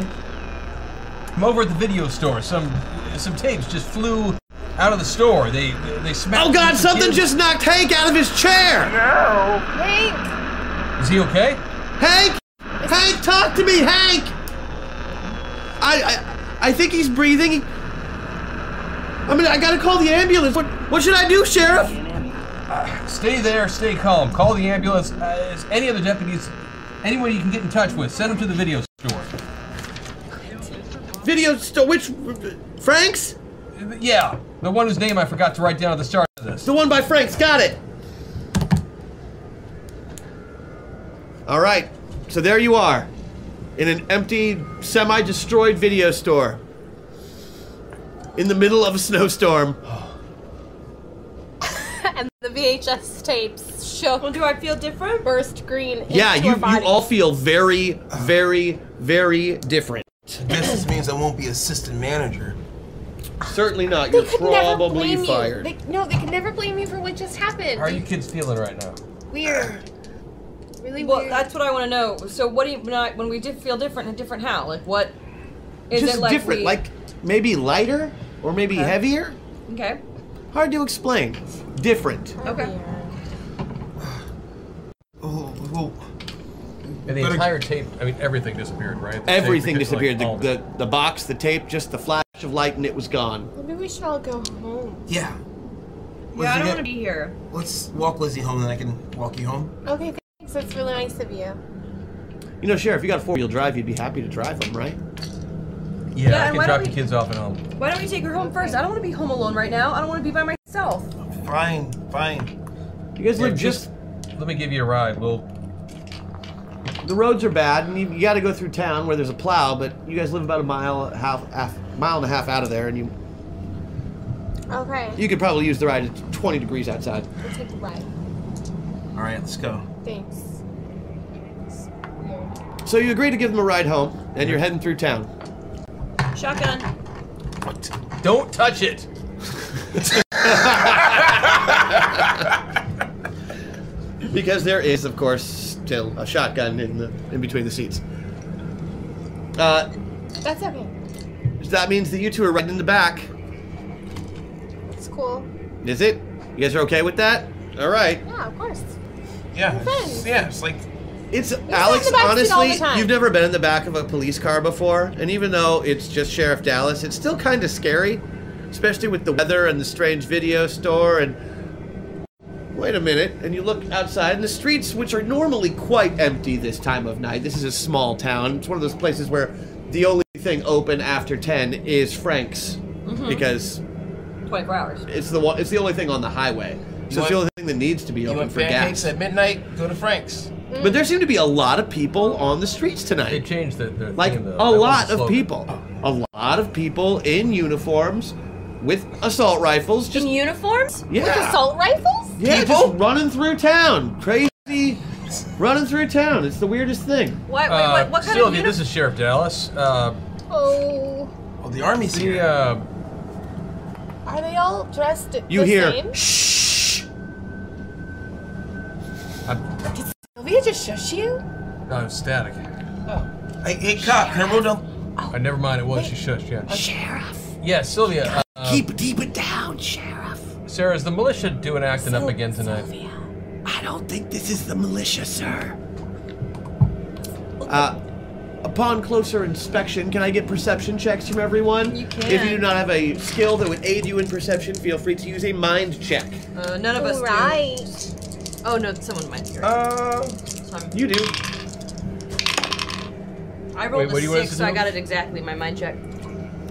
G: I'm over at the video store. Some some tapes just flew out of the store. They they smacked.
D: Oh God!
G: some
D: Something
G: kids.
D: just knocked Hank out of his chair. No.
F: Hank.
G: Is he okay?
D: Hank. Hank, talk to me, Hank. I I, I think he's breathing. I mean, I gotta call the ambulance. What what should I do, Sheriff?
G: Stay there. Stay calm. Call the ambulance. Uh, it's any other deputies, anyone you can get in touch with, send them to the video store.
D: Video store? Which Frank's?
G: Yeah, the one whose name I forgot to write down at the start of this.
D: The one by Frank's. Got it. All right. So there you are, in an empty, semi-destroyed video store, in the middle of a snowstorm.
F: and the VHS tapes show. Well, do I feel different? Burst green.
D: Yeah,
F: into
D: you
F: our body.
D: you all feel very, very, very different.
E: This means I won't be assistant manager.
D: Certainly not.
F: They could never blame You. They, no, they could never blame you for what just happened.
G: How are you kids feeling right now?
F: Weird. Really
N: well,
F: weird.
N: that's what I want to know. So, what do you not when we did feel different and different? How? Like, what is
D: Just
N: it like?
D: different,
N: we-
D: like maybe lighter or maybe
N: Okay.
D: heavier.
N: okay,
D: Hard to explain. Different.
N: okay.
G: And the entire tape, I mean, everything disappeared, right? The tape,
D: Everything
G: the kids,
D: disappeared.
G: like, all of
D: the, the the box, the tape, just the flash of light, and it was gone.
F: Maybe we should all go home.
E: Yeah.
F: Yeah, I don't
E: to
F: wanna be here.
E: Let's walk Lizzie home, then I can walk you home.
F: Okay, thanks. That's really nice of you.
D: You know, Sheriff, you got a four wheel drive, you'd be happy to drive them, right?
G: it. Yeah,
N: Yeah,
G: I
N: and
G: can
N: why
G: drop
N: don't
G: the kids off at home.
N: Why don't we take her home first? I don't want to be home alone right now. I don't want to be by myself.
G: Fine, fine.
D: You guys
G: look just. Let me give you a ride. We'll
D: the roads are bad, and you, you got to go through town where there's a plow. But you guys live about a mile, half, half, mile and a half out of there, and you
F: Okay.
D: you could probably use the ride at 20 degrees outside.
F: We'll take the ride.
D: All right, let's go.
F: Thanks.
D: So you agree to give them a ride home, and you're heading through town.
L: Shotgun.
G: Don't touch it.
D: because there is, of course, still a shotgun in the in between the seats. Uh,
F: That's okay.
D: that means that you two are right in the back.
F: It's cool.
D: Is it? You guys are okay with that? All right.
F: Yeah, of course.
E: Yeah.
F: Friends.
E: Yeah, it's like
D: It's
F: not
D: Alex.
F: the back seat all the
D: Honestly,
F: time.
D: you've never been in the back of a police car before, and even though it's just Sheriff Dallas, it's still kind of scary, especially with the weather and the strange video store. And wait a minute, and you look outside, and the streets, which are normally quite empty this time of night, this is a small town. It's one of those places where the only thing open after ten is Frank's,
F: Mm-hmm.
N: Mhm.
D: because
N: 24 hours.
D: it's the one, it's the only thing on the highway. So it's
E: want-
D: the only thing that needs to be
E: you
D: open
E: want
D: for
E: pancakes
D: gas.
E: at midnight, go to Frank's.
D: But there seem to be a lot of people on the streets tonight. They
G: changed the, the
D: like
G: thing, though. That
D: a
G: was the
D: lot of
G: slogan.
D: people, a lot of people in uniforms with assault rifles, just
L: In uniforms? With
D: Yeah.
L: assault rifles?
D: yeah, just running through town, crazy, running through town. It's the weirdest thing.
L: What,
G: Uh,
L: what, what kind
G: Sylvia,
L: of
G: this is Sheriff Dallas. Uh,
F: Oh.
G: well, the army's here. Uh,
F: Are they all dressed
G: You
F: the
G: hear,
F: same?
G: Shh. I'm,
F: Did Sylvia just shush you?
G: I'm static.
F: Oh.
G: Hey, hey cop, Herbo, don't. Oh, never mind. It was. She shushed. Yeah.
F: Sheriff.
G: Yeah, Sylvia. Uh,
F: Keep deep it down, Sheriff.
G: Sarah, is the militia doing acting up again tonight?
D: I don't think this is the militia, sir. Uh, upon closer inspection, can I get perception checks from everyone? You
N: can.
D: If you do not have a skill that would aid you in perception, feel free to use a mind check.
N: Uh, none of us do. Oh no, someone might hear.
D: Uh, you do.
N: I rolled
D: Wait, what do
N: a
D: you want us
N: six,
D: to
N: so I
D: do?
N: got it exactly. My mind check.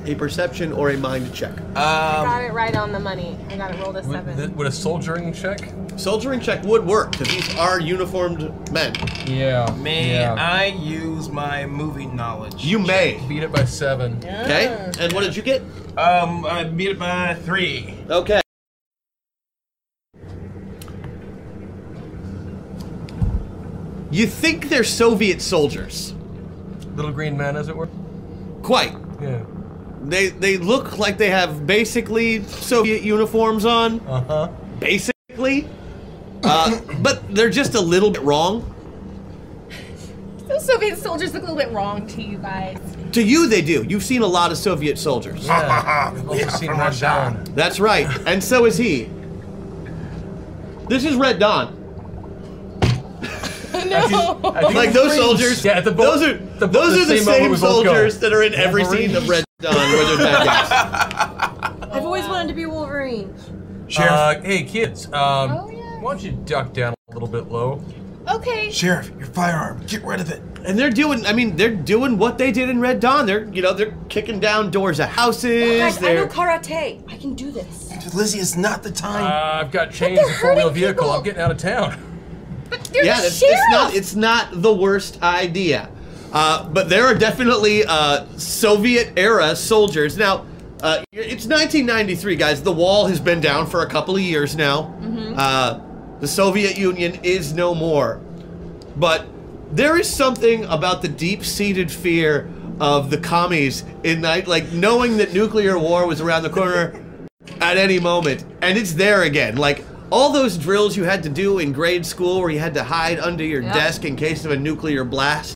D: A perception or a mind check.
F: I got
D: Um,
F: it right on the money. I got it rolled a seven.
D: would a soldiering check? Soldiering check would work because these are uniformed men.
G: Yeah.
E: May
D: yeah.
E: I use my movie knowledge?
D: You may.
G: Beat it by seven.
D: Okay. And what did you get?
E: Um, I beat it by three.
D: Okay. You think they're Soviet soldiers?
G: Little green men, as it were.
D: Quite.
G: Yeah.
D: They they look like they have basically Soviet uniforms on.
G: Uh huh.
D: Basically. Uh, but they're just a little bit wrong.
F: Those Soviet soldiers look a little bit wrong to you guys.
D: To you, they do. You've seen a lot of Soviet soldiers.
E: Ah,
G: Yeah. I've
E: Uh,
G: also seen Red Dawn.
D: That's right, and so is he. This is Red Dawn.
F: no.
D: like those soldiers.
G: Yeah, the bo-
D: those are
G: the bo-
D: those
G: the
D: are the
G: same moment
D: same
G: we both go.
D: soldiers that are in every
G: Wolverine.
D: scene of Red Dawn where there's bad guys.
L: I've always wanted to be Wolverine.
G: Sheriff. Uh, hey, kids. Um, Why don't you duck down a little bit low?
F: Okay.
D: Sheriff, your firearm. Get rid of it. And they're doing. I mean, they're doing what they did in Red Dawn. They're you know they're kicking down doors of houses.
L: Guys, I
D: they're
L: know karate. I can do this.
E: Lizzie, it's not the time.
G: Uh, I've got chains and four-wheel vehicle. I'm getting out of town.
L: You're
D: yeah,
L: the
D: that's, it's not it's not the worst idea. Uh, but there are definitely uh, Soviet era soldiers now. Uh, it's 1993, guys. The wall has been down for a couple of years now.
B: Mhm.
D: Uh, the Soviet Union is no more. But there is something about the deep-seated fear of the commies in that, like knowing that nuclear war was around the corner at any moment, and it's there again. Like all those drills you had to do in grade school, where you had to hide under your
B: Yeah.
D: desk in case of a nuclear blast.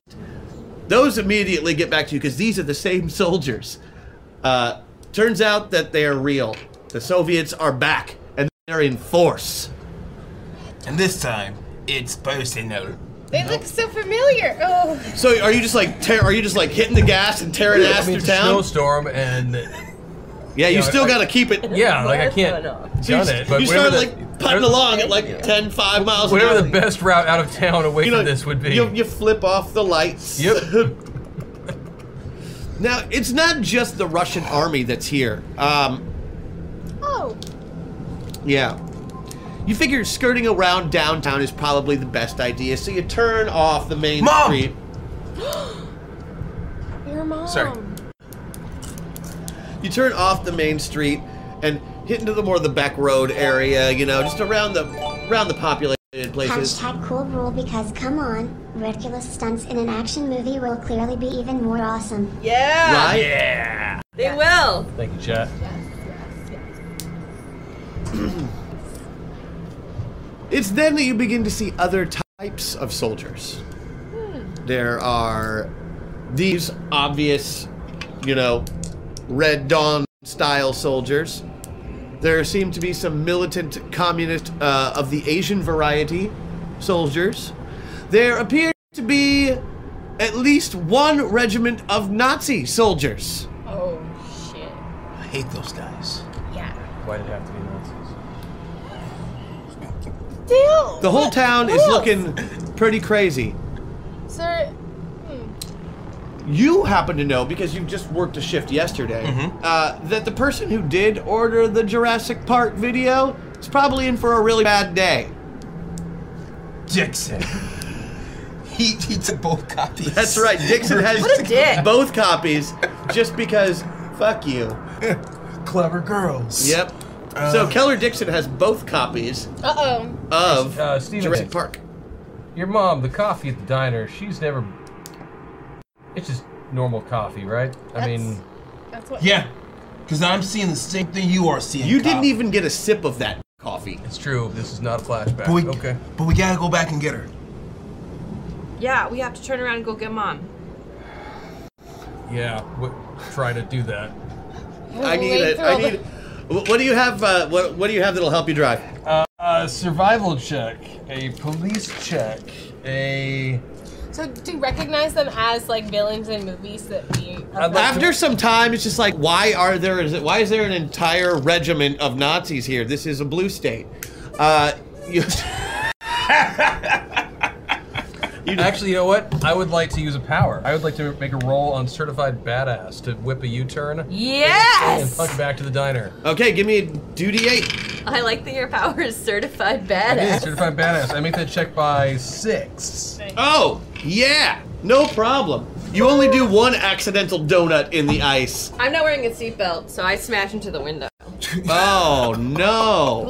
D: Those immediately get back to you because these are the same soldiers. Uh, turns out that they are real. The Soviets are back, and they're in force.
E: And this time, it's personal.
F: They look so familiar. Oh.
D: So are you just like tear? Are you just like hitting the gas and tearing
G: I
D: ass through
G: mean, it's a
D: town?
G: snowstorm and.
D: Yeah, you,
G: know,
D: still
G: I-
D: got to keep it.
G: Yeah, like I can't
D: So you,
G: gun it. But
D: you
G: whatever
D: start
G: the-
D: like putting along at like 10, 5 miles. an
G: whatever
D: hour.
G: the best route out of town away
D: You know,
G: from this would be.
D: You, you flip off the lights. Yep. now, it's not just the Russian army that's here. Um,
F: Oh.
D: yeah. You figure skirting around downtown is probably the best idea, so you turn off the main
E: Mom!
D: street.
F: Your mom.
E: Sorry.
D: You turn off the main street and hit into the more the back road area. You know, just around the around the populated places.
O: Hashtag cool rule because come on, ridiculous stunts in an action movie will clearly be even more awesome.
R: Yeah.
D: Right?
G: Yeah.
R: They will.
G: Thank you, chat.
D: It's then that you begin to see other types of soldiers. There are these obvious, you know, Red Dawn style soldiers. There seem to be some militant communist uh, of the Asian variety soldiers. There appear to be at least one regiment of Nazi soldiers.
Q: Oh shit.
E: I hate those guys.
Q: Yeah.
G: Why did it have to be Nazis?
F: Still.
D: The whole town is looking pretty crazy.
F: Sir.
D: You happen to know because you just worked a shift yesterday uh, that the person who did order the Jurassic Park video is probably in for a really bad day.
E: Dixon. he he took both copies.
D: That's right. Dixon has
E: What a dick.
D: both copies just because fuck you.
E: Clever girls.
D: Yep. so Keller Dixon has both copies
F: Uh oh.
D: of
G: Uh, Stevenson.
D: Jurassic Park.
G: Your mom, the coffee at the diner, she's never. It's just normal coffee, right? I mean,
F: That's what.
E: Yeah. Because I'm seeing the same thing you are seeing.
D: You
E: Kyle.
D: didn't even get a sip of that coffee.
G: it's true. This is not a
D: e-
G: flashback.
E: But we,
G: okay.
E: but we gotta go back and get her.
Q: Yeah, we have to turn around and go get mom.
G: Yeah. W- try to do that.
D: I need it. I need. What do you have? Uh, what What do you have that'll help you drive?
G: Uh, a survival check, a police check, a.
F: So do you recognize them as like villains in movies that we. are
D: After some time, it's just like, why are there? Is it, why is there an entire regiment of Nazis here? This is a blue state. Uh, you,
G: Actually, you know what? I would like to use a power. I would like to make a roll on certified badass to whip a U-turn. And
N: Yes!
G: punch back to the diner.
D: okay, give me a duty eight.
N: I like that your power is certified
G: I did,
N: badass.
G: certified badass. I make that check by six.
D: Oh yeah, no problem. You only do one accidental donut in the ice.
N: I'm not wearing a seatbelt, so I smash into the window.
D: Oh no!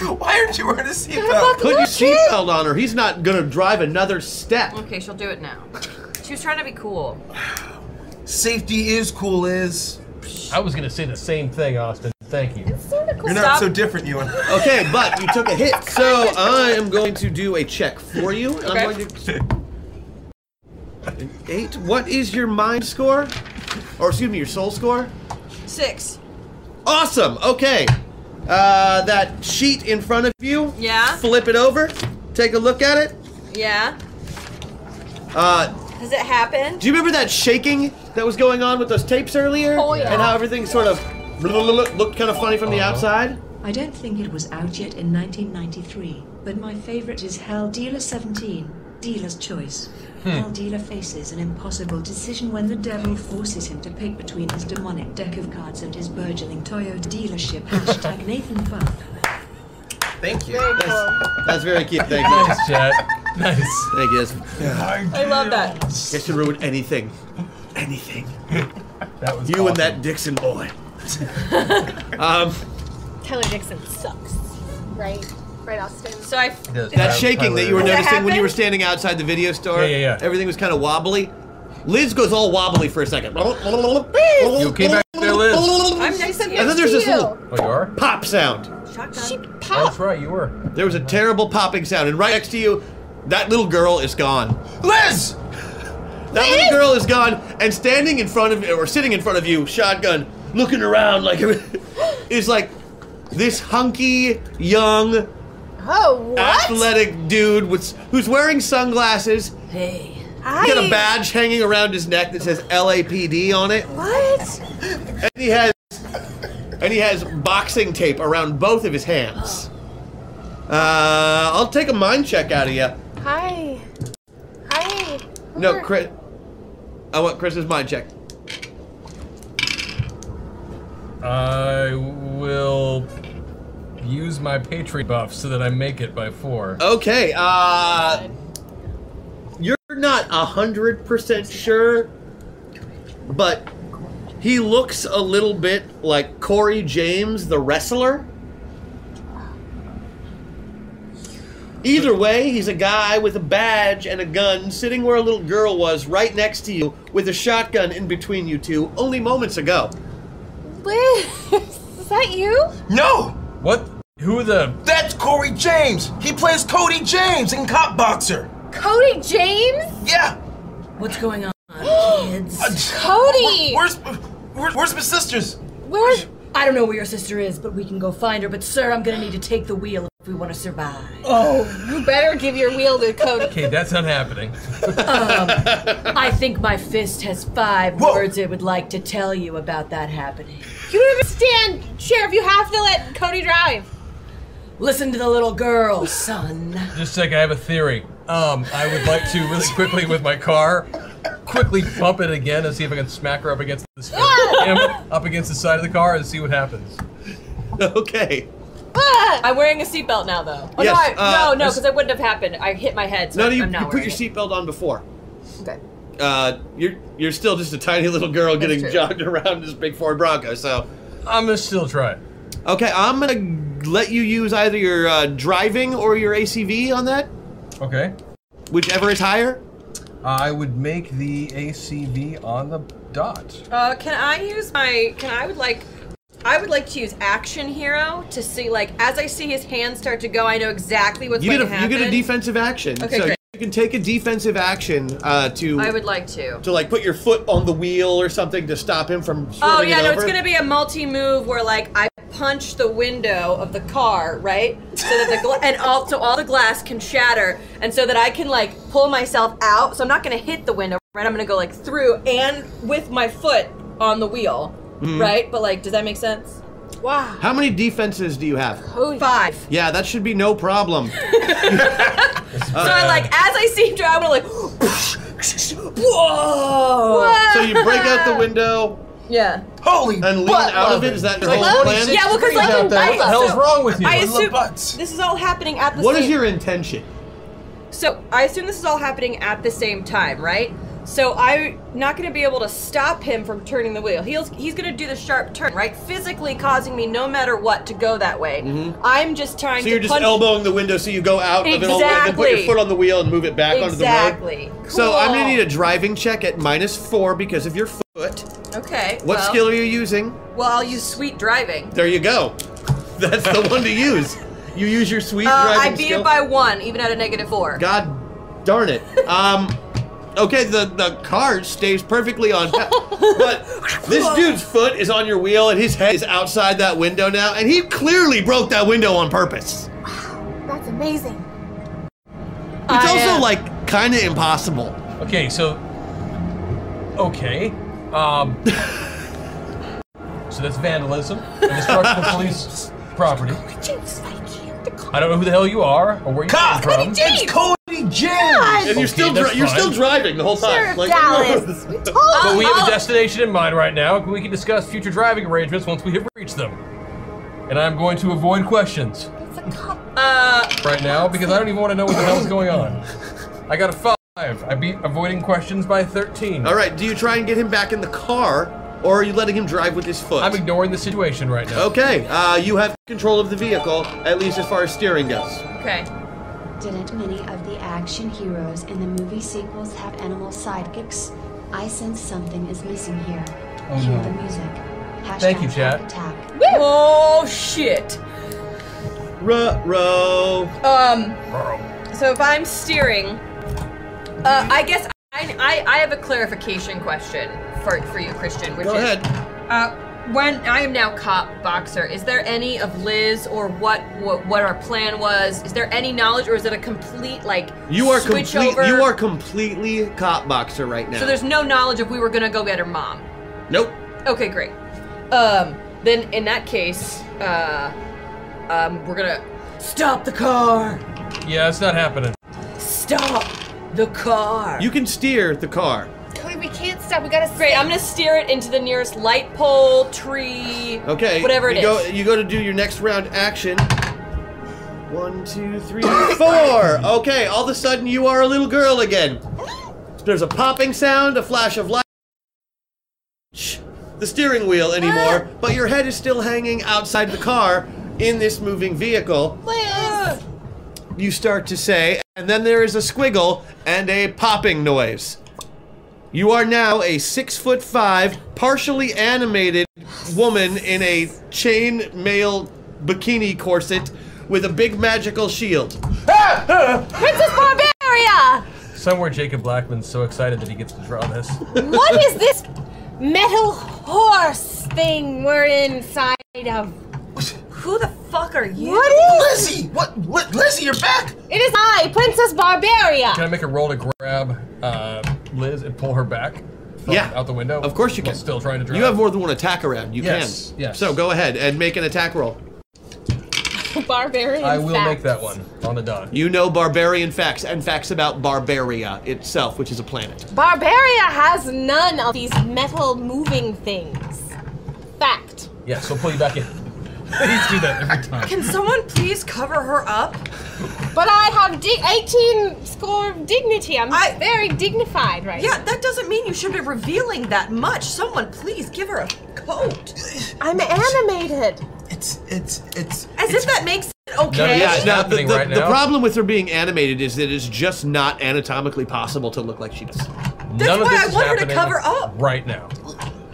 E: Why aren't you wearing a
N: fuck
E: seatbelt?
D: Put your seatbelt on, or he's not gonna drive another step.
N: Okay, she'll do it now. She was trying to be cool.
E: Safety is cool, is.
G: I was gonna say the same thing, Austin. Thank you.
E: You're not
N: Stop.
E: so different, you and
D: Okay, but you took a hit, so I am going to do a check for you. and I'm
E: Okay.
D: going to. An Eight. What is your mind score? Or excuse me, your soul score?
R: Six.
D: Awesome. Okay. Uh, that sheet in front of you.
R: Yeah.
D: Flip it over. Take a look at it.
R: Yeah.
D: Uh,
R: Has it happened?
D: do you remember that shaking that was going on with those tapes earlier?
R: Oh, yeah.
D: And how everything sort of looked kind of funny from the
J: Uh-huh.
D: outside.
J: I don't think it was out yet in 1993, but my favorite is Hell Dealer 17, Dealer's Choice. Hell Dealer faces an impossible decision when the devil forces him to pick between his demonic deck of cards and his burgeoning Toyota dealership. Hashtag Nathan Buff.
E: Thank you.
D: That's, that's very cute. Thank you.
G: Nice chat. Nice.
D: Thank you. That's-
R: I love that.
D: Guess to ruin anything. Anything.
G: That was
D: you and that Dixon boy. um,
F: Keller Dixon sucks. Right. Right, Austin.
N: So I.
D: that shaking that you were
R: Does that
D: noticing when you were
R: happen?
D: standing outside the video store.
G: Yeah, yeah, yeah.
D: Everything was kind of wobbly. Liz goes all wobbly for a second.
G: You okay back there, Liz? Oh,
R: I'm next to you.
D: And then there's this little
G: you are? Oh,
D: pop sound.
F: She
G: That's
F: popped.
G: right, you were.
D: There was a terrible popping sound, and right next to you, that little girl is gone.
E: Liz!
D: That little girl is gone, and standing in front of or sitting in front of you, shotgun, looking around like is like this hunky young
F: Oh, what?
D: athletic dude with, who's wearing sunglasses.
N: Hey.
D: He got a badge hanging around his neck that says LAPD on it,
F: What?
D: and he has and he has boxing tape around both of his hands. Uh, I'll take a mind check out of you.
F: Hi. Hi. Who
D: No,
F: are-
D: Chris. I want Chris's mind check.
G: I will use my Patriot buff so that I make it by four.
D: Okay, uh. You're not 100% sure, but he looks a little bit like Corey James, the wrestler. Either way, he's a guy with a badge and a gun sitting where a little girl was right next to you with a shotgun in between you two only moments ago.
F: Is that you?
E: No!
G: What? Who the?
E: That's Corey James. He plays Cody James in Cop Boxer.
F: Cody James?
E: Yeah.
S: What's going on, kids?
F: Cody!
E: Where's, where's, where's my sisters?
F: Where's?
S: I don't know where your sister is, but we can go find her. But sir, I'm gonna need to take the wheel if we want to survive.
F: Oh, you better give your wheel to Cody.
G: Okay, that's not happening.
S: Um, I think my fist has five words it would like to tell you about that happening.
F: You don't understand, Sheriff. You have to let Cody drive.
S: Listen to the little girl, son.
G: Just a second, I have a theory. Um, I would like to really quickly with my car, quickly bump it again and see if I can smack her up against this up against the side of the car and see what happens.
D: Okay.
C: Uh, I'm wearing a seatbelt now, though. Oh,
D: Yes,
C: no, I,
D: uh,
C: no, no,
D: this-
C: because it wouldn't have happened. I hit my head, so
D: no,
C: I'm
D: no, you,
C: not
D: you put
C: wearing
D: your seatbelt on before.
C: it. Okay.
D: Uh, you're you're still just a tiny little girl
C: That's
D: getting
C: true.
D: jogged around this big Ford Bronco, so
G: I'm gonna still try. it.
D: Okay, I'm gonna let you use either your uh, driving or your ACV on that,
G: Okay.
D: whichever is higher.
G: I would make the ACV on the dot.
C: Uh, can I use my? Can I would like? I would like to use action hero to see, like, as I see his hands start to go, I know exactly what's
D: you
C: going
D: get
C: to
D: a
C: happen.
D: you get a defensive action,
C: Okay,
D: so
C: great.
D: you can take a defensive action uh, to
C: I would like to.
D: to like put your foot on the wheel or something to stop him from.
C: Oh
D: swerving
C: yeah,
D: it
C: no,
D: over.
C: it's gonna be a multi move where like I punch the window of the car, right? So that the gla- and all so all the glass can shatter, and so that I can like pull myself out. So I'm not gonna hit the window, right? I'm gonna go like through and with my foot on the wheel,
D: Mhm.
C: right? But like, does that make sense? Wow.
D: How many defenses do you have?
C: Five.
D: Yeah, that should be no problem.
C: So I like as I see him drive, I'm like, whoa!
D: So you break out the window.
C: Yeah.
E: Holy.
D: And lean
C: butt
D: out of
C: lover.
D: it. Is that your
C: Like
D: whole plan?
C: 26 Yeah, well, 'cause, like, degrees out there. I- What the hell's so- wrong with you? I assume- This is all happening at the
D: What
C: same.
D: is your intention?
C: So I assume this is all happening at the same time, right? So I'm not going to be able to stop him from turning the wheel. He's he's going to do the sharp turn, right? Physically causing me, no matter what, to go that way.
D: Mhm.
C: I'm just trying
D: So
C: to
D: you're just
C: punch.
D: elbowing the window, so you go out of it all the way, then put your
C: Exactly.
D: foot on the wheel and move it back onto the road.
C: exactly.
D: So I'm gonna
C: Cool.
D: need a driving check at minus four because of your foot. What
C: Okay. well,
D: skill are you using?
C: Well, I'll use sweet driving.
D: There you go. That's the one to use. You use your sweet
C: Uh,
D: driving
C: I beat
D: skill.
C: it by one, even at a negative four.
D: God darn it. Um, okay, the the car stays perfectly on, pa- but this dude's foot is on your wheel and his head is outside that window now, and he clearly broke that window on purpose.
F: That's amazing.
D: It's also like kind of impossible.
G: Okay, so okay, um, so that's vandalism and destruction of police property. I don't know who the hell you are or where you come from.
E: It's Cody James.
D: And you're still
G: Okay, that's
D: dri- you're
G: fine.
D: still driving the whole time.
G: Sheriff
D: Like,
G: Dallas,
D: no.
G: But
F: Oh,
G: we
D: uh-huh.
G: have a destination in mind right now. We can discuss future driving arrangements once we have reached them. And I'm going to avoid questions
C: Uh,
G: right now because I don't even want to know what the hell's going on. I got a five. I beat avoiding questions by 13.
D: All right, do you try and get him back in the car, or are you letting him drive with his foot? I'm
G: ignoring the situation right now.
D: Okay, uh, you have control of the vehicle, at least as far as steering goes.
C: Okay.
I: Didn't many of the action heroes in the movie sequels have animal sidekicks? I sense something is missing here.
G: Oh,
I: Hear
G: no.
I: the music. Hashtag
G: Thank you, chat.
I: Attack.
C: Oh shit.
D: Ruh row.
C: Um. So if I'm steering, uh, I guess I, I, I have a clarification question for, for you, Christian. Which
D: Go
C: is,
D: ahead.
C: Uh, when I am now cop boxer, is there any of Liz or what, what what our plan was? Is there any knowledge, or is it a complete like
D: You are
C: switch
D: complete,
C: over?
D: You are completely cop boxer right now.
C: So there's no knowledge if we were gonna go get her mom.
D: nope.
C: Okay, great. Um, then in that case, uh, um, we're gonna stop the car.
G: Yeah, it's not happening.
C: Stop
S: the car.
D: You can steer the car.
S: Can we
F: dude, we can't stop. We gotta.
L: Great, I'm gonna steer it into the nearest light pole, tree,
D: Okay.
L: whatever it
D: you
L: is.
D: Go, you go to do your next round action. One, two, three, four. Okay, all of a sudden you are a little girl again. There's a popping sound, a flash of light. Shh, The steering wheel
L: Ah.
D: anymore, but your head is still hanging outside the car in this moving vehicle. You start to say, and then there is a squiggle and a popping noise. You are now a six foot five, partially animated woman in a chain mail bikini corset with a big magical shield.
F: Princess Barbaria!
G: Somewhere Jacob Blackman's so excited that he gets to draw this.
F: What is this metal horse thing we're inside of? Who the fuck are you? What is
E: Lizzie? What, what Lizzie, you're back!
F: It is I, Princess Barbaria.
G: Can I make a roll to grab uh, Liz and pull her back? from
D: Yeah.
G: Out the window?
D: Of course you
G: While
D: can.
G: Still trying to drive.
D: You have more than one attack around. You
G: Yes,
D: can.
G: yes.
D: So go ahead and make an attack roll.
F: Barbarian.
G: I will
F: fact.
G: make that one on the dot.
D: You know barbarian facts and facts about Barbaria itself, which is a planet.
F: Barbaria has none of these metal moving things. Fact.
G: Yeah, so pull you back in. Please do that every time.
F: Can someone please cover her up? But I have di- 18 score of dignity. I'm very dignified right
N: Yeah, that doesn't mean you should be revealing that much. Someone please give her a coat.
F: I'm animated.
E: It's it's it's
N: As if that makes it okay.
D: yeah, now, the,
G: happening
D: the-
G: right
D: the
G: now.
D: problem with her being animated is that it's just not anatomically possible to look like she does.
G: None of
D: why
G: this
D: I
G: is
D: want her to
G: happening
D: cover
N: up.
G: Right now.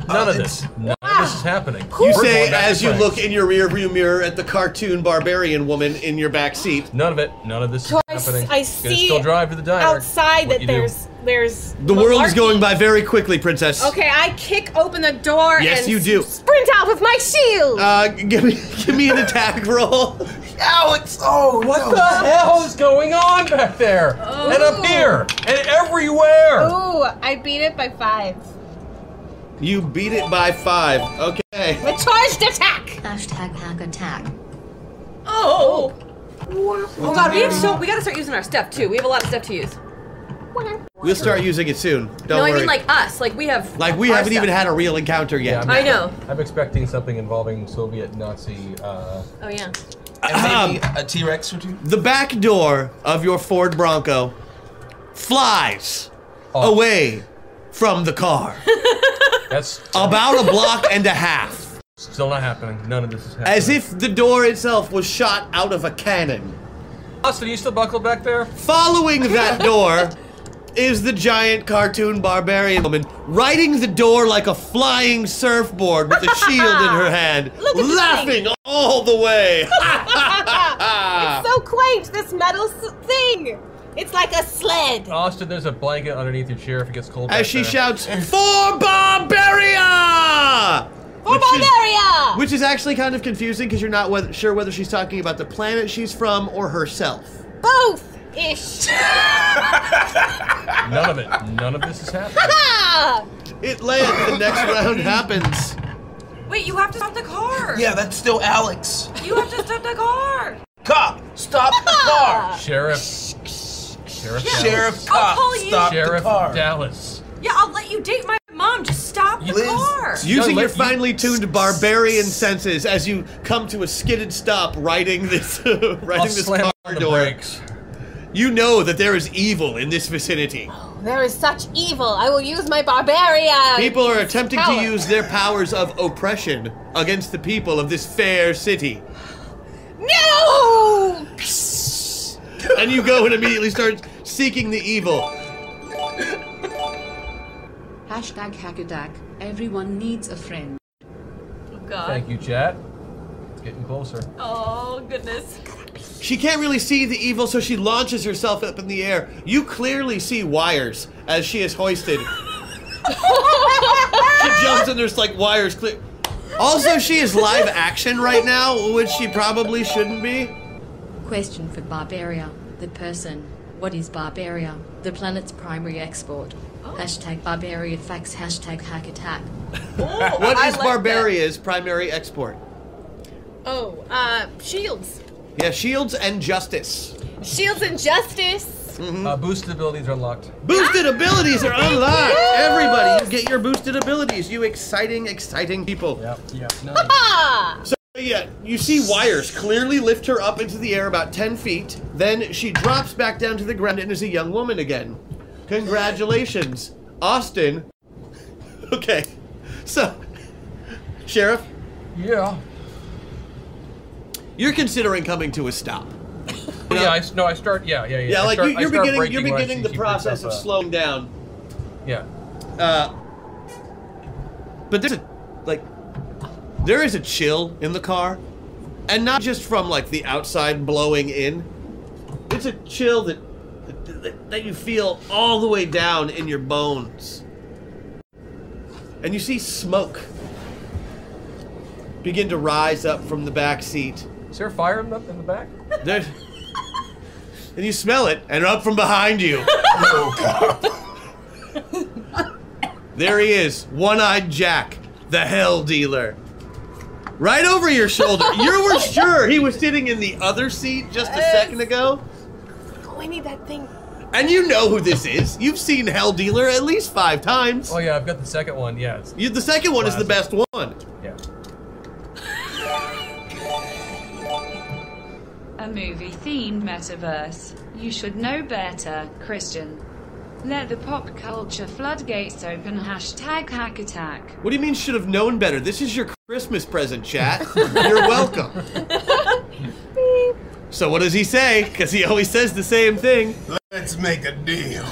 G: None of this. None of this is
F: Ah,
G: happening.
D: Oh, You
G: We're
D: say
G: going back
D: as
G: to
D: you
G: Frank's.
D: look in your rearview mirror at the cartoon barbarian woman in your back seat.
G: None of it. None of this
F: So I s- I see
G: still drive to the diner.
F: outside
G: What
F: that
G: you do?
F: there's there's
D: The world is
F: malarkey.
D: going by very quickly, princess.
F: Okay, I kick open the door.
D: Yes,
F: and
D: you do.
F: Sprint out with my shield.
D: Uh, g- give me give me an attack roll.
E: Alex, oh,
G: what the hell is going on back there? And
F: Oh.
G: up here and everywhere.
F: Ooh, I beat it by five.
D: You beat it by five. Okay.
F: A charged attack.
J: Hashtag hack attack.
N: Oh.
D: What
N: Oh
D: do
N: god, we
D: you
N: have
D: mean?
N: so we gotta start using our stuff too. We have a lot of stuff to use.
D: We'll start using it soon. Don't
N: no,
D: worry.
N: I mean like us. Like we have
D: Like, we
N: our
D: haven't even
N: stuff.
D: had a real encounter yet.
N: I know.
G: I'm expecting something involving Soviet Nazi. Uh,
N: Oh yeah.
D: And
E: maybe a T Rex or two?
D: The back door of your Ford Bronco flies
G: Oh,
D: Oh, away from the car.
G: That's
D: about a block and a half.
G: Still not happening. None of this is happening.
D: As if the door itself was shot out of a cannon.
G: Austin, are you still buckled back there?
D: Following that door is the giant cartoon barbarian woman riding the door like a flying surfboard with a shield in her hand,
F: Look at this
D: laughing
F: thing.
D: all the way.
F: it's so quaint. This metal s- thing. It's like a sled.
D: Uh,
G: Austin, there's a blanket underneath your chair if it gets cold. back
D: As she
G: there.
D: shouts, For Barbaria!
F: For Barbaria!
D: Which is actually kind of confusing because you're not whether, sure whether she's talking about the planet she's from or herself.
F: Both ish.
G: None of it. None of this is happening.
D: It lands. The next round happens.
N: Wait, you have to stop the car.
E: Yeah, that's still Alex.
N: You have to stop the car.
E: Cop, stop the car.
G: Sheriff. Sheriff.
N: Yeah.
E: Sheriff
N: I'll
E: Cop,
N: call you.
E: stop
G: Sheriff
E: the car.
G: Dallas.
N: Yeah, I'll let you date my mom. Just stop the car.
D: Using
G: let
D: your
G: you-
D: finely tuned barbarian senses as you come to a skidded stop riding this riding this
G: slam
D: car
G: on the
D: door.
G: brakes.
D: You know that there is evil in this vicinity.
F: There is such evil. I will use my Barbaria.
D: People are attempting to
F: power.
D: use their powers of oppression against the people of this fair city.
F: No!
D: and you go and immediately start seeking the evil.
J: Hashtag hack attack. Everyone needs a friend.
N: Oh god.
G: Thank you, chat. It's getting closer.
N: Oh goodness.
D: She can't really see the evil, so she launches herself up in the air. You clearly see wires as she is hoisted. she jumps and there's like wires clear. Also, she is live action right now, which she probably shouldn't be.
J: Question for Barbaria, the person. What is Barbaria? The planet's primary export.
T: Oh.
J: Hashtag Barbaria facts. Hashtag hack attack.
D: what
J: Oh, I
D: is
J: like
D: Barbaria's primary export?
F: Oh, uh, shields.
D: Yeah, shields and justice.
F: Shields and justice.
D: Oh.
G: Uh, boosted abilities are unlocked.
D: Boosted abilities are unlocked. Everybody, you get your boosted abilities. You exciting, exciting people. Yep, yep. So yeah, you see wires clearly lift her up into the air about ten feet. Then she drops back down to the ground and is a young woman again. Congratulations, Austin. Okay, so sheriff.
G: Yeah.
D: You're considering coming to a stop.
G: Yeah, I, s- no, I start. Yeah, yeah, yeah.
D: Yeah,
G: I
D: like
G: start-
D: you,
G: I
D: you're
G: start
D: beginning,
G: braking
D: you're
G: when I
D: beginning
G: see
D: the
G: she picks up uh,
D: process of
G: a-
D: slowing down.
G: Yeah.
D: Uh, but there's a like, there is a chill in the car, and not just from like the outside blowing in. It's a chill that that, that you feel all the way down in your bones, and you see smoke begin to rise up from the back seat.
G: Is there a fire in the, in the back?
D: There, and you smell it, and up from behind you.
G: Oh,
D: there he is, one eyed Jack, the hell dealer. Right over your shoulder. you were sure he was sitting in the other seat just a second ago.
F: Oh, I need that thing.
D: And you know who this is. You've seen Hell Dealer at least five times. Oh,
G: yeah, I've got the second one, yeah.
D: You, the second one is the best
G: Classic.
D: one.
G: Yeah.
T: A movie themed metaverse. You should know better, Christian. Let the pop culture floodgates open. Hashtag hack attack.
D: What do you mean should have known better? This is your Christmas present, chat. You're welcome. so what does he say? Because he always says the same thing. Let's make a deal.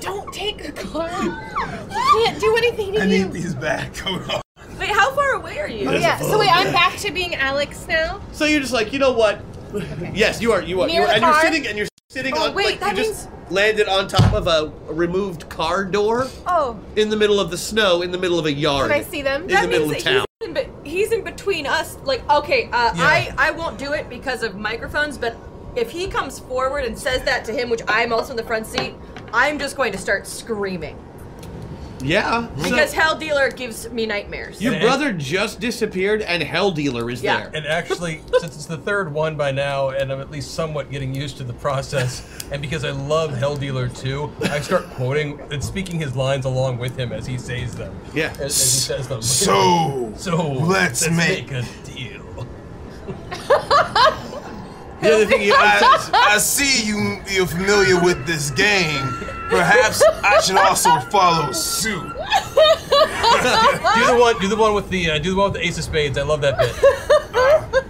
F: Don't take the car. You can't do anything to you.
E: These back. Hold on.
F: Wait, how far away are you? Oh, yeah. So wait, I'm back to being Alex now.
D: So you're just like, you know what? Yes, you are. You are.
F: Near
D: You are
F: the
D: and
F: car?
D: you're sitting and you're sitting
F: Oh,
D: on. like,
F: wait, that
D: you just landed on top of a removed car door.
F: Oh.
D: In the middle of the snow, in the middle of a yard. In the middle of
L: that
D: town.
L: He's in, be- he's in between us. Like, okay, uh,
D: Yeah.
L: I I won't do it because of microphones, but if he comes forward and says that to him, which I'm also in the front seat, I'm just going to start screaming
D: Yeah. so-
L: because Hell Dealer gives me nightmares.
D: your brother just disappeared, and Hell Dealer is there.
G: And actually, since it's the third one by now, and I'm at least somewhat getting used to the process, and because I love Hell Dealer 2, I start quoting and speaking his lines along with him as he says them.
D: Yeah.
G: As, as he says them.
E: So,
G: so
E: let's make-
G: a deal.
E: The other thing I, I see you, you're familiar with this game. Perhaps I should also follow suit.
G: do the one. Do the one with the. Uh, do the one with the Ace of Spades. I love that bit.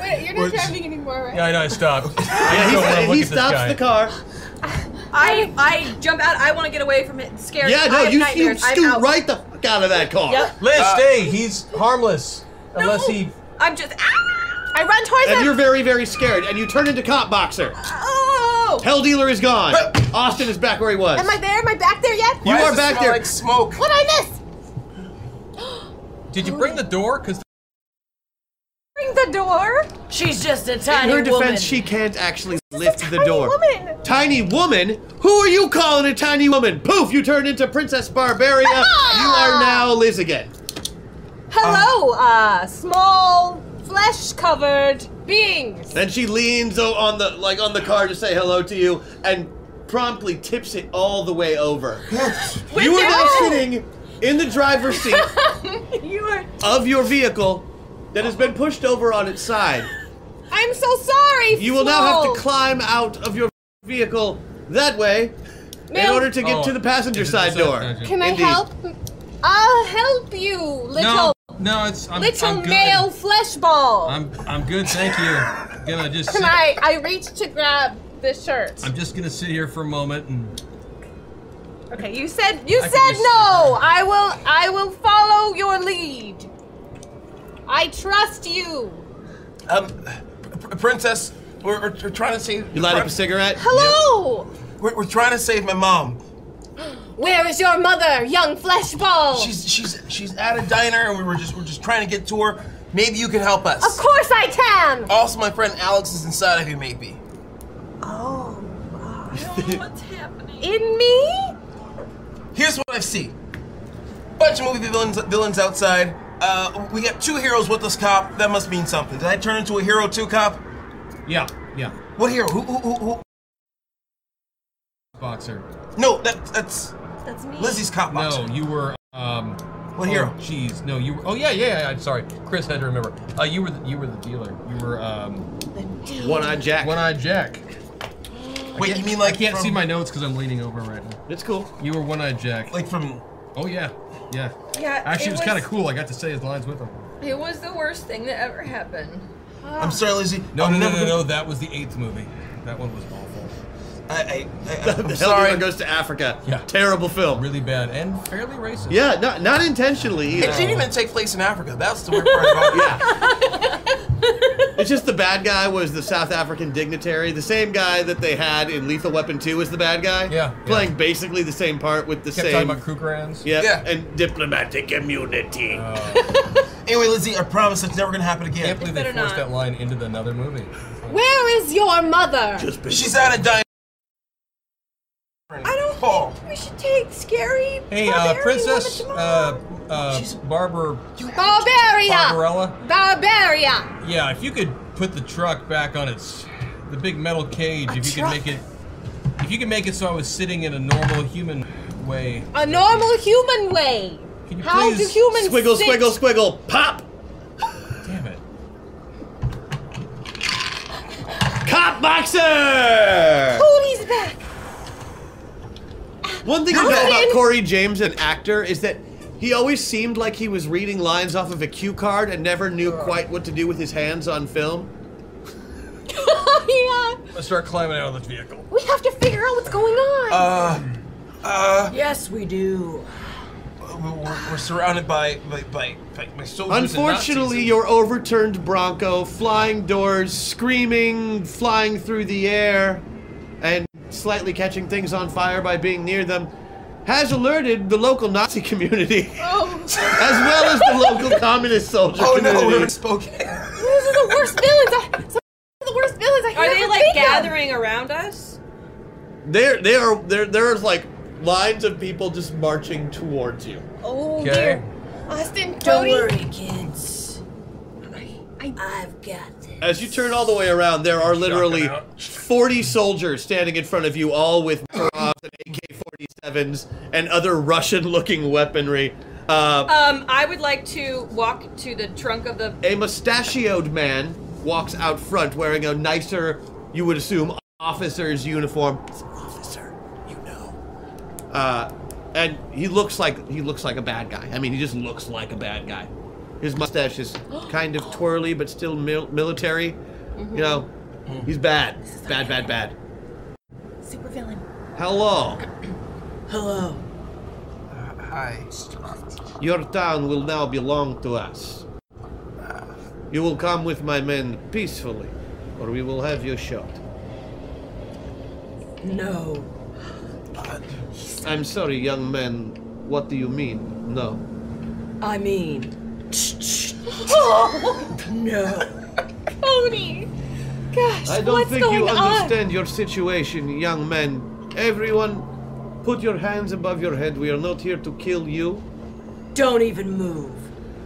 F: Wait, you're not
G: What's-
F: driving anymore, right?
G: Yeah, I know. I stopped.
D: Yeah,
G: I
D: he
G: don't wanna
D: sta-
G: look
D: he
G: at this
D: stops
G: guy.
D: the car.
L: I I jump out. I want to get away from it. Scared.
D: Yeah,
L: I
D: no,
L: have
D: you you
L: nightmares. I'm
D: scoot
L: out.
D: right the fuck out of that car.
L: Yep.
G: Liz, stay. He's harmless. Unless he.
L: I'm just. Ah! I run towards
D: And
L: him.
D: you're very, very scared, and you turn into cop boxer.
L: Oh!
D: Hell dealer is gone. Austin is back where he was.
F: Am I there? Am I back there yet?
D: You Why are does it back smell there. like
E: smoke.
F: What I miss?
G: Did you bring the door? Because
F: Bring the door.
H: She's just a
D: In
H: tiny
D: her defense,
H: woman.
D: she can't actually lift the
H: tiny
D: door.
H: woman.
D: Tiny woman? Who are you calling a tiny woman? Poof! You turned into Princess Barbaria. you are now Liz again. Um,
F: Hello, uh, small, flesh-covered beings.
D: Then she leans o- on the like on the car to say hello to you, and promptly tips it all the way over. you are now sitting in the driver's seat
F: you are.
D: of your vehicle that has been pushed over on its side.
F: I'm so sorry.
D: You will now have to
F: small.
D: climb out of your vehicle that way in
F: Ma'am-
D: order to get
F: Oh,
D: to the passenger side door.
F: Can I
D: Indeed.
F: help? I'll help you, little
U: no, it's I'm,
F: little
U: I'm good.
F: male flesh ball.
U: I'm I'm good, thank you. Gonna just
F: Can
U: sit-
F: I? I reach to grab the shirt.
U: I'm just gonna sit here for a moment and
F: Okay, you said you
U: I can
F: said
U: just-
F: no. I will I will follow your lead. I trust you.
E: Um, P- Princess, we're, we're, we're trying to save.
D: You light up a cigarette?
F: Hello.
E: We're, we're trying to save my mom.
F: Where is your mother, young flesh ball?
E: She's she's she's at a diner, and we were just we're just trying to get to her. Maybe you can help us.
F: Of course I can.
E: Also, my friend Alex is inside of you, maybe.
F: Oh.
E: Here's
F: In me?
E: what I've seen: bunch of movie villains villains outside. Uh, we got two heroes with this cop. That must mean something. Did I turn into a hero too, cop?
U: Yeah, yeah.
E: What hero? Who? Who? Who? who?
G: Boxer.
E: No, that, that's
C: That's me.
E: Lizzie's cop boxer.
G: No, you were. Um,
E: What
G: oh,
E: hero?
G: Jeez, no, you were. Oh yeah, yeah, yeah. I'm sorry, Chris had to remember. Uh, you were the, you were the dealer. You were um,
D: One-Eyed Jack.
G: One-eyed Jack.
E: Wait,
G: I
E: you mean
G: I
E: like
G: can't
E: from-
G: see my notes because I'm leaning over right now.
D: It's cool.
G: You were One-Eyed Jack.
E: Like from.
G: Oh yeah, yeah.
C: Yeah,
G: Actually,
C: it
G: it was, kind
C: was-
G: of cool. I got to say his lines with him.
C: It was the worst thing that ever happened. Ah.
E: sorry, Lizzie.
G: No,
E: I'm
G: no, no,
E: never
G: no,
E: gonna-
G: Oh, no. That was the eighth movie. That one was awful.
E: I, I, I,
D: the
G: I'm
D: sorry.
G: sorry.
D: Hitler goes to Africa.
G: Yeah.
D: Terrible film.
G: Really bad and fairly racist.
D: Yeah, not, not intentionally either.
E: It didn't even take place in Africa. That's the weird part about it.
D: It's just the bad guy was the South African dignitary, the same guy that they had in Lethal Weapon 2 as the bad guy.
G: Yeah,
D: Playing basically the same part with the
G: Kept
D: same.
G: talking about Krugerrands.
D: yeah, and diplomatic immunity.
E: Anyway, Lizzie, I promise that's never gonna happen again.
G: Can't believe they forced that line into the another movie.
F: Where is your mother?
E: She's out of dine.
C: I don't think we should take scary.
G: Hey, uh, Princess uh, uh, Barber
F: Barbaria!
G: Barbarella.
F: Barbaria!
G: Yeah, if you could put the truck back on its the big metal cage, if you
F: truck?
G: could make it if you could make it so I was sitting in a normal human way.
C: Uh,
F: A normal human way. How do
G: please
F: humans
D: Squiggle,
F: sit?
D: squiggle, squiggle, pop!
G: Damn it.
D: Cop boxer!
F: Cody's back.
D: One thing I know about Corey James, an actor, is that he always seemed like he was reading lines off of a cue card and never knew quite what to do with his hands on film.
F: yeah,
G: Let's start climbing out of the vehicle.
F: we have to figure out what's going on.
E: Uh, uh.
V: Yes, we do.
E: We're, we're surrounded by by by, by, by soldiers.
D: Unfortunately, your overturned Bronco, flying doors, screaming, flying through the air, and slightly catching things on fire by being near them, has alerted the local Nazi community
F: Oh.
D: as well as the local communist soldier
E: Oh, no,
D: community.
E: we're in Spokane.
F: These are the worst villains. I, some of the worst villains I
C: Are
F: have
C: they
F: ever
C: like
F: seen them.
C: gathering around us?
D: There, there, are- there, there's like lines of people just marching towards you.
F: Oh
D: Okay.
F: dear. Austin,
V: Don't
F: Cody.
V: worry, kids. I've got this.
D: As you turn all the way around, there are literally
V: Shotgun
D: 40 soldiers standing in front of you, all with Marovs and AK-47s and other Russian-looking weaponry. Uh,
C: Um, I would like to walk to the trunk of the.
D: a mustachioed man walks out front wearing a nicer, you would assume, officer's uniform. He's an officer, you know. Uh, and he looks like he looks like a bad guy. I mean, he just looks like a bad guy. His mustache is kind of twirly, but still mil- military. You know, he's bad, bad, bad, bad.
F: Super villain.
D: Hello.
V: Hello.
E: Hi.
D: Your town will now belong to us. You will come with my men peacefully, or we will have you shot.
V: No.
D: I'm sorry, young man. What do you mean? No.
V: I mean, no.
F: Cody. Gosh,
D: I don't
F: what's
D: think
F: going
D: you
F: on?
D: understand your situation, young man. Everyone, put your hands above your head. We are not here to kill you.
V: Don't even move.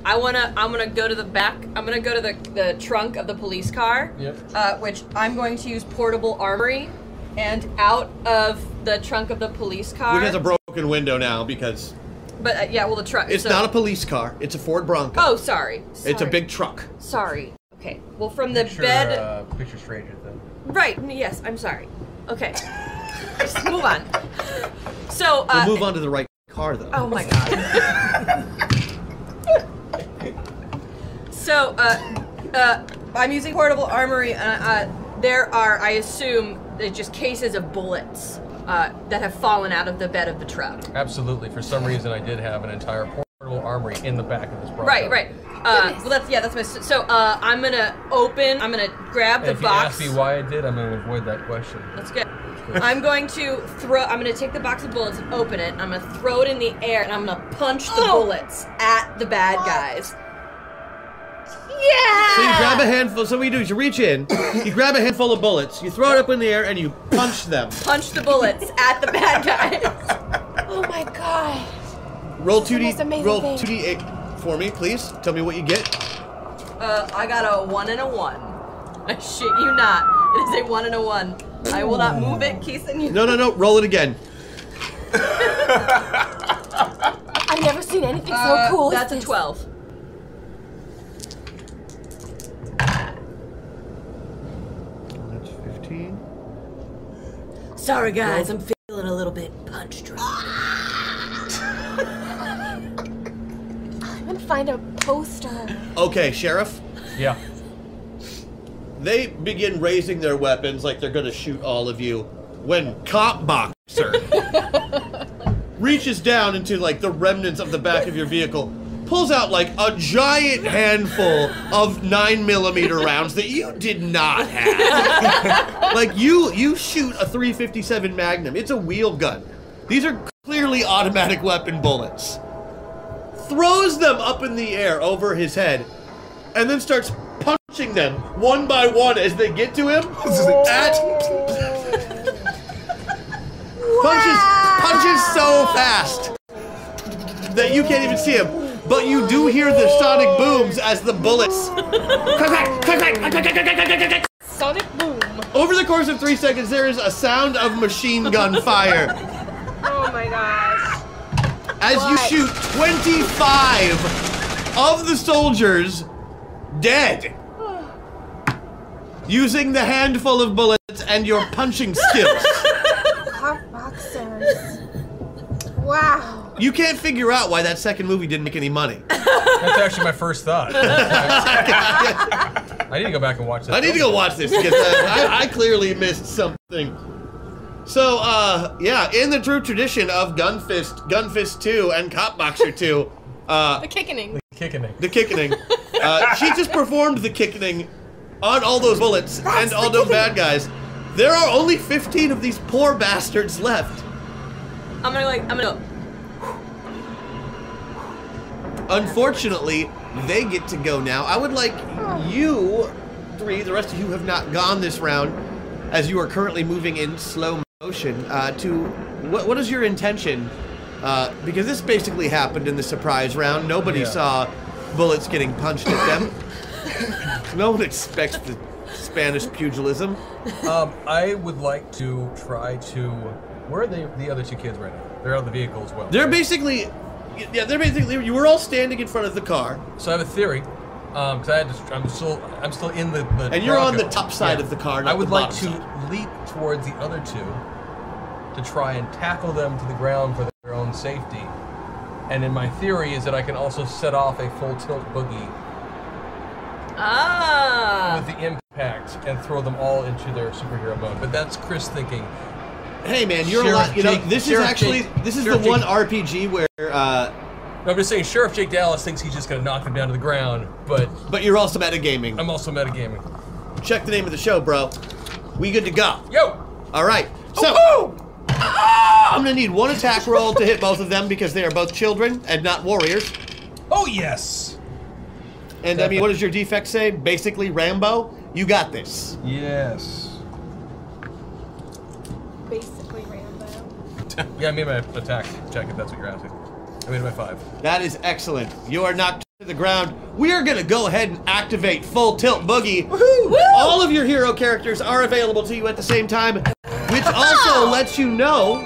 C: I wanna. I'm gonna go to the back. I'm gonna go to the the trunk of the police car.
G: Yep.
C: Uh, which I'm going to use portable armory, and out of the trunk of the police car.
D: Which has a broken window now because
C: But uh, yeah, well the truck.
D: it's
C: so-
D: not a police car. It's a Ford Bronco.
C: Oh, sorry.
D: It's a
C: Sorry.
D: big truck.
C: Sorry. Okay. Well, from the bed.
W: Uh, picture stranger though.
C: Right. n- Yes. I'm sorry. Okay. Just move on. So. Uh,
D: We'll move on to the right car, though.
C: Oh my god. So, uh, uh, I'm using portable armory, and uh, there are, I assume, uh, just cases of bullets uh, that have fallen out of the bed of the truck.
W: Absolutely. For some reason, I did have an entire portable armory in the back of this. Bronco.
C: Right, right. Uh, well, that's yeah, that's my. s- So uh, I'm gonna open. I'm gonna grab
W: And
C: the
W: if
C: box.
W: you ask me why I did, I'm going to avoid that question.
C: That's good. I'm going to throw. I'm going to take the box of bullets and open it. I'm going to throw it in the air and I'm going to punch the
H: Oh!
C: bullets at the bad guys. Yeah.
D: So you grab a handful. So what you do is you reach in, you grab a handful of bullets, you throw it up in the air, and you punch them.
C: Punch the bullets at the bad guys.
F: Oh my god.
D: Roll
F: This is
D: two
F: the
D: d
F: most amazing
D: roll
F: thing.
D: two d eight for me, please. Tell me what you get.
C: Uh, I got a one and a one. I shit you not.
L: It is a one and a one. I will not move it, Keeson. You
D: No, no, no. Roll it again.
L: I've never seen anything
N: Uh,
L: so cool.
N: that's a
L: 12.
D: That's 15.
H: Sorry, guys, I'm feeling a little bit punch drunk.
F: I'm gonna find a poster.
D: Okay, Sheriff.
G: Yeah.
D: They begin raising their weapons like they're going to shoot all of you when Cop Boxer reaches down into like the remnants of the back of your vehicle, pulls out like a giant handful of 9mm rounds that you did not have. like you you shoot a 357 Magnum. It's a wheel gun. These are clearly automatic weapon bullets. Throws them up in the air over his head and then starts punching them one by one as they get to him. at punches punches so fast that you can't even see him. But you do hear the sonic booms as the bullets. Clack, clack, clack, clack, clack, clack, clack, clack, clack, clack, clack.
F: Sonic boom.
D: Over the course of three seconds, there is a sound of machine gun fire
F: Oh my gosh.
D: as you
F: What?
D: shoot 25 of the soldiers dead using the handful of bullets and your punching skills.
F: Hot boxers. Wow.
D: You can't figure out why that second movie didn't make any money.
G: That's actually my first thought. I need to go back and watch that.
D: I need to go watch this because uh, I, I clearly missed something. So, uh, yeah, in the true tradition of Gunfist, Gunfist 2 and Cop Boxer 2, uh,
F: The kickening.
G: Kickening.
D: the kickening, uh, she just performed the kickening on all those bullets and all those bad guys. There are only 15 of these poor bastards left.
L: I'm gonna like, I'm gonna.
D: Unfortunately, they get to go now. I would like you three, the rest of you have not gone this round, as you are currently moving in slow motion. Uh, to what, what is your intention? Uh, because this basically happened in the surprise round. Nobody
U: Yeah.
D: saw bullets getting punched at them. no one expects the Spanish pugilism.
G: Um, I would like to try to. Where are the the other two kids right now? They're out of the vehicle as well.
D: They're basically, yeah, they're basically. You were all standing in front of the car.
G: So I have a theory, because I had to, I'm still I'm still in the, the
D: And you're on
G: Bronco.
D: the top side of the car, not
G: I would
D: the
G: like to
D: bottom
G: leap towards the other two to try and tackle them to the ground for their own safety. And in my theory is that I can also set off a full tilt boogie
L: Ah!
G: with the impact and throw them all into their superhero mode. But that's Chris thinking.
D: Hey man, you're
G: Sheriff
D: a lot. You know,
G: Jake-
D: this
G: Sheriff
D: is actually
G: Jake-
D: this is
G: Sheriff
D: the one
G: Jake-
D: RPG where. Uh,
G: No, I'm just saying, Sheriff Jake Dallas thinks he's just going to knock them down to the ground, but
D: but you're also metagaming.
G: I'm also metagaming.
D: Check the name of the show, bro. We good to go.
G: Yo.
D: All right. So
G: Oh,
D: I'm gonna need one attack roll to hit both of them because they are both children and not warriors.
G: Oh yes.
D: And I mean, what does your defect say? Basically, Rambo. You got this.
G: Yes.
F: Basically Rambo.
G: yeah, I made my attack check if that's what you're asking. I made my five.
D: That is excellent. You are knocked to the ground. We are going to go ahead and activate Full Tilt Boogie. All of your hero characters are available to you at the same time, which also lets you know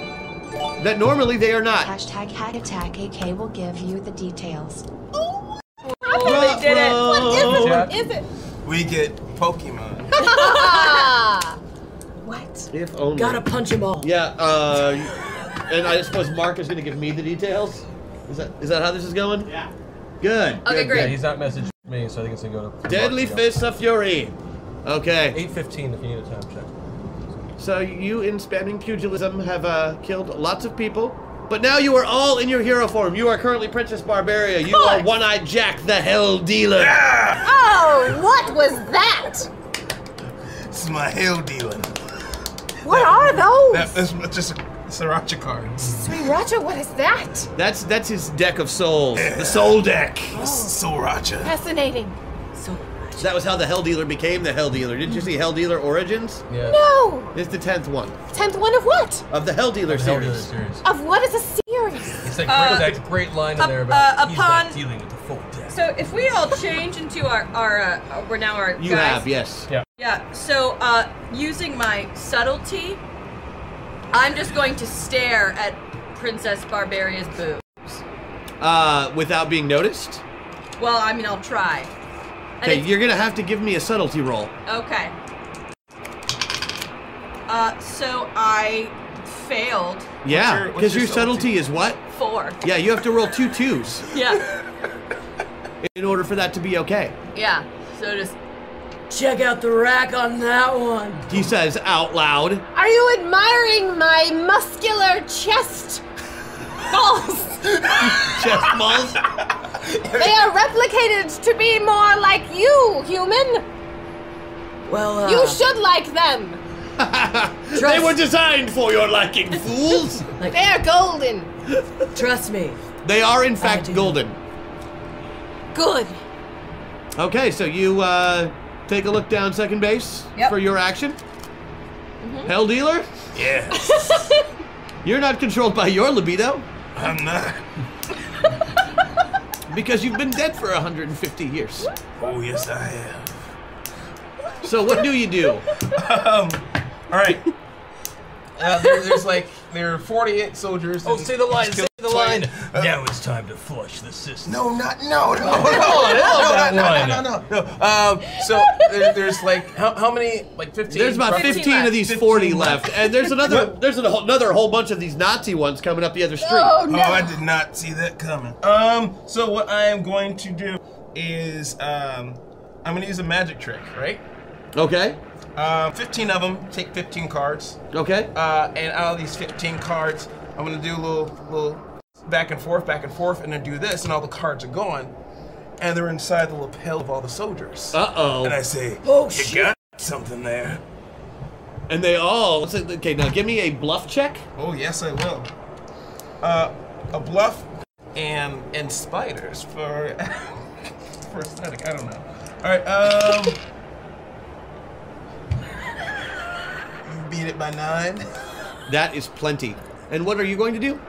D: that normally they are not.
I: Hashtag Hack Attack AK will give you the details.
D: Ruh-roh.
I: What
F: is it?
E: We get Pokemon.
D: If only.
H: Gotta punch him all.
D: Yeah, uh, and I suppose Mark is going to give me the details. Is that is that how this is going? Yeah. Good. good,
G: Yeah,
D: good.
G: he's not messaged me, so I think it's gonna go to
D: Deadly Fist of Fury. Okay.
G: 8:15 if you need a time check.
D: So you, in spamming pugilism, have uh, killed lots of people, but now you are all in your hero form. You are currently Princess Barbaria. You are One-Eyed Jack, the Hell Dealer.
F: Oh, what was that?
E: This is my hell dealing.
F: What are those?
E: That, that's just a sriracha cards.
F: Sriracha, what is that?
D: That's that's his deck of souls, the Soul Deck.
E: Sriracha.
F: Fascinating.
D: That was how the Hell Dealer became the Hell Dealer. Didn't you see Hell Dealer Origins?
G: Yeah.
F: No!
D: It's the tenth one
F: Tenth one of what?
D: of the Hell Dealer
G: Hell
D: series.
F: Of what is a series?
G: It's that great,
L: Uh,
G: that great line in
L: up-
G: there about
L: uh,
G: he's not
L: upon-
G: dealing with the full death.
L: So if we all change into our, our uh, we're now our
D: You
L: guys.
D: have yes.
G: Yeah.
L: Yeah, so uh, using my subtlety, I'm just going to stare at Princess Barbaria's boobs.
D: Uh, without being noticed.
L: Well, I mean, I'll try. And
D: Okay,
L: it's-
D: you're gonna have to give me a subtlety roll.
L: Okay. Uh, so I failed.
D: Yeah, because your, subtlety is what?
L: Four.
D: Yeah, you have to roll two twos
L: Yeah.
D: in order for that to be okay.
L: yeah. So just
H: Check out the rack on that one.
D: He says out loud.
F: Are you admiring my muscular chest balls?
D: Chest balls.
F: they are replicated to be more like you, human.
H: Well, uh,
F: you should like them.
D: They were designed for your liking, fools.
F: they are golden.
H: Trust me.
D: They are in fact golden.
F: Good.
D: Okay, so you uh, take a look down second base for your action. Hell dealer.
M: Yeah.
D: You're not controlled by your libido.
M: I'm not.
D: Because you've been dead for 150 years.
M: Oh, yes, I am.
D: So what do you do?
E: um, all right. Uh, there, there's like there are 48 soldiers. Oh, say the line, say the line.
M: now it's time to flush the system.
E: Uh, No, not no, no, no,
M: Come on, I love that
E: no, no, no, no, no, no. Um, so there, there's like how, how many like 15?
D: There's about 15, of these 40 left. and there's another there's a whole- another whole bunch of these Nazi ones coming up the other street.
E: Oh, I did not see that coming. Um, so what I am going to do is um, I'm going to use a magic trick, right?
D: Okay.
E: Um, 15 of them. Take 15 cards.
D: Okay.
E: Uh, and out of these 15 cards, I'm going to do a little, little back and forth, back and forth, and then do this, and all the cards are gone, and they're inside the lapel of all the soldiers.
D: Uh-oh.
E: And I say,
D: Oh,
E: you
D: shit."
E: got something there.
D: And they all let's say- okay. Now give me a bluff check.
E: Oh yes, I will. Uh, a bluff and and spiders for for aesthetic. I don't know. All right. Um, you beat it by nine.
D: That is plenty. And what are you going to do?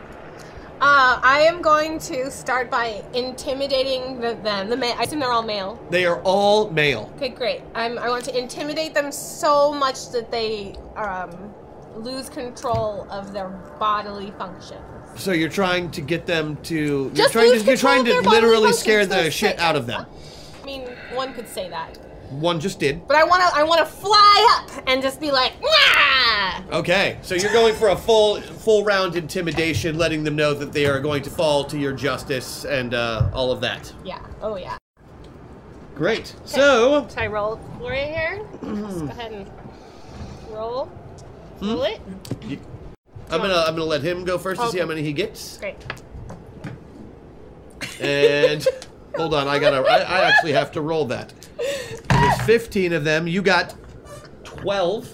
F: Uh, I am going to start by intimidating the, them. The ma- I assume they're all male.
D: They are all male.
F: Okay, great. I'm, I want to intimidate them so much that they um, lose control of their bodily function.
D: So you're trying to get them to. You're
F: Just
D: trying
F: lose
D: to. You're
F: control
D: trying
F: of
D: to
F: their bodily
D: literally
F: functions
D: scare
F: for
D: the
F: a
D: shit
F: second.
D: out of them.
F: I mean, one could say that.
D: One just did.
F: But I want to I want to fly up and just be like, "Wah!"
D: Okay, so you're going for a full full round intimidation, letting them know that they are going to fall to your justice and uh, all of that.
F: yeah, oh yeah.
D: Great. So
F: Should I roll for it here? Let's go ahead and roll. Roll it.
D: you, I'm gonna I'm gonna let him go first to see how many he gets.
F: Great.
D: And hold on, I gotta I, I actually have to roll that. There's 15 of them. You got 12.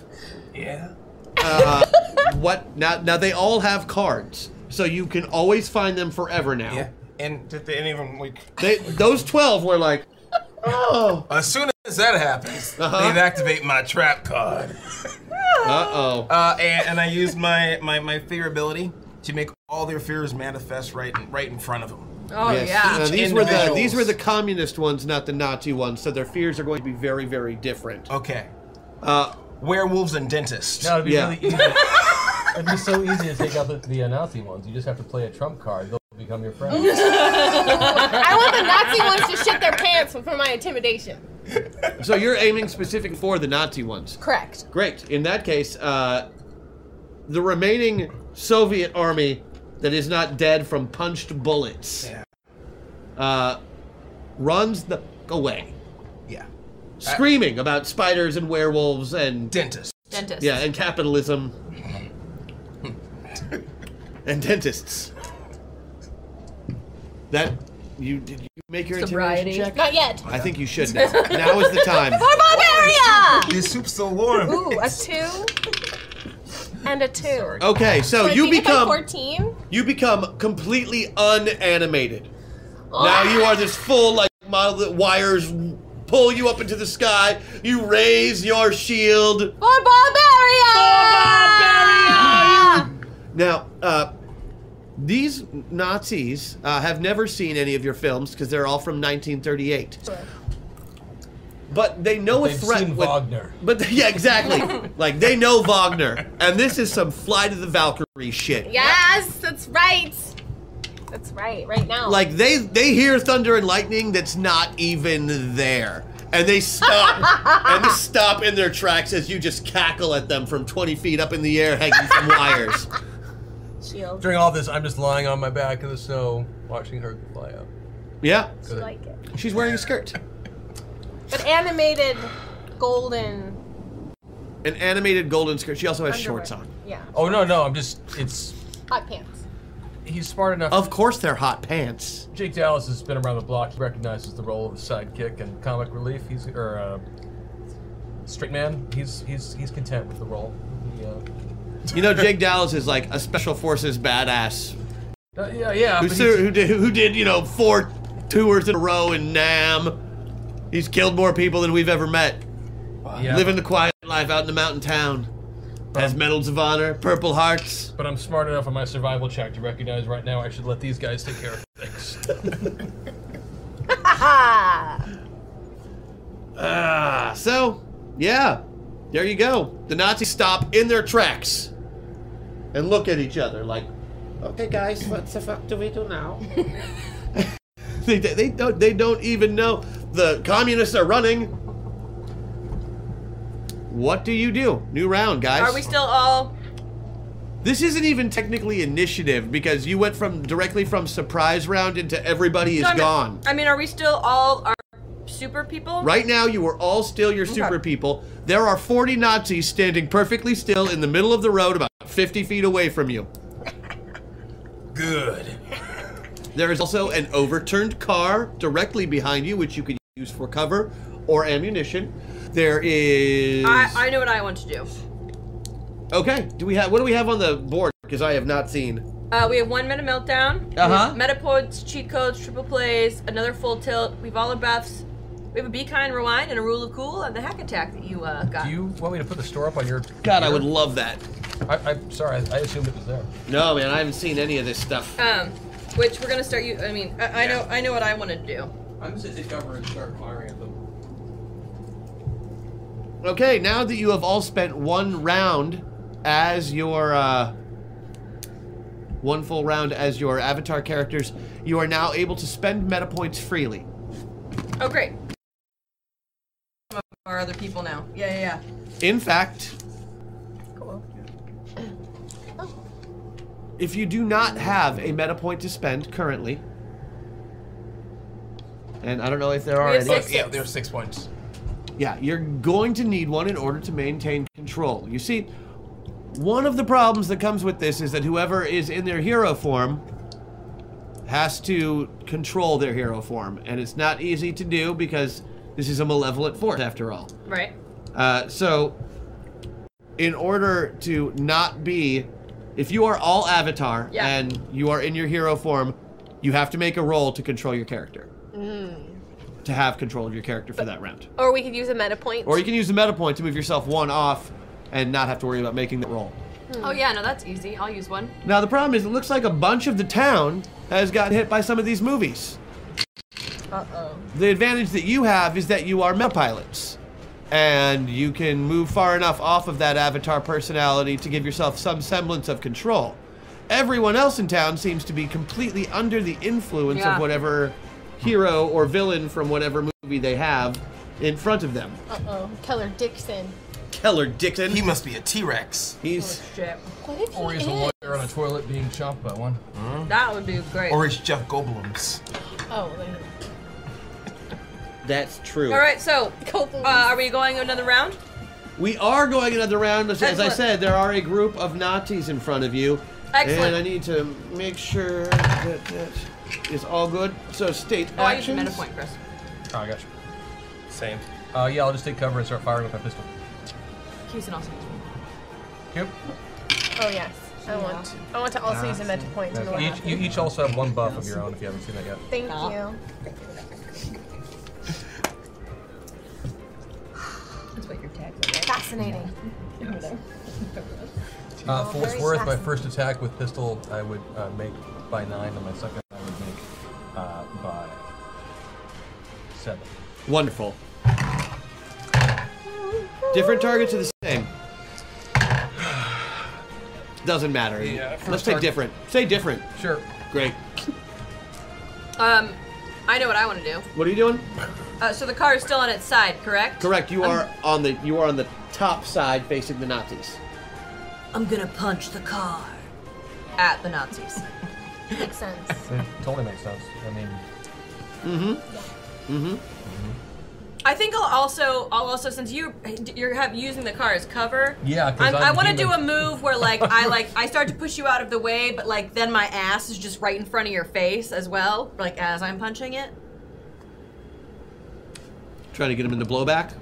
E: Yeah.
D: Uh, what now? Now they all have cards, so you can always find them forever now.
E: Yeah. And did they, any of them like?
D: They those 12 were like, oh.
E: As soon as that happens,
D: Uh-huh.
E: they activate my trap card.
D: Uh-oh.
E: Uh And, and I use my, my my fear ability to make all their fears manifest right in, right in front of them.
C: Oh.
L: Oh,
D: Yes. Uh, these were the these were the communist ones, not the Nazi ones. So their fears are going to be very very different.
E: Okay.
D: Uh,
E: Werewolves and dentists.
G: No, it'd be
D: Yeah.
G: really easy. it'd be so easy to take out the, the uh, Nazi ones. You just have to play a trump card. They'll become your friend.
F: I want the Nazi ones to shit their pants for my intimidation.
D: so you're aiming specific for the Nazi ones.
F: Correct.
D: Great. In that case, uh, the remaining Soviet army that is not dead from punched bullets uh, runs the away.
E: Yeah.
D: Screaming about spiders and werewolves and
E: dentists.
L: Dentists.
D: Yeah, and capitalism. and dentists. That you did you make your intimidation check?
F: Not yet.
D: I think you should now. now is the time.
F: For Barbaria!
E: This soup's so warm.
F: Ooh, a two and a two.
D: Okay, so
F: I
D: Oh, you
F: beat it by
D: become-
F: fourteen.
D: You become completely unanimated. Now you are this full like model that wires pull you up into the sky. You raise your shield.
F: For Barbaria!
D: Now, uh, these Nazis uh, have never seen any of your films because they're all from 1938. but they know a
U: They've
D: threat.
U: seen
D: when-
U: Wagner.
D: But yeah, exactly. like they know Wagner, and this is some Fly to the Valkyrie shit.
F: Yes, that's right. That's right. Right now.
D: Like they they hear thunder and lightning that's not even there, and they stop and they stop in their tracks as you just cackle at them from 20 feet up in the air, hanging from wires.
F: Shield.
G: During all this, I'm just lying on my back in the snow, watching her fly up.
D: Yeah,
F: She like it.
D: she's wearing a skirt,
F: But animated, golden.
D: an animated golden skirt. She also has
F: Underwear.
D: shorts on.
F: Yeah.
G: Oh no, no, I'm just it's
F: Hot pants.
G: he's smart enough.
D: Of course, they're hot pants.
G: Jake Dallas has been around the block. He recognizes the role of sidekick and comic relief. He's or uh, straight man. He's he's he's content with the role. He, uh,
D: You know, Jake Dallas is like a special forces badass
G: uh, yeah, yeah.
D: who,
G: but
D: ser-
G: he's-
D: who did, who did you know four tours in a row in Nam. He's killed more people than we've ever met.
G: Yeah.
D: Living the quiet life out in the mountain town. Has medals of honor, purple hearts.
G: But I'm smart enough on my survival check to recognize right now I should let these guys take care of things.
D: Ah, so yeah, there you go. The Nazis stop in their tracks and look at each other like, okay, guys, what the fuck do we do now? they, they, they don't they don't even know the communists are running. What do you do? New round, guys.
L: Are we still all?
D: This isn't even technically initiative because you went from directly from surprise round into everybody is
L: No, I mean-
D: gone.
L: I mean, are we still all our super people?
D: Right now, you are all still your super
L: Okay.
D: people. There are 40 Nazis standing perfectly still in the middle of the road, about 50 feet away from you.
E: Good.
D: There is also an overturned car directly behind you, which you can use for cover or ammunition. There is.
L: I, I know what I want to do.
D: okay, do we have? What do we have on the board? Because I have not seen.
L: Uh, we have one meta meltdown.
D: Uh-huh.
L: We have Meta points, cheat codes, triple plays, another full tilt. We've all our buffs. We have a be kind rewind and a rule of cool and the hack attack that you uh, got.
G: Do you want me to put the store up on your?
D: God, I would love that.
G: I, I'm sorry, I, I assumed it was there.
D: No, man, I haven't seen any of this stuff.
L: Um, which we're gonna start. You, I mean, I, I know, I know what I want to do.
U: I'm just gonna take cover and start firing at them.
D: Okay, now that you have all spent one round as your uh, one full round as your avatar characters, you are now able to spend meta points freely.
L: Oh, great.
R: Or other people now. Yeah, yeah, yeah.
D: In fact, if you do not have a meta point to spend currently, and I don't know if there are
E: We have
D: any.
E: six. Yeah, there are six points.
D: Yeah, you're going to need one in order to maintain control. You see, one of the problems that comes with this is that whoever is in their hero form has to control their hero form, and it's not easy to do because this is a malevolent force after all.
L: Right.
D: Uh, so, in order to not be, if you are all avatar
L: Yeah.
D: and you are in your hero form, you have to make a roll to control your character,
F: Mm.
D: to have control of your character for that round.
F: Or we could use a meta point.
D: Or you can use the meta point to move yourself one off and not have to worry about making that roll.
N: Oh yeah, no, that's easy. I'll use one.
D: Now, the problem is, it looks like a bunch of the town has got hit by some of these movies.
R: Uh oh.
D: The advantage that you have is that you are meta pilots, and you can move far enough off of that avatar personality to give yourself some semblance of control. Everyone else in town seems to be completely under the influence
B: Yeah.
D: of whatever hero or villain from whatever movie they have in front of them.
F: Uh oh. Keller Dixon.
D: Keller Dixon.
E: He must be a T Rex.
D: He's.
L: Shit.
F: What if
G: Or
F: he
G: he's
F: is?
G: a lawyer on a toilet being chopped by one.
L: That would be great.
E: Or is Jeff Goldblum's?
F: Oh. there-
D: That's true.
L: All right. So, uh, are we going another round?
D: We are going another round. As, as I
L: Excellent.
D: said, there are a group of Nazis in front of you.
L: Excellent.
D: And I need to make sure that that is all good. So state
L: Oh, I used a
D: actions.
L: meta point, Chris.
G: Oh, I got you. Same. Uh, yeah, I'll just take cover and start firing with my pistol.
L: Houston also needs one.
G: Yep.
F: Oh yes. I want. To, I want to also use a meta point to go
G: Each, you each also have one buff of your own if you haven't seen that yet.
F: Thank you.
L: That's what your tags
F: Fascinating.
G: Uh, for what's
F: Very
G: worth, my
F: sassy.
G: first attack with pistol I would uh, make by nine, and my second I would make uh, by seven.
D: Wonderful. Different targets are the same. Doesn't matter.
X: Yeah,
D: Let's
X: first
D: say
X: target.
D: different. Say different.
X: Sure.
D: Great.
C: Um, I know what I want to do.
D: What are you doing?
C: Uh, so the car is still on its side, correct?
D: Correct. You
C: I'm-
D: are on the you are on the top side facing the Nazis.
C: I'm gonna punch the car at the Nazis.
F: Makes sense.
G: It totally makes sense. I mean,
D: Mm-hmm. Mm-hmm.
C: I think I'll also, I'll also, since you you're have, using the car as cover.
G: Yeah, 'cause
C: I'm, I
G: I'm
C: want to do a
G: human.
C: move where like I like I start to push you out of the way, but like then my ass is just right in front of your face as well, like as I'm punching it.
D: Trying to get him into blowback.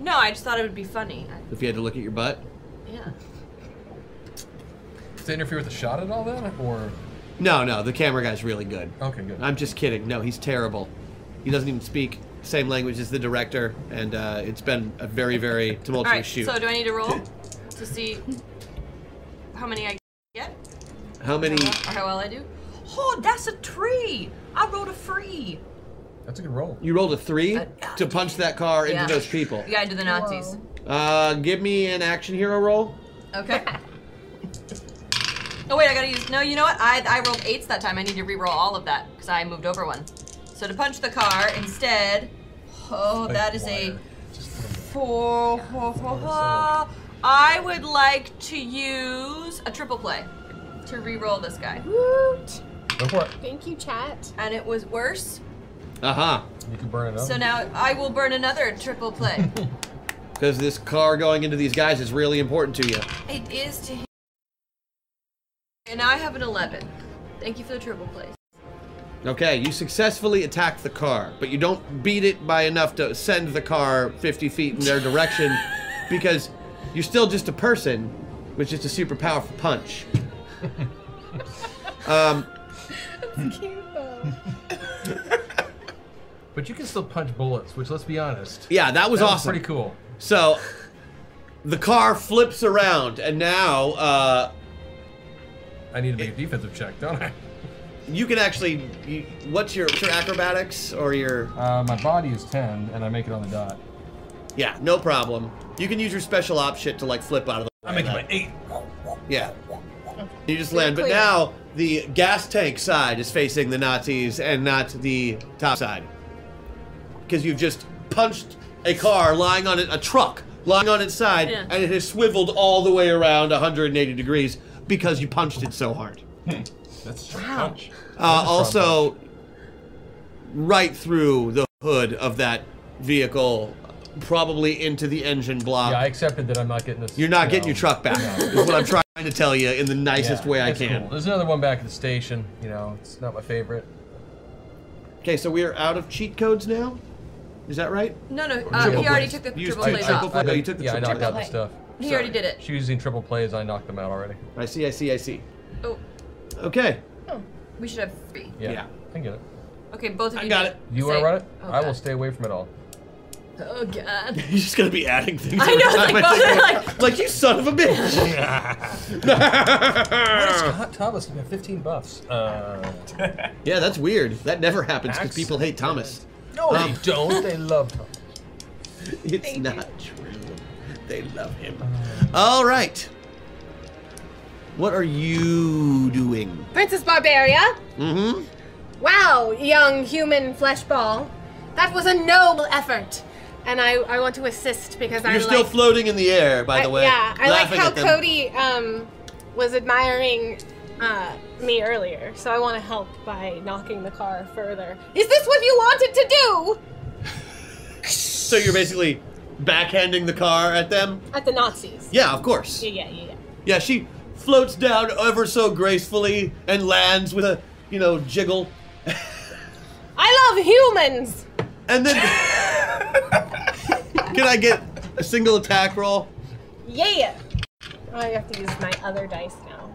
C: No, I just thought it would be funny.
D: If you had to look at your butt.
C: Yeah.
G: Does that interfere with the shot at all then? Or
D: No, no, the camera guy's really good.
C: Oh.
G: Okay, good.
D: I'm just kidding. No, he's terrible. He doesn't even speak same language as the director, and uh, it's been a very, very
C: All
D: tumultuous
C: right.
D: shoot.
C: So do I need to roll to see how many I get
D: How many?
C: or how well I do? Oh, that's a tree. I rolled a free.
D: That's a good roll. You rolled a three to punch that car into
C: Uh, Yeah.
D: those people.
C: You gotta do the Nazis.
D: Uh, give me an action hero roll.
C: Okay. oh wait, I gotta use. No, you know what? I I rolled eights that time. I need to re-roll all of that because I moved over one. So to punch the car instead. Oh,
Y: Spike
C: that is a four. ho, ho, ho. I would like to use a triple play to re-roll this guy. Woot!
G: go for it.
C: Thank you, chat. And it was worse.
D: Uh huh.
G: You can burn it
C: So now I will burn another triple play.
D: Because this car going into these guys is really important to you.
C: it is to him. And now I have an 11. Thank you for the triple play.
D: Okay, you successfully attack the car, but you don't beat it by enough to send the car 50 feet in their direction because you're still just a person with just a super powerful punch. um,
G: But you can still punch bullets, which let's be honest.
D: yeah, that was
G: That was
D: awesome.
G: pretty cool.
D: So the car flips around, and now. Uh,
G: I need to make a defensive check, don't I?
D: You can actually. You, what's your what's your acrobatics or your?
G: Uh, my body is ten, and I make it on the dot.
D: Yeah, no problem. You can use your special op shit to like flip out of the.
G: I'm making my eight.
D: Yeah. You just land, but now the gas tank side is facing the Nazis and not the top side. Because you've just punched a car lying on it, a truck lying on its side,
Z: Yeah.
D: and it has swiveled all the way around 180 degrees because you punched it so hard.
G: That's Oh.
Z: true.
G: Wow.
D: Uh, also, right through the hood of that vehicle, probably into the engine block.
G: Yeah, I accepted that I'm not getting this.
D: You're not
G: you
D: getting
G: know.
D: your truck back.
G: No.
D: Is what I'm trying to tell you in the nicest
G: Yeah,
D: way I
G: it's
D: can.
G: cool. There's another one back at the station. You know, it's not my favorite.
D: Okay, so we are out of cheat codes now. Is that right?
C: No, no, uh, he already took the triple plays off.
D: play. No, you took the
G: yeah, I
D: triple
G: knocked out the
D: play.
G: stuff.
C: He already did it.
G: She was using triple plays, I knocked them out already.
D: I see, I see, I see.
C: Oh,
D: Okay.
C: we should have three.
G: Yeah, I get it.
C: Okay, both of you. did
G: You want to run it?
C: Oh,
G: I will stay away from it all.
C: Oh god.
D: He's just gonna be adding things.
C: I know, it's like both are like.
D: Like you son of a bitch.
G: What is Scott Thomas? You have 15 buffs. Uh,
D: yeah, that's weird. That never happens because people hate Thomas.
G: no,
D: Um,
G: they don't. They love Thomas.
D: It's not true. They love him. All right. What are you doing?
F: Princess Barbaria.
D: Mm-hmm.
F: Wow, young human flesh ball. That was a noble effort. And I, I want to assist because I'm
D: You're still
F: like,
D: floating in the air, by the
F: I-
D: way.
F: yeah, I like
D: laughing
F: how
D: at them.
F: Cody um, was admiring uh, me earlier, so I want to help by knocking the car further. Is this what you wanted to do?
D: So you're basically backhanding the car at them.
F: At the Nazis.
D: Yeah, of course.
F: Yeah, yeah, yeah.
D: Yeah, she floats down ever so gracefully and lands with a, you know, jiggle.
F: I love humans!
D: And then. Can I get a single attack roll?
F: Yeah! Oh, I have to use my other dice now.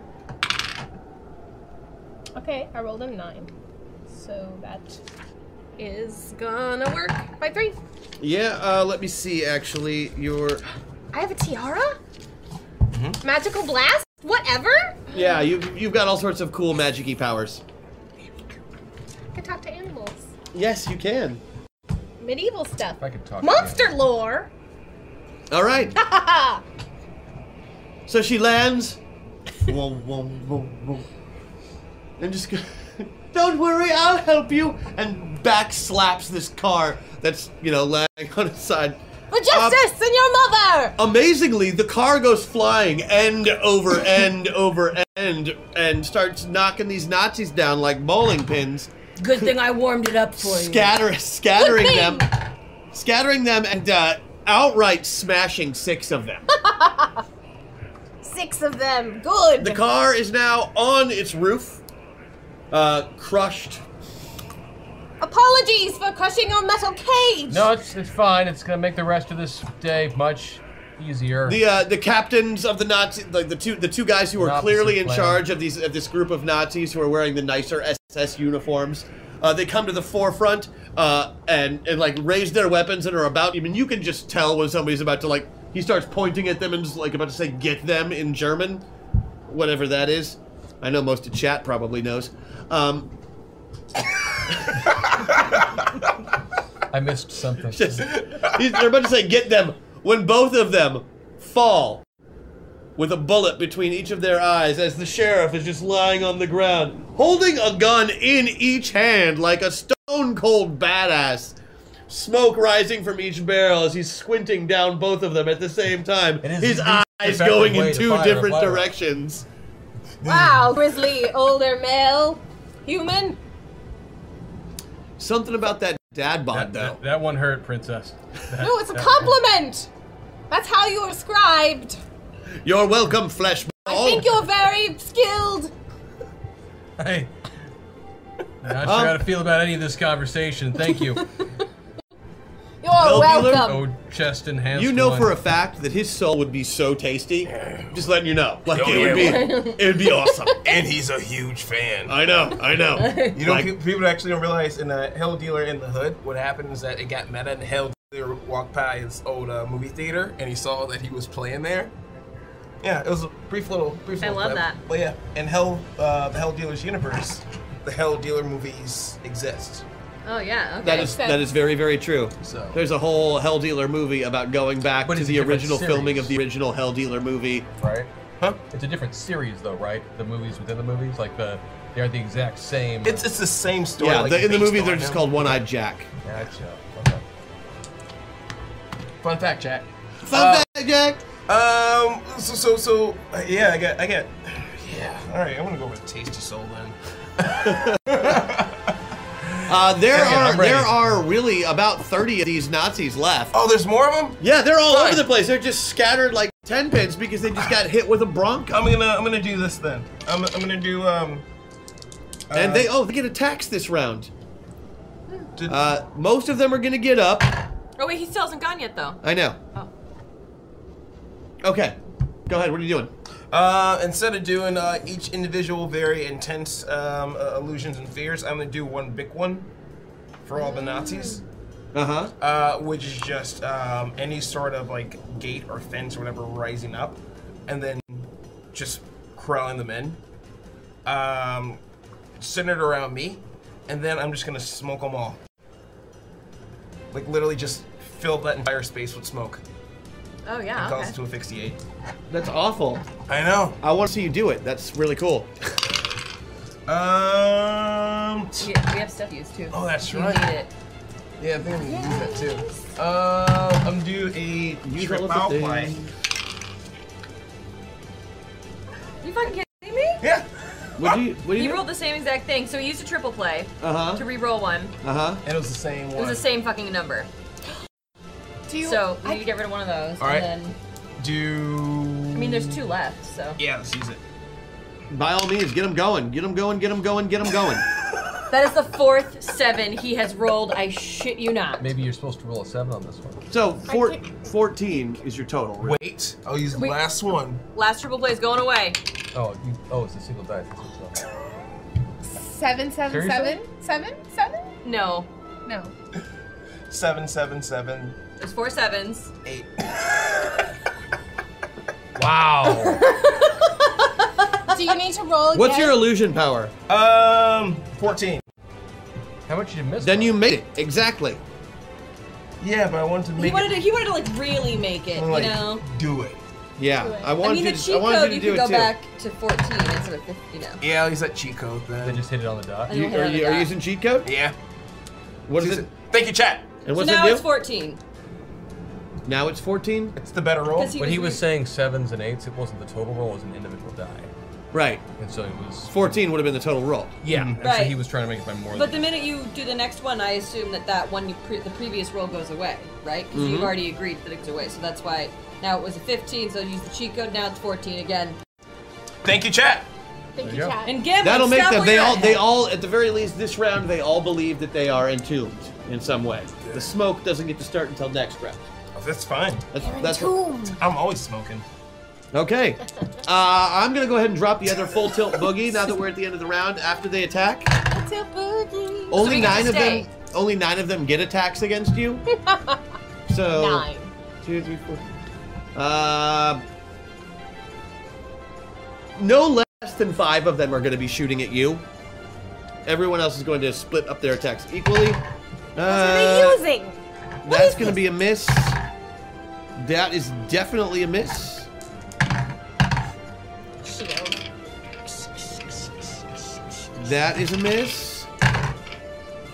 F: Okay, I rolled a nine. So that is gonna work by three.
D: Yeah, uh, let me see, actually. Your.
F: I have a tiara?
D: Mm-hmm.
F: Magical blast? Whatever?
D: Yeah, you've, you've got all sorts of cool magic y powers.
F: I can talk to animals.
D: Yes, you can.
F: Medieval stuff.
G: I could talk.
F: Monster lore!
D: All right. so she lands. Whoa, whoa, whoa, whoa. And just go, don't worry, I'll help you. And back slaps this car that's, you know, laying on its side. Um,
F: For justice and your mother!
D: Amazingly, the car goes flying end over end over end and starts knocking these Nazis down like bowling pins,
H: Good thing I warmed it up for you.
D: scatter, scattering them, scattering them, and uh, outright smashing six of them.
F: Six of them. Good.
D: The car is now on its roof, uh, crushed.
F: Apologies for crushing your metal cage.
G: No, it's it's fine. It's gonna make the rest of this day much easier.
D: The uh, the captains of the Nazi, like the two the two guys who
G: An
D: are
G: opposite
D: clearly in
G: plan.
D: charge of these of this group of Nazis who are wearing the nicer SS uniforms. Uh, they come to the forefront uh, and and like raise their weapons and are about. I mean, you can just tell when somebody's about to like. He starts pointing at them and is like about to say "get them" in German, whatever that is. I know most of chat probably knows. Um, uh,
G: I missed something.
D: He's- They're about to say, get them. When both of them fall with a bullet between each of their eyes as the sheriff is just lying on the ground, holding a gun in each hand like a stone cold badass. Smoke rising from each barrel as he's squinting down both of them at the same time. His
G: the
D: eyes
G: effective
D: going
G: way
D: in
G: to
D: two
G: fire a
D: different
G: firearm.
D: directions.
F: Wow, grizzly older male human.
D: Something about that dad bod, though.
G: That one hurt, princess.
D: Uh,
F: No, it's a compliment. That's how you were described.
D: You're welcome, flesh.
F: I think you're very skilled.
G: Hey. Not
U: Um,
G: sure how to feel about any of this conversation. Thank you.
F: You're
D: Well, dealer-
F: welcome.
G: Oh, chest enhanced.
D: You know
G: one.
D: for a fact that his soul would be so tasty. Just letting you know, like
E: Oh,
D: it would
E: yeah.
D: be, it would be awesome.
E: And he's a huge fan.
D: I know, I know.
E: You know,
D: Like-
E: pe- people actually don't realize in the Hell Dealer in the Hood, what happened is that it got meta and Hell Dealer walked by his old uh, movie theater and he saw that he was playing there. Yeah, it was a brief little, brief
N: I
E: little
N: love
E: clip.
N: that.
E: But yeah, in Hell, uh, the Hell Dealer's universe, the Hell Dealer movies exist.
N: Oh yeah. Okay.
D: That is that is very very true.
E: So.
D: There's a whole Hell Dealer movie about going back to
G: it's
D: the
G: a different
D: original
G: series.
D: filming of the original Hell Dealer movie.
G: Right? Huh? It's a different series, though, right? The movies within the movies, like the they aren't the exact same.
E: It's it's the same story.
D: yeah,
E: like
D: the, in the
E: based
D: movie
E: on
D: they're just
E: them.
D: called One Eyed Jack.
G: Gotcha. Okay.
E: Fun fact, Jack. Uh,
D: Fun fact, Jack.
E: Um. So so so. uh, yeah, I got I got. Yeah. All right. I'm gonna go with Tasty Soul then.
D: Uh, there
E: Yeah, I'm
D: are
E: ready.
D: there are really about thirty of these Nazis left.
E: Oh, there's more of them.
D: Yeah, they're all over the place. They're just scattered like ten pins because they just got hit with a bronco.
E: I'm gonna I'm gonna do this then. I'm I'm gonna do um.
D: And
E: uh,
D: they oh they get attacks this round. Uh, most of them are gonna get up.
N: Oh wait, he still hasn't gone yet though.
D: I know.
N: Oh.
D: Okay, go ahead. What are you doing?
E: Uh, instead of doing uh, each individual very intense um, uh, illusions and fears, I'm gonna do one big one for all the Nazis.
D: Uh huh.
E: uh, which is just um, any sort of like gate or fence or whatever rising up, and then just corralling them in, um, centered around me, and then I'm just gonna smoke them all. Like literally just fill that entire space with smoke.
N: Oh
E: and
N: yeah.
E: cause
N: Okay.
E: it to asphyxiate.
D: That's awful.
E: I know.
D: I want to see you do it. That's really cool.
E: Um.
N: We, we have stuff used too.
E: Oh, that's
N: We
E: right.
N: Need it.
E: Yeah, I think I'm gonna use that too. Uh, I'm gonna do a
D: Use
E: trip
D: all of the
E: out
D: things.
E: play.
N: You fucking kidding me?
E: Yeah.
D: What do you? What do
N: He
D: you?
N: rolled the same exact thing, so he used a triple play
D: Uh-huh.
N: to re-roll one.
D: Uh huh.
E: And it was the same
N: It was the same fucking number. so we need to get rid of one of those.
E: All right.
N: And then,
E: Do.
N: I mean, there's two left, so.
E: Yeah, let's use it.
D: By all means, get them going. Get them going. Get them going. Get them going.
N: That is the fourth seven he has rolled. I shit you not.
G: Maybe you're supposed to roll a seven on this one.
D: so four, 14 is your total. really.
E: Wait, I'll use the
N: Wait.
E: last one.
N: Last triple play is going away.
G: Oh, you, oh, it's a single die. That's what's up.
F: Seven, seven,
G: Seriously?
F: seven, seven, seven.
N: No.
F: No.
E: Seven, seven, seven,
N: There's four sevens.
E: eight.
G: Wow.
F: Do you need to roll
D: What's
F: again?
D: your illusion power?
E: Um, fourteen.
G: How much did you miss?
D: Then you made it exactly.
E: Yeah, but I wanted to
N: He
E: make
N: wanted
E: it.
N: to, he wanted to like really make it,
E: I'm like,
N: you know.
E: do it.
D: Yeah, I
N: I
E: wanted
N: mean, the
E: to- I
N: cheat
E: wanted
N: code
E: to
N: you
E: do
N: could
E: it
N: go
E: too.
N: back to 14 instead of 15, you know.
E: Yeah, he's that cheat code then. They
U: just hit it on the dot.
N: I don't hit it on the dot.
D: cheat code?
E: Yeah.
D: What is it?
E: Thank you, chat.
D: And
N: So
D: what's
N: now
D: it
N: it's
D: do?
N: 14.
D: now it's 14?
E: It's the better roll.
N: Because he
G: when
N: was
G: he was
N: re-
G: saying sevens and eights, it wasn't the total roll; it was an individual die.
D: Right.
G: And so it was
D: 14 would have been the total roll.
G: Yeah.
N: and so Right. he
G: was trying to make it by more.
N: But the minute you do the next one, I assume that that one, you pre- the previous roll goes away, right? Because
G: Mhm.
D: Mm-hmm.
N: you've already agreed that it goes away. So that's why now it was a 15, so use the cheat code. Now it's 14 again.
E: Thank you, chat.
N: Thank
D: you, you go. Chad.
N: And Gambit,
D: That'll make
N: stop
D: them.
N: where
D: They
N: you're
D: all.
N: at.
D: They all. At the very least, this round, they all believe that they are entombed in some way. The smoke doesn't get to start until next round.
E: that's fine.
D: That's, that's what,
E: I'm always smoking.
D: Okay. Uh, I'm gonna go ahead and drop the other full tilt boogie now that we're at the end of the round. After they attack, only nine of them. Only nine of them get attacks against you. So
B: Nine.
D: Two, three, four. Uh, no less than five of them are going to be shooting at you. Everyone else is going to split up their attacks equally. Uh,
F: using?
D: that's going to be a miss. That is definitely a miss. That is a miss.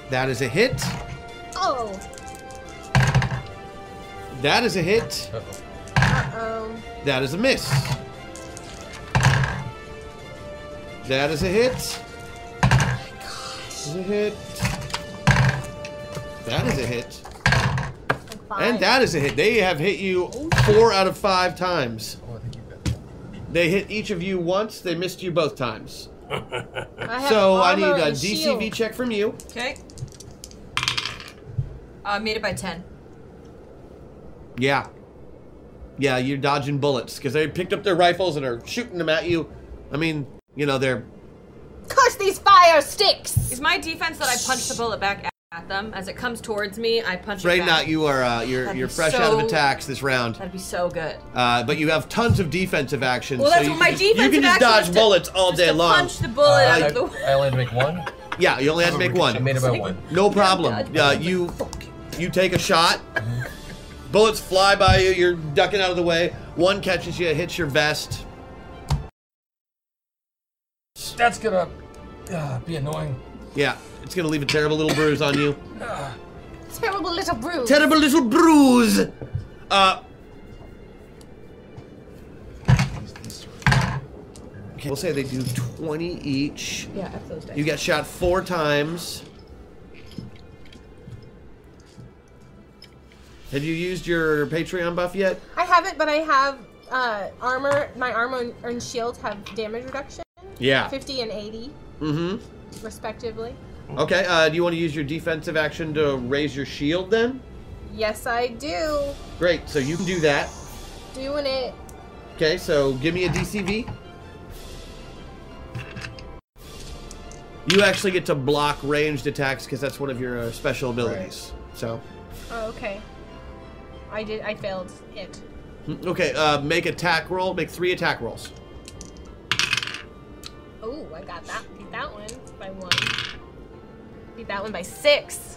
D: That is a hit.
F: Oh.
D: That is a hit.
F: Uh oh.
D: That is a miss. That is a hit. That is a hit. That is a hit. And that is a hit. They have hit you four out of five times. They hit each of you once. They missed you both times.
N: have
D: so I need
N: armor
D: a
N: and
D: DCV
N: shield.
D: check from you.
N: Okay. I made it by 10.
D: Yeah. Yeah, you're dodging bullets because they picked up their rifles and are shooting them at you. I mean, you know, they're
F: Curse these fire sticks!
N: Is my defense that I punch the bullet back at- at them? As it comes towards me, I punch
D: right
N: it
D: now
N: back.
D: you are uh, you're
N: That'd
D: you're
N: be
D: fresh out of
N: so-
D: attacks this round,
N: That'd be so good.
D: uh, but you have tons of defensive actions.
N: Well,
D: so
N: that's
D: you
N: what
D: can
N: my
D: just- You
N: defensive
D: can just
N: action
D: dodge
N: is to-
D: bullets all
N: just
D: day
N: to
D: long.
N: punch the bullet out of the way.
D: Uh, I only make one. Yeah, you only have to make one.
G: made about one.
D: No problem. Uh, you you take a shot. Bullets fly by you. You're ducking out of the way. One catches you, hits your vest.
G: That's gonna uh, be annoying.
D: Yeah, it's gonna leave a terrible little bruise on you.
F: Terrible little bruise.
D: Terrible little bruise. Uh. We'll say they do 20 each.
F: Yeah, up those dice.
D: You got shot four times. Have you used your Patreon buff yet?
F: I haven't, but I have uh, armor. My armor and shield have damage reduction.
D: Yeah.
F: 50 and 80,
D: Mm
F: respectively.
D: hmm. Okay, uh, do you want to use your defensive action to raise your shield then?
F: Yes, I do.
D: Great, so you can do that.
F: Doing it.
D: Okay, so give me a DCV. You actually get to block ranged attacks because that's one of your uh, special abilities. So,
F: Oh, okay. I did. I failed it.
D: Mm, okay, uh, make attack roll. Make three attack rolls.
F: Oh, I got that. Beat that one by one. Beat that one by six.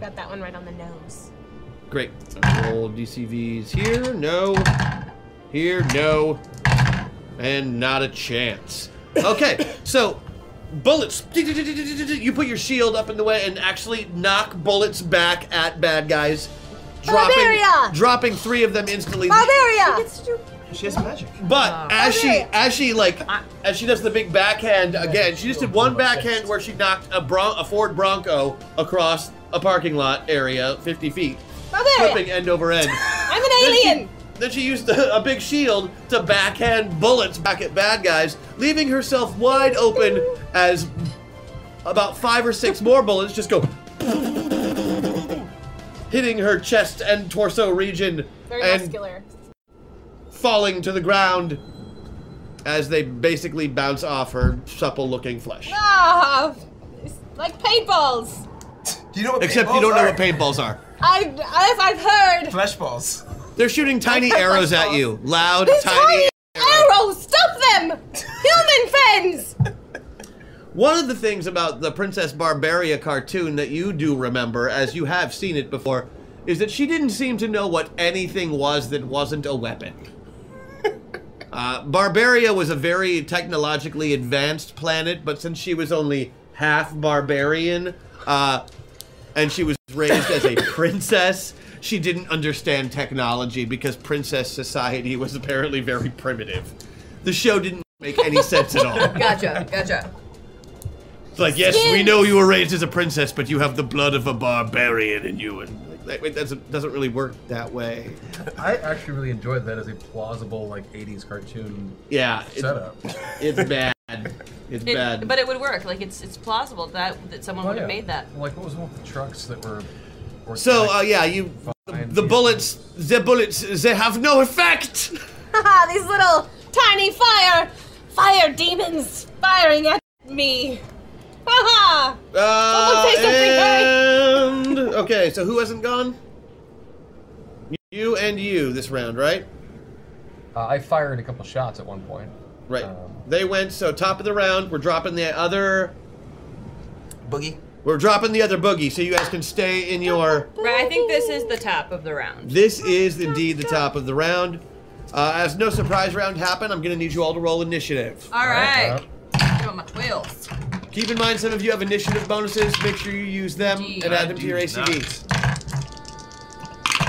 F: Got that one right on the nose.
D: Great. Roll DCVs here, no, here, no, and not a chance. Okay, so bullets. You put your shield up in the way and actually knock bullets back at bad guys,
B: Barbaria!
D: dropping, dropping three of them instantly.
E: She has magic.
D: But as she as she like as she does the big backhand again, she just did one backhand where she knocked a bron- a Ford Bronco across a parking lot area, 50 feet,
F: Barbaria!
D: flipping end over end.
F: I'm an alien.
D: Then she used a, a big shield to backhand bullets back at bad guys, leaving herself wide open as about five or six more bullets just go hitting her chest and torso region
F: Very
D: and
F: muscular.
D: falling to the ground as they basically bounce off her supple looking flesh.
F: Ah, it's like paintballs.
E: You know what
D: Except you don't know what paintballs are.
F: I, as I've heard.
E: Flesh balls.
D: They're shooting tiny arrows at you. Loud,
F: These
D: tiny.
F: tiny arrows. Stop them, human friends.
D: One of the things about the Princess Barbaria cartoon that you do remember, as you have seen it before, is that she didn't seem to know what anything was that wasn't a weapon. Uh, Barbaria was a very technologically advanced planet, but since she was only half barbarian, uh, and she was raised as a princess, she didn't understand technology because princess society was apparently very primitive. The show didn't make any sense at all.
L: Gotcha, gotcha.
D: It's like, yes, we know you were raised as a princess, but you have the blood of a barbarian in you, and like, that, it doesn't doesn't really work that way.
G: I actually really enjoyed that as a plausible like '80s cartoon.
D: Yeah, it's-
G: setup.
D: It's bad. It's
L: It- But it would work. Like it's it's plausible that that someone would have made that.
G: Like what was one of the trucks that were?
D: So, uh, yeah, you the, the bullets, the bullets, they have no effect.
F: Haha, these little tiny fire fire demons firing at me. Haha!
D: Uh,
F: Someone say something,
D: and okay, so who hasn't gone? You and you this round, right?
G: Uh, I fired a couple shots at one point.
D: Right. they went so top of the round. We're dropping the other
E: boogie.
D: We're dropping the other boogie, so you guys can stay in your.
L: Right. I think this is the top of the round.
D: This is indeed the top of the round. Uh, as no surprise round happened, I'm gonna need you all to roll initiative.
L: All right. Give him my twills.
D: Keep in mind, some of you have initiative bonuses. Make sure you use them and add them to your
E: I do not.
D: ACVs.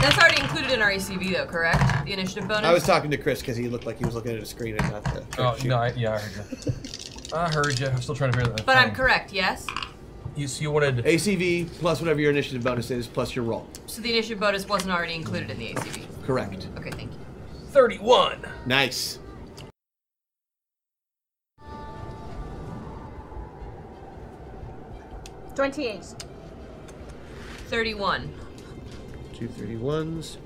L: That's already included in our ACV though, correct? The initiative bonus.
D: I was talking to Chris because he looked like he was looking at a screen and not the.
G: Oh no! I, yeah, I heard you. I heard you. I'm still trying to figure that.
L: But I'm
G: thing.
L: correct, yes.
G: You, so you wanted
D: ACV plus whatever your initiative bonus is plus your roll.
L: So the initiative bonus wasn't already included in the ACV.
D: Correct.
L: Okay, thank you.
G: 31.
D: Nice.
F: Twenty-eight.
L: Thirty-one.
D: Two thirty ones.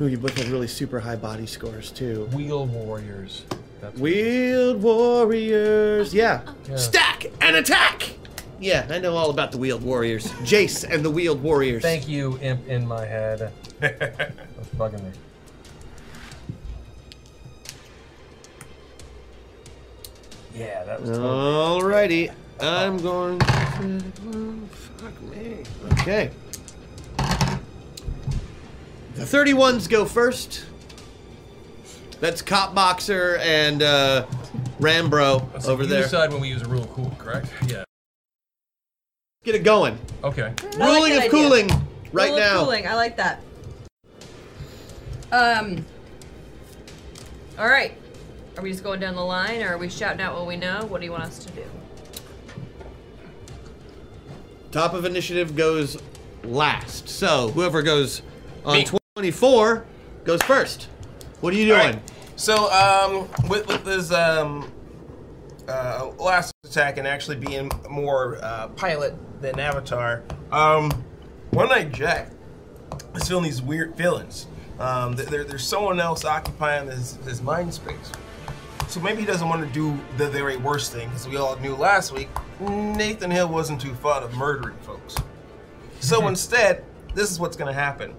D: Ooh, you both have really super high body scores too.
G: Wheel warriors. That's
D: Wheeled warriors. Yeah.
G: Yeah.
D: Stack and attack. Yeah, I know all about the wheeled warriors. Jace and the wheeled warriors.
G: Thank you, imp in my head. That's bugging me. Yeah, that was.
D: Alrighty, I'm going. To... Fuck me. Okay. The 31s go first. That's Cop Boxer and uh, Rambro
G: So
D: over
G: you
D: there.
G: decide when we use a rule of cool, correct? Yeah.
D: Get it going.
G: Okay.
R: I like
D: Ruling
R: that idea.
D: of cooling right
R: Rule of
D: now.
R: Cooling. I like that. Um.
L: All right. Are we just going down the line, or are we shouting out what we know? What do you want us to do?
D: Top of initiative goes last. So whoever goes on 24 goes first. What are you doing?
E: So, um, with, with this um, uh, last attack and actually being more uh, pilot than Avatar, um, One Night Jack is feeling these weird feelings. Um, th- there, there's someone else occupying his, his mind space. So maybe he doesn't want to do the very worst thing, because we all knew last week Nathan Hill wasn't too fond of murdering folks. So instead, this is what's going to happen.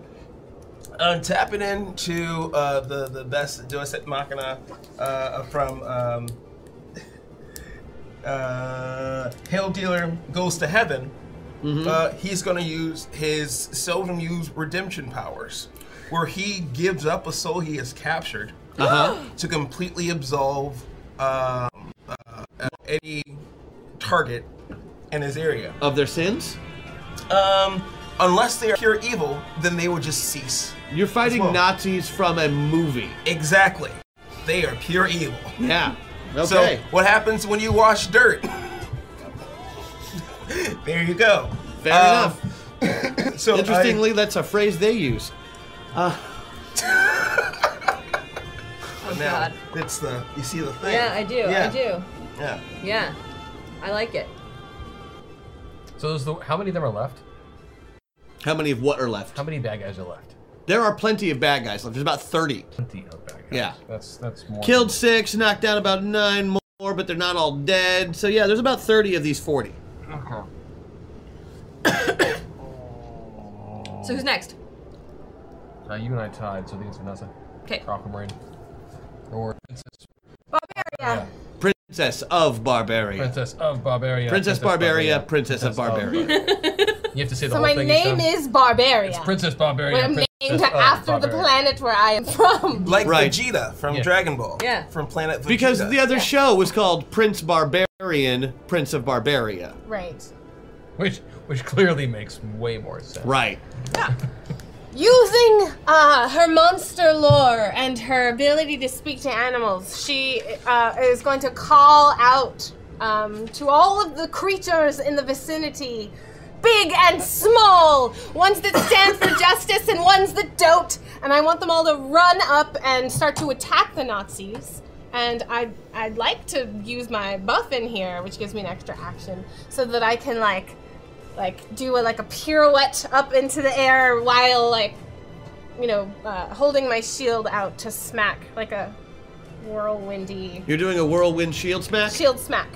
E: Uh, tapping into uh, the the best Deus Ex Machina uh, from um, uh, Hail Dealer goes to heaven. Uh, he's going to use his seldom used redemption powers, where he gives up a soul he has captured
B: Uh-huh.
E: to completely absolve um, uh, any target in his area
D: of their sins.
E: Um, unless they are pure evil, then they will just cease.
D: You're fighting
E: As well.
D: Nazis from a movie.
E: Exactly. They are pure evil.
D: Yeah.
E: So
D: Okay.
E: what happens when you wash dirt? there you go.
D: Fair
E: um, enough. so
D: Interestingly, that's a phrase they use. Uh,
E: oh, now it's the you see the thing.
L: Yeah, I do. I do.
E: Yeah.
L: Yeah, I like it.
G: So those the, how many of them are left?
D: How many of what are left?
G: How many bad guys are left?
D: there are plenty of bad guys left. There's about 30.
G: Plenty of bad guys.
D: Yeah.
G: That's that's more.
D: Killed six, knocked down about nine more, but they're not all dead. So yeah, there's about 30 of these 40.
G: Okay.
L: So who's next?
G: Uh, you and I tied, so the answer is nothing.
L: Okay.
F: Ah.
G: Aquamarine. Or princess.
D: Princess Princess of Barbaria.
U: Princess of Barbaria.
D: Princess Barbaria, Princess of Barbaria.
U: You have to say the
F: So
U: whole
F: my
U: thing.
F: name is Barbaria.
U: Princess Barbaria.
F: But I'm
U: Princess uh,
F: named
U: of
F: after the
U: Barbaria.
F: planet where I am from.
E: Like
D: Right.
E: Vegeta from Dragon Ball.
F: Yeah.
E: From Planet Vegeta.
D: Because the other show was called Prince Barbarian, Prince of Barbaria.
F: Right.
U: Which which clearly makes way more sense.
D: Right.
F: Using uh, her monster lore and her ability to speak to animals, she uh, is going to call out um, to all of the creatures in the vicinity, big and small, ones that stand for justice and ones that don't. And I want them all to run up and start to attack the Nazis. And I'd, I'd like to use my buff in here, which gives me an extra action, so that I can, like, like do a, like a pirouette up into the air while like you know uh, holding my shield out to smack like a whirlwindy
D: You're doing a whirlwind shield smack?
F: shield smack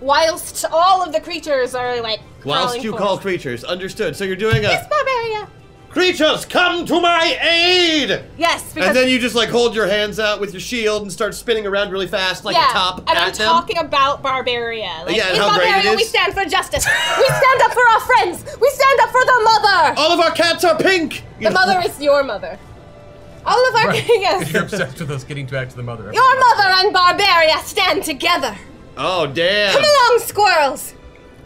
F: whilst all of the creatures are like
D: Whilst
F: crawling
D: you
F: forward.
D: call creatures. Understood. So you're doing
F: yes
D: a
F: barbaria
D: Creatures, come to my aid!
F: yes because
D: And then you just like hold your hands out with your shield and start spinning around really fast like
F: yeah,
D: a top
F: and
D: at
F: I'm
D: them.
F: talking about Barbaria. Like,
D: Yeah, and
F: in
D: how great it
F: Barbaria, we
D: is.
F: stand for justice. we stand up for our friends. We stand up for the mother.
D: All of our cats are pink.
F: The mother is your mother. All of our
U: Right.
F: yes.
U: You're obsessed with us getting back to the mother.
F: Your mother and Barbaria stand together.
D: Oh damn.
F: Come along, squirrels,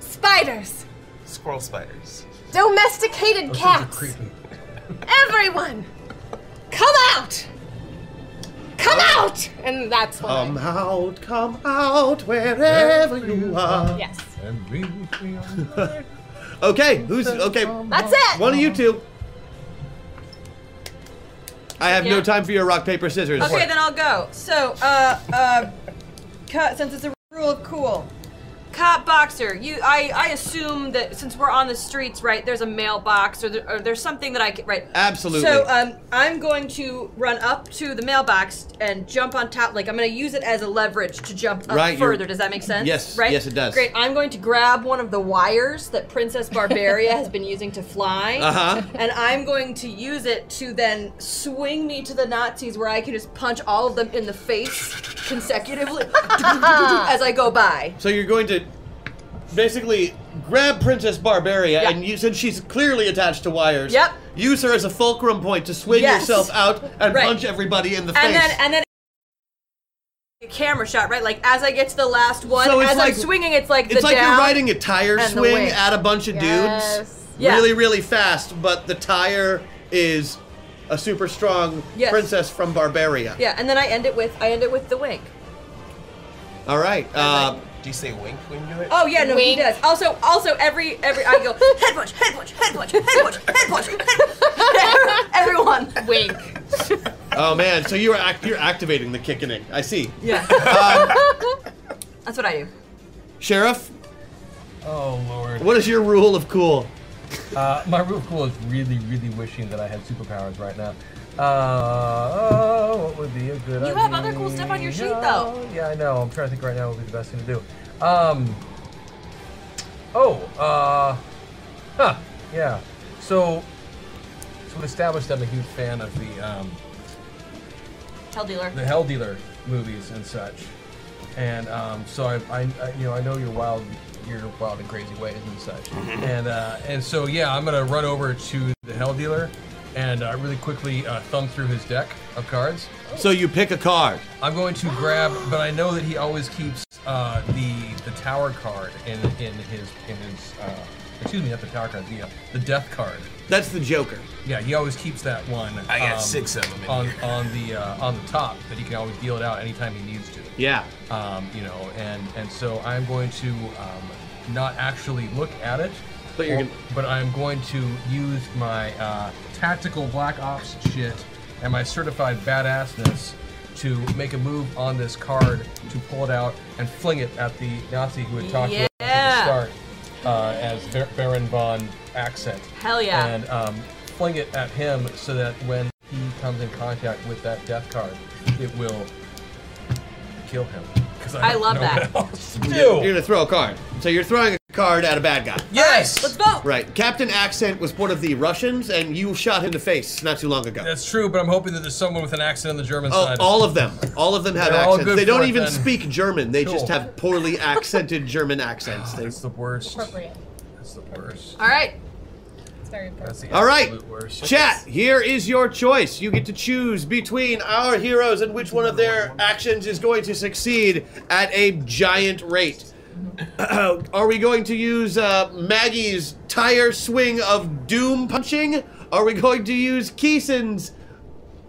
F: spiders,
E: Squirrel spiders.
F: domesticated cats,
E: creepy.
F: everyone, come out! Come out! And that's why.
D: Come out, come out, wherever you are.
F: Yes.
D: okay, who's okay?
F: That's it.
D: One of you two. I have no
L: Yeah.
D: time for your rock paper scissors.
L: Okay, then I'll go. So, uh, uh, cut since it's a rule of cool.
C: Cop boxer, you. I, I assume that since we're on the streets, right? There's a mailbox, or, there, or there's something that I can. Right.
D: Absolutely.
L: So, um, I'm going to run up to the mailbox and jump on top. Like, I'm going to use it as a leverage to jump up
D: Right, you're-
L: further. Does that make sense?
D: Yes,
L: Right.
D: yes, it does.
L: Great. I'm going to grab one of the wires that Princess Barbaria has been using to fly,
D: Uh-huh.
L: and I'm going to use it to then swing me to the Nazis, where I can just punch all of them in the face consecutively as I go by.
D: So you're going to basically grab Princess Barbaria, and you, since she's clearly attached to wires,
L: Yep.
D: use her as a fulcrum point to swing
L: Yes.
D: yourself out and
L: Right.
D: punch everybody in the
L: and
D: face.
L: then and then a camera shot, right? Like as I get to the last one,
D: So it's
L: as
D: like-
L: I'm swinging, it's like the
D: it's like
L: down.
D: you're riding a tire
L: and the
D: swing
L: wing.
D: at a bunch of dudes
L: Yes. Yeah.
D: really, really fast, but the tire is a super strong
L: Yes.
D: princess from Barbaria.
L: Yeah, and then I end it with I end it with the wink.
D: All right. Uh,
E: Do you say wink when you do it?
L: Oh yeah, no, he
E: Wink.
L: does. Also, also every every I go head punch, head punch, head punch, head punch, head punch, head punch. Everyone
F: wink.
D: oh man, so you're act- you're activating the kickening. I see.
L: Yeah.
D: Um,
L: That's what I do.
D: Sheriff,
G: Oh lord.
D: what is your rule of cool?
G: Uh, my rule of cool is really, really wishing that I had superpowers right now. Uh, what would be a good
C: You
G: idea?
C: have other cool stuff on your sheet, though.
G: Yeah, I know. I'm trying to think right now what would be the best thing to do. Um. Oh. Uh. Huh. Yeah. So. So we established I'm a huge fan of the um,
L: Tell dealer.
G: the Hell Dealer movies and such. And um, so I, I, I, you know, I know your wild, your wild and crazy ways and such.
E: Mm-hmm.
G: And uh, and so yeah, I'm gonna run over to the Hell Dealer and uh, really quickly uh, thumb through his deck of cards.
D: So you pick a card.
G: I'm going to grab, but I know that he always keeps uh, the the Tower card in in his in his. Uh, excuse me, not the Tower card, the uh, the Death card.
D: That's the Joker.
G: Yeah, he always keeps that one. um,
E: I got six of 'em in
G: on
E: here.
G: on the uh, on the top that he can always deal it out anytime he needs to.
D: Yeah.
G: Um, you know, and and so I'm going to um, not actually look at it,
D: But you're
G: or-
D: gonna-
G: but I'm going to use my uh, tactical black ops shit and my certified badassness to make a move on this card to pull it out and fling it at the Nazi who had talked to us
L: Yeah.
G: at the start uh, as Bar- Baron von Accent.
L: Hell yeah.
G: And um, fling it at him so that when he comes in contact with that death card, it will kill him. 'Cause
L: I
G: don't
L: love
G: know
L: that.
G: what else to
D: You're,
G: do.
D: you're gonna throw a card. So you're throwing a card at a bad guy.
E: Yes!
D: Let's vote! Right. Captain Accent was one of the Russians, and you shot him in the face not too long ago.
U: That's true, but I'm hoping that there's someone with an accent on the German
D: Oh,
U: side.
D: all of them. All of them have
U: They're all
D: accents.
U: good
D: They
U: for
D: don't
U: it,
D: even
U: then.
D: speak German. They just
U: Cool.
D: have poorly accented German accents. They-
U: That's the worst.
F: Appropriate.
U: That's the worst.
C: All right.
F: It's very important.
U: That's the
D: All right,
U: absolute worst.
D: chat. Here is your choice. You get to choose between our heroes and which one of their actions is going to succeed at a giant rate. Are we going to use uh, Maggie's tire swing of doom punching? Are we going to use Keeson's?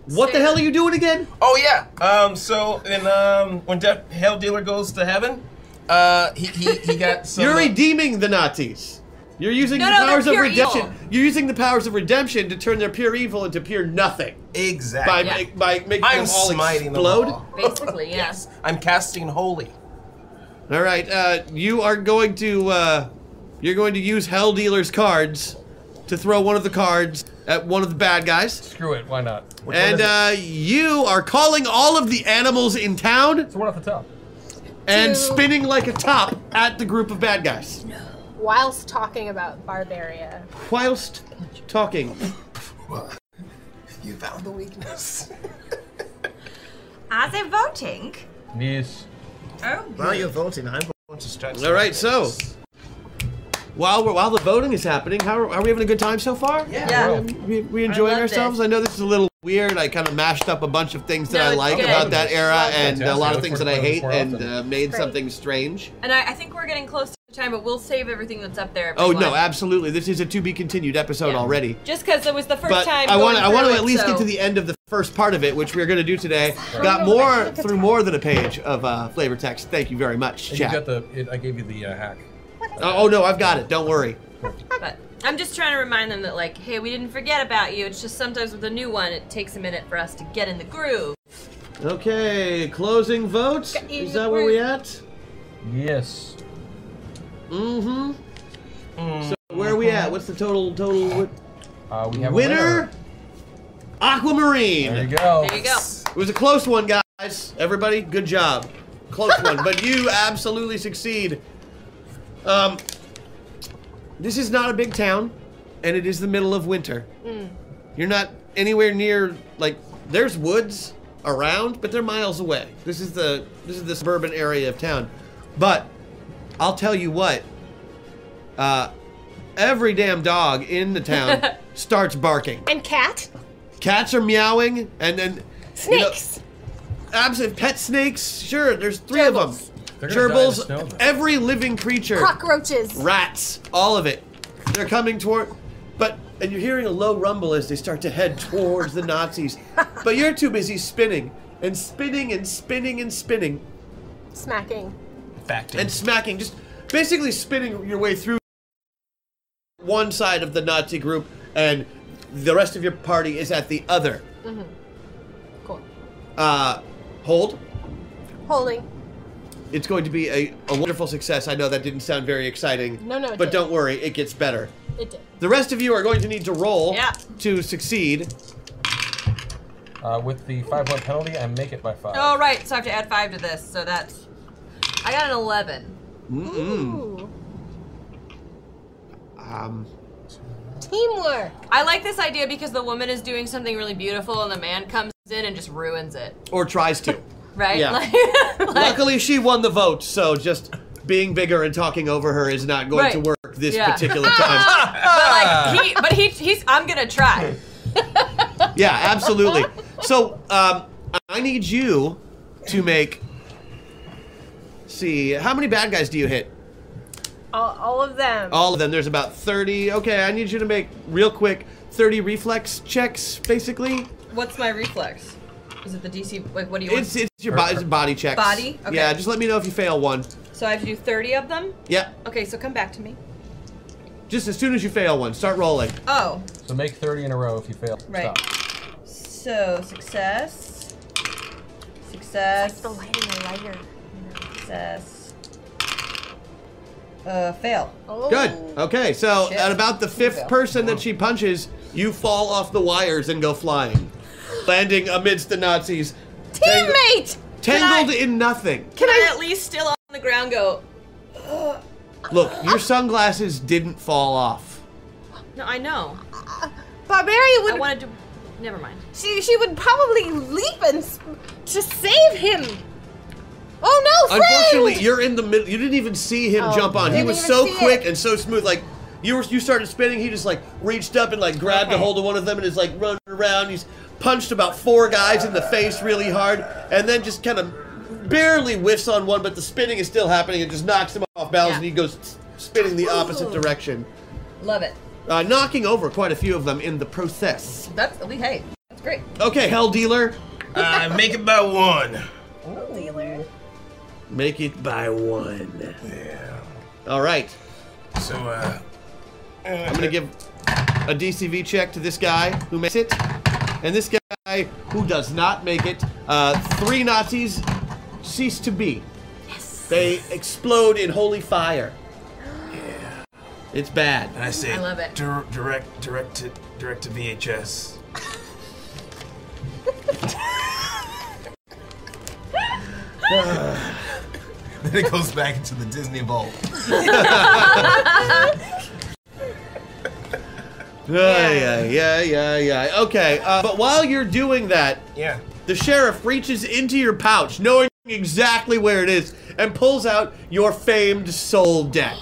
D: What the hell are you doing again?
E: Oh yeah. Um. So in um when De- Hell Dealer goes to heaven, uh, he he, he got some.
D: You're
E: uh,
D: redeeming the Nazis. You're using
E: No,
D: the
E: no, they're
D: powers of
E: pure
D: redemption.
E: evil.
D: You're using the powers of redemption to turn their pure evil into pure nothing.
E: Exactly.
D: By,
E: Yeah.
D: make, by making
E: I'm
D: them all
E: smiting them
D: explode.
E: all.
C: Basically, yes.
E: I'm casting holy.
D: All right, uh, you are going to uh, you're going to use Hell Dealer's cards to throw one of the cards at one of the bad guys.
U: Screw it. Why not? Which one
D: and
U: is it?
D: uh, you are calling all of the animals in town. It's
U: one off the top.
D: And
F: Two.
D: spinning like a top at the group of bad guys.
F: Whilst talking about Barbaria.
D: Whilst talking.
E: You found the weakness.
N: Are they voting?
U: Yes.
N: Oh,
D: While you're
E: voting, I'm going to stretch.
D: All right, so while we're, while the voting is happening, how are, are we having a good time so far?
E: Yeah. Yeah.
D: We, we enjoying ourselves. I know this is a little weird. I kind of mashed up a bunch of things that
N: No,
D: I
N: it's
D: like
N: good.
D: about that era
N: Love it.
D: and a lot
N: Fantastic.
D: of
N: I
D: things
N: look
D: that I
N: forward to
D: hate
N: putting
D: and uh, made something strange.
C: And I, I think we're getting close to the time, but we'll save everything that's up there.
D: Oh no,
C: everyone.
D: absolutely. This is a to be continued episode already.
C: Just because it was the first
D: but
C: time.
D: I want to
C: going
D: I want to
C: through
D: at
C: it,
D: least
C: so-
D: get to the end of the first part of it, which we are going to do today.
U: Right.
D: Got more through more than a page of uh, flavor text. Thank you very much,
U: And you
D: chat.
U: got the. It, I gave you the uh, hack.
D: Oh, oh no, I've got it. Don't worry.
C: But I'm just trying to remind them that, like, hey, we didn't forget about you. It's just sometimes with a new one, it takes a minute for us to get in the groove.
D: Okay, closing vote. Is that where we at?
U: Yes.
D: Mm-hmm.
U: Mm.
D: So where are we at? What's the total total? What?
U: Uh, we
D: have winner, Aquamarine. There
U: you go.
D: There you go. It was a close one, guys. Everybody, good job. Close one, but you absolutely succeed. Um, this is not a big town, and it is the middle of winter. You're not anywhere near like there's woods around, but they're miles away. This is the this is the suburban area of town. But I'll tell you what. Uh every damn dog in the town starts barking.
F: And cat?
D: Cats are meowing and then
F: Snakes.
D: absolute pet snakes, sure, there's three of them.
U: They're gonna die in the
D: Gerbils,
U: snow, though.
D: every living creature
F: Cockroaches.
D: rats, all of it. They're coming toward, but and you're hearing a low rumble as they start to head towards the Nazis. But you're too busy spinning and spinning and spinning and spinning
F: Smacking.
D: and smacking, just basically spinning your way through one side of the Nazi group, and the rest of your party is at the other.
F: hmm Cool.
D: Uh, hold.
F: Holding.
D: It's going to be a, a wonderful success. I know that didn't sound very exciting.
F: No, no, it
D: But
F: did.
D: don't worry, it gets better.
F: It did.
D: The rest of you are going to need to roll to succeed.
U: Uh, with the five point penalty, I make it by five.
C: Oh, right. So I have to add five to this. So that's. I got an 11.
D: Mm-mm. Um,
F: Teamwork.
C: I like this idea because the woman is doing something really beautiful and the man comes in and just ruins it.
D: or tries to.
C: Right?
D: Yeah.
C: Like,
D: Luckily, she won the vote, so just being bigger and talking over her is not going to
C: Right.
D: work this
C: Yeah.
D: particular time.
C: but like he, but he, he's. I'm gonna try.
D: yeah, absolutely. So um, I need you to make. See, how many bad guys do you hit?
F: All, all of them.
D: All of them. There's about 30. Okay, I need you to make real quick 30 reflex checks, basically.
N: What's my reflex? Is it the DC? Like, what do you want?
D: It's it's your bo- it's body checks.
N: Body? Okay.
D: Yeah, just let me know if you fail one.
N: So I have to do 30 of them?
D: Yeah,
N: Okay, so come back to me.
D: just as soon as you fail one, start rolling.
N: Oh,
U: So make thirty in a row if you fail.
N: right. So success. Success. the lighting the lighter. Success. Uh, fail. Oh.
D: Good. Okay, so
N: Shit.
D: at about the fifth person that she punches, you fall off the wires and go flying, landing amidst the Nazis,
N: Teammate!
D: tangled in nothing.
N: Can I, at least still on the ground go? "Ugh,
D: Look, your sunglasses didn't fall off.
L: No, I know.
F: Barbarian would.
L: I wanted to. Never mind.
F: She she would probably leap and s- to save him. Oh no, friend!
D: Unfortunately, you're in the middle. You didn't even see him
F: Oh,
D: jump on. He
F: didn't
D: was
F: even
D: so
F: see
D: quick
F: it.
D: and so smooth. Like you were, you started spinning. He just like reached up and like grabbed a
F: Okay.
D: hold of one of them and is like running around. He's punched about four guys in the face really hard, and then just kind of barely whiffs on one. But the spinning is still happening. It just knocks him off balance, and he goes s- spinning the opposite
L: Ooh.
D: direction,
L: Love it.
D: uh, knocking over quite a few of them in the process.
L: That's we. Hey, that's great.
D: Okay, Hell Dealer,
E: Uh, make it by one.
L: Dealer.
D: make it by one. Yeah. All right.
E: So, uh,
D: I'm gonna give a DCV check to this guy who makes it, and this guy who does not make it. Uh, three Nazis cease to be. Yes. They explode in holy fire. Yeah. It's bad.
E: And I say,
D: I love it.
E: dir- direct, direct to, direct to VHS. then it goes back into the Disney vault.
D: Yeah, yeah, yeah, yeah, yeah. Okay, uh, but while you're doing that,
E: Yeah.
D: the sheriff reaches into your pouch, knowing exactly where it is, and pulls out your famed soul deck.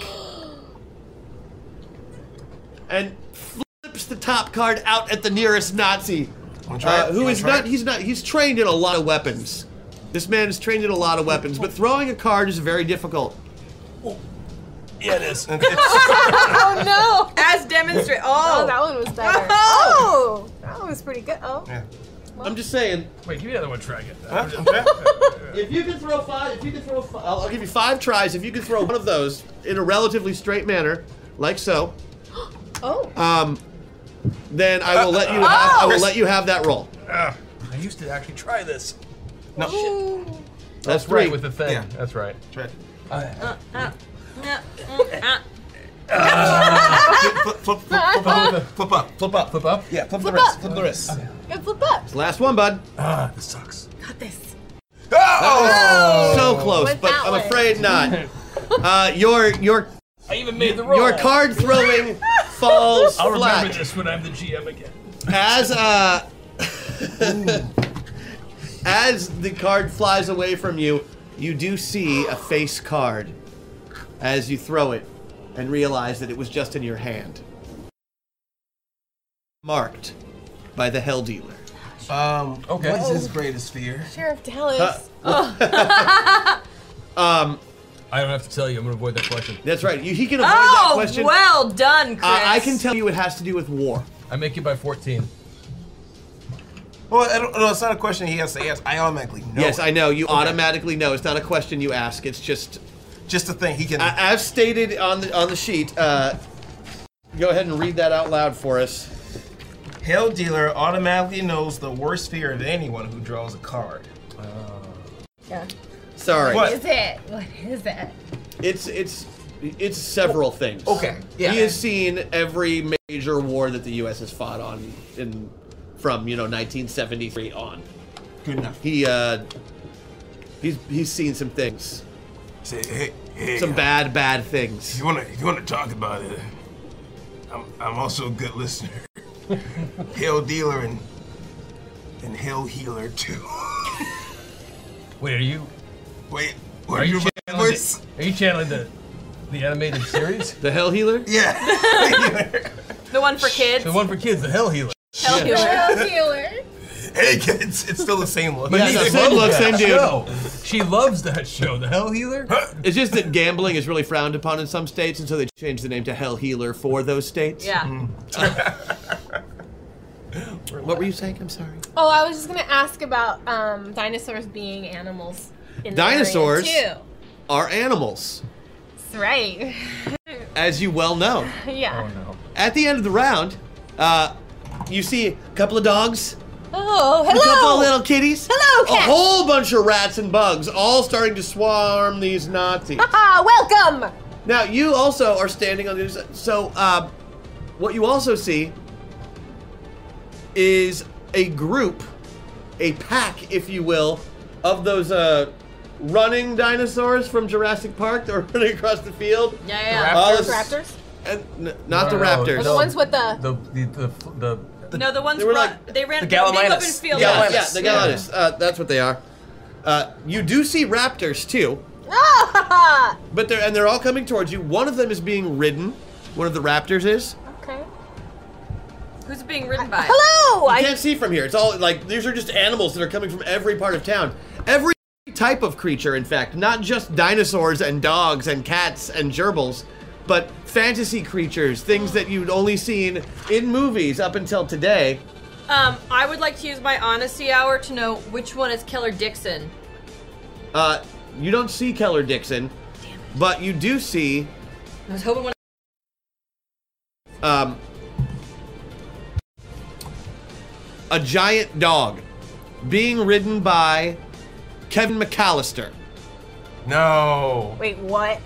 D: And flips the top card out at the nearest Nazi,
E: try
D: uh,
E: it?
D: who
E: Wanna
D: is
E: try
D: not, he's not, he's trained in a lot of weapons. This man is trained in a lot of weapons, but throwing a card is very difficult.
E: Yeah, it is.
F: oh
L: no! As demonstrate.
F: Oh,
L: Oh.
F: that one was better.
L: Oh!
F: Oh, that one was pretty good. Oh,
D: I'm just saying.
U: Wait, give me another one. Try again.
D: If you can throw five, if you can throw five, I'll, I'll give you five tries. If you can throw one of those in a relatively straight manner, like so,
F: oh.
D: um, then I will let you. Have, I will let you have that roll.
U: Ah, I used to actually try this.
E: No.
D: That's
U: right
D: three.
U: with the thing. That's right.
L: Uh, uh, uh, uh,
E: flip, flip, flip, flip, up, flip up, flip up, flip up. Yeah, flip, the wrist, flip the wrist.
F: Go flip up.
D: It's the last one, bud.
E: Ah, this sucks.
F: Got this.
D: Oh, so close,
F: Went
D: but
F: that
D: I'm
F: way.
D: afraid not. Uh, your your
U: I even made the roll.
D: your card throwing falls
U: I'll remember
D: flat
U: this when I'm the GM again.
D: as uh as the card flies away from you. You do see a face card as you throw it and realize that it was just in your hand, marked by the Hell Dealer.
E: Um.
D: Okay.
E: What is his greatest fear?
F: Sheriff Dallas.
D: uh, Um,
U: I don't have to tell you. I'm going to avoid that question.
D: That's right. You, he can avoid that
L: oh,
D: question.
L: well done, Chris.
D: Uh, I can tell you it has to do with war.
U: I make it by 14.
E: Well, I don't, no, it's not a question he has to ask. I automatically know.
D: yes,
E: it.
D: I know. You
E: Okay.
D: automatically know. It's not a question you ask. It's just
E: just a thing he can.
D: I, I've stated on the on the sheet. Uh, go ahead and read that out loud for us.
E: Hell dealer automatically knows the worst fear of anyone who draws a card.
F: Yeah.
D: Sorry.
F: What
D: What?
F: is it? What is it?
D: It's it's it's several things.
E: okay, yeah.
D: He has seen every major war that the U.S. has fought on in from you know 1973 on.
E: Good enough.
D: He uh, he's he's seen some things.
E: Say hey, hey.
D: Some
E: uh,
D: bad bad things.
E: If you wanna, if you wanna talk about it, I'm, I'm also a good listener. Hell dealer and and hell healer too.
U: Wait, are you?
E: Wait,
U: Are you, channeling the, are you channeling the the animated series?
D: the Hell Healer?
E: Yeah.
L: The one for kids.
U: The one for kids, the Hell Healer.
L: Hell healer.
F: Hell healer.
E: Hey kids, it's still the same look.
D: Yeah,
U: Monique
D: the
U: loves
D: same look,
U: that
D: same dude.
U: show. She loves that show, the Hell Healer.
D: It's just that gambling is really frowned upon in some states, and so they changed the name to Hell Healer for those states.
F: Yeah.
D: What were you saying? I'm sorry.
F: Oh, I was just gonna ask about um, dinosaurs being animals. In the area,
D: Dinosaurs
F: too.
D: are animals,
F: That's right.
D: as you well know.
F: yeah.
D: At the end of the round, uh, you see a couple of dogs,
F: Oh,
D: a couple
F: hello.
D: of little kitties,
F: Hello,
D: a
F: cat.
D: whole bunch of rats and bugs, all starting to swarm these Nazis.
F: Ah, welcome.
D: Now you also are standing on the other side. So uh, what you also see is a group, a pack, if you will, of those uh, running dinosaurs from Jurassic Park that were running across the field.
F: yeah.
D: All
F: Raptors?
D: this-
F: Raptors?
D: And n- not
G: No,
D: the
G: no, no,
D: Raptors.
F: Or the ones with the
G: The the the, the
L: no, the ones
D: they were
L: run-
D: like-
L: they ran
G: The
L: the big open
G: Gallimimus.
L: field.
D: Yeah,
L: last-
D: yeah, the Gallimimus. Uh, that's what they are. Uh, you do see raptors too,
F: Ah,
D: but they're and they're all coming towards you. One of them is being ridden. One of the raptors is.
F: Okay.
L: Who's being ridden by?
F: Hello!
D: You can't see from here. It's all like these are just animals that are coming from every part of town. Every type of creature, in fact, not just dinosaurs and dogs and cats and gerbils, but fantasy creatures, things that you'd only seen in movies up until today.
L: Um, I would like to use my honesty hour to know which one is Killer Dixon.
D: Uh, you don't see Keller Dixon, but you do see
L: I was hoping when
D: um, a giant dog being ridden by Kevin McAllister. No.
F: Wait, what?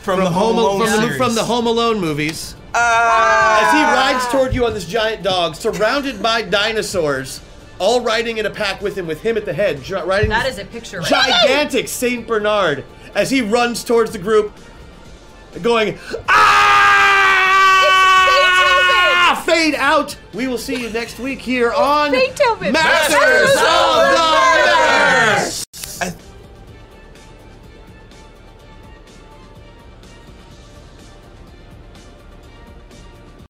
D: From,
E: the Home Alone
D: from, the,
E: series.
D: from the Home Alone movies. As he rides toward you on this giant dog, surrounded by dinosaurs, all riding in a pack with him, with him at the head, gi- riding
L: that
D: this
L: is a picture. Right
D: gigantic Saint Bernard as he runs towards the group, going ah! Fade out. We will see you next week here on
B: Beethoven.
D: Masters
B: Masters of
D: of the
B: the
D: Universe.
B: Universe.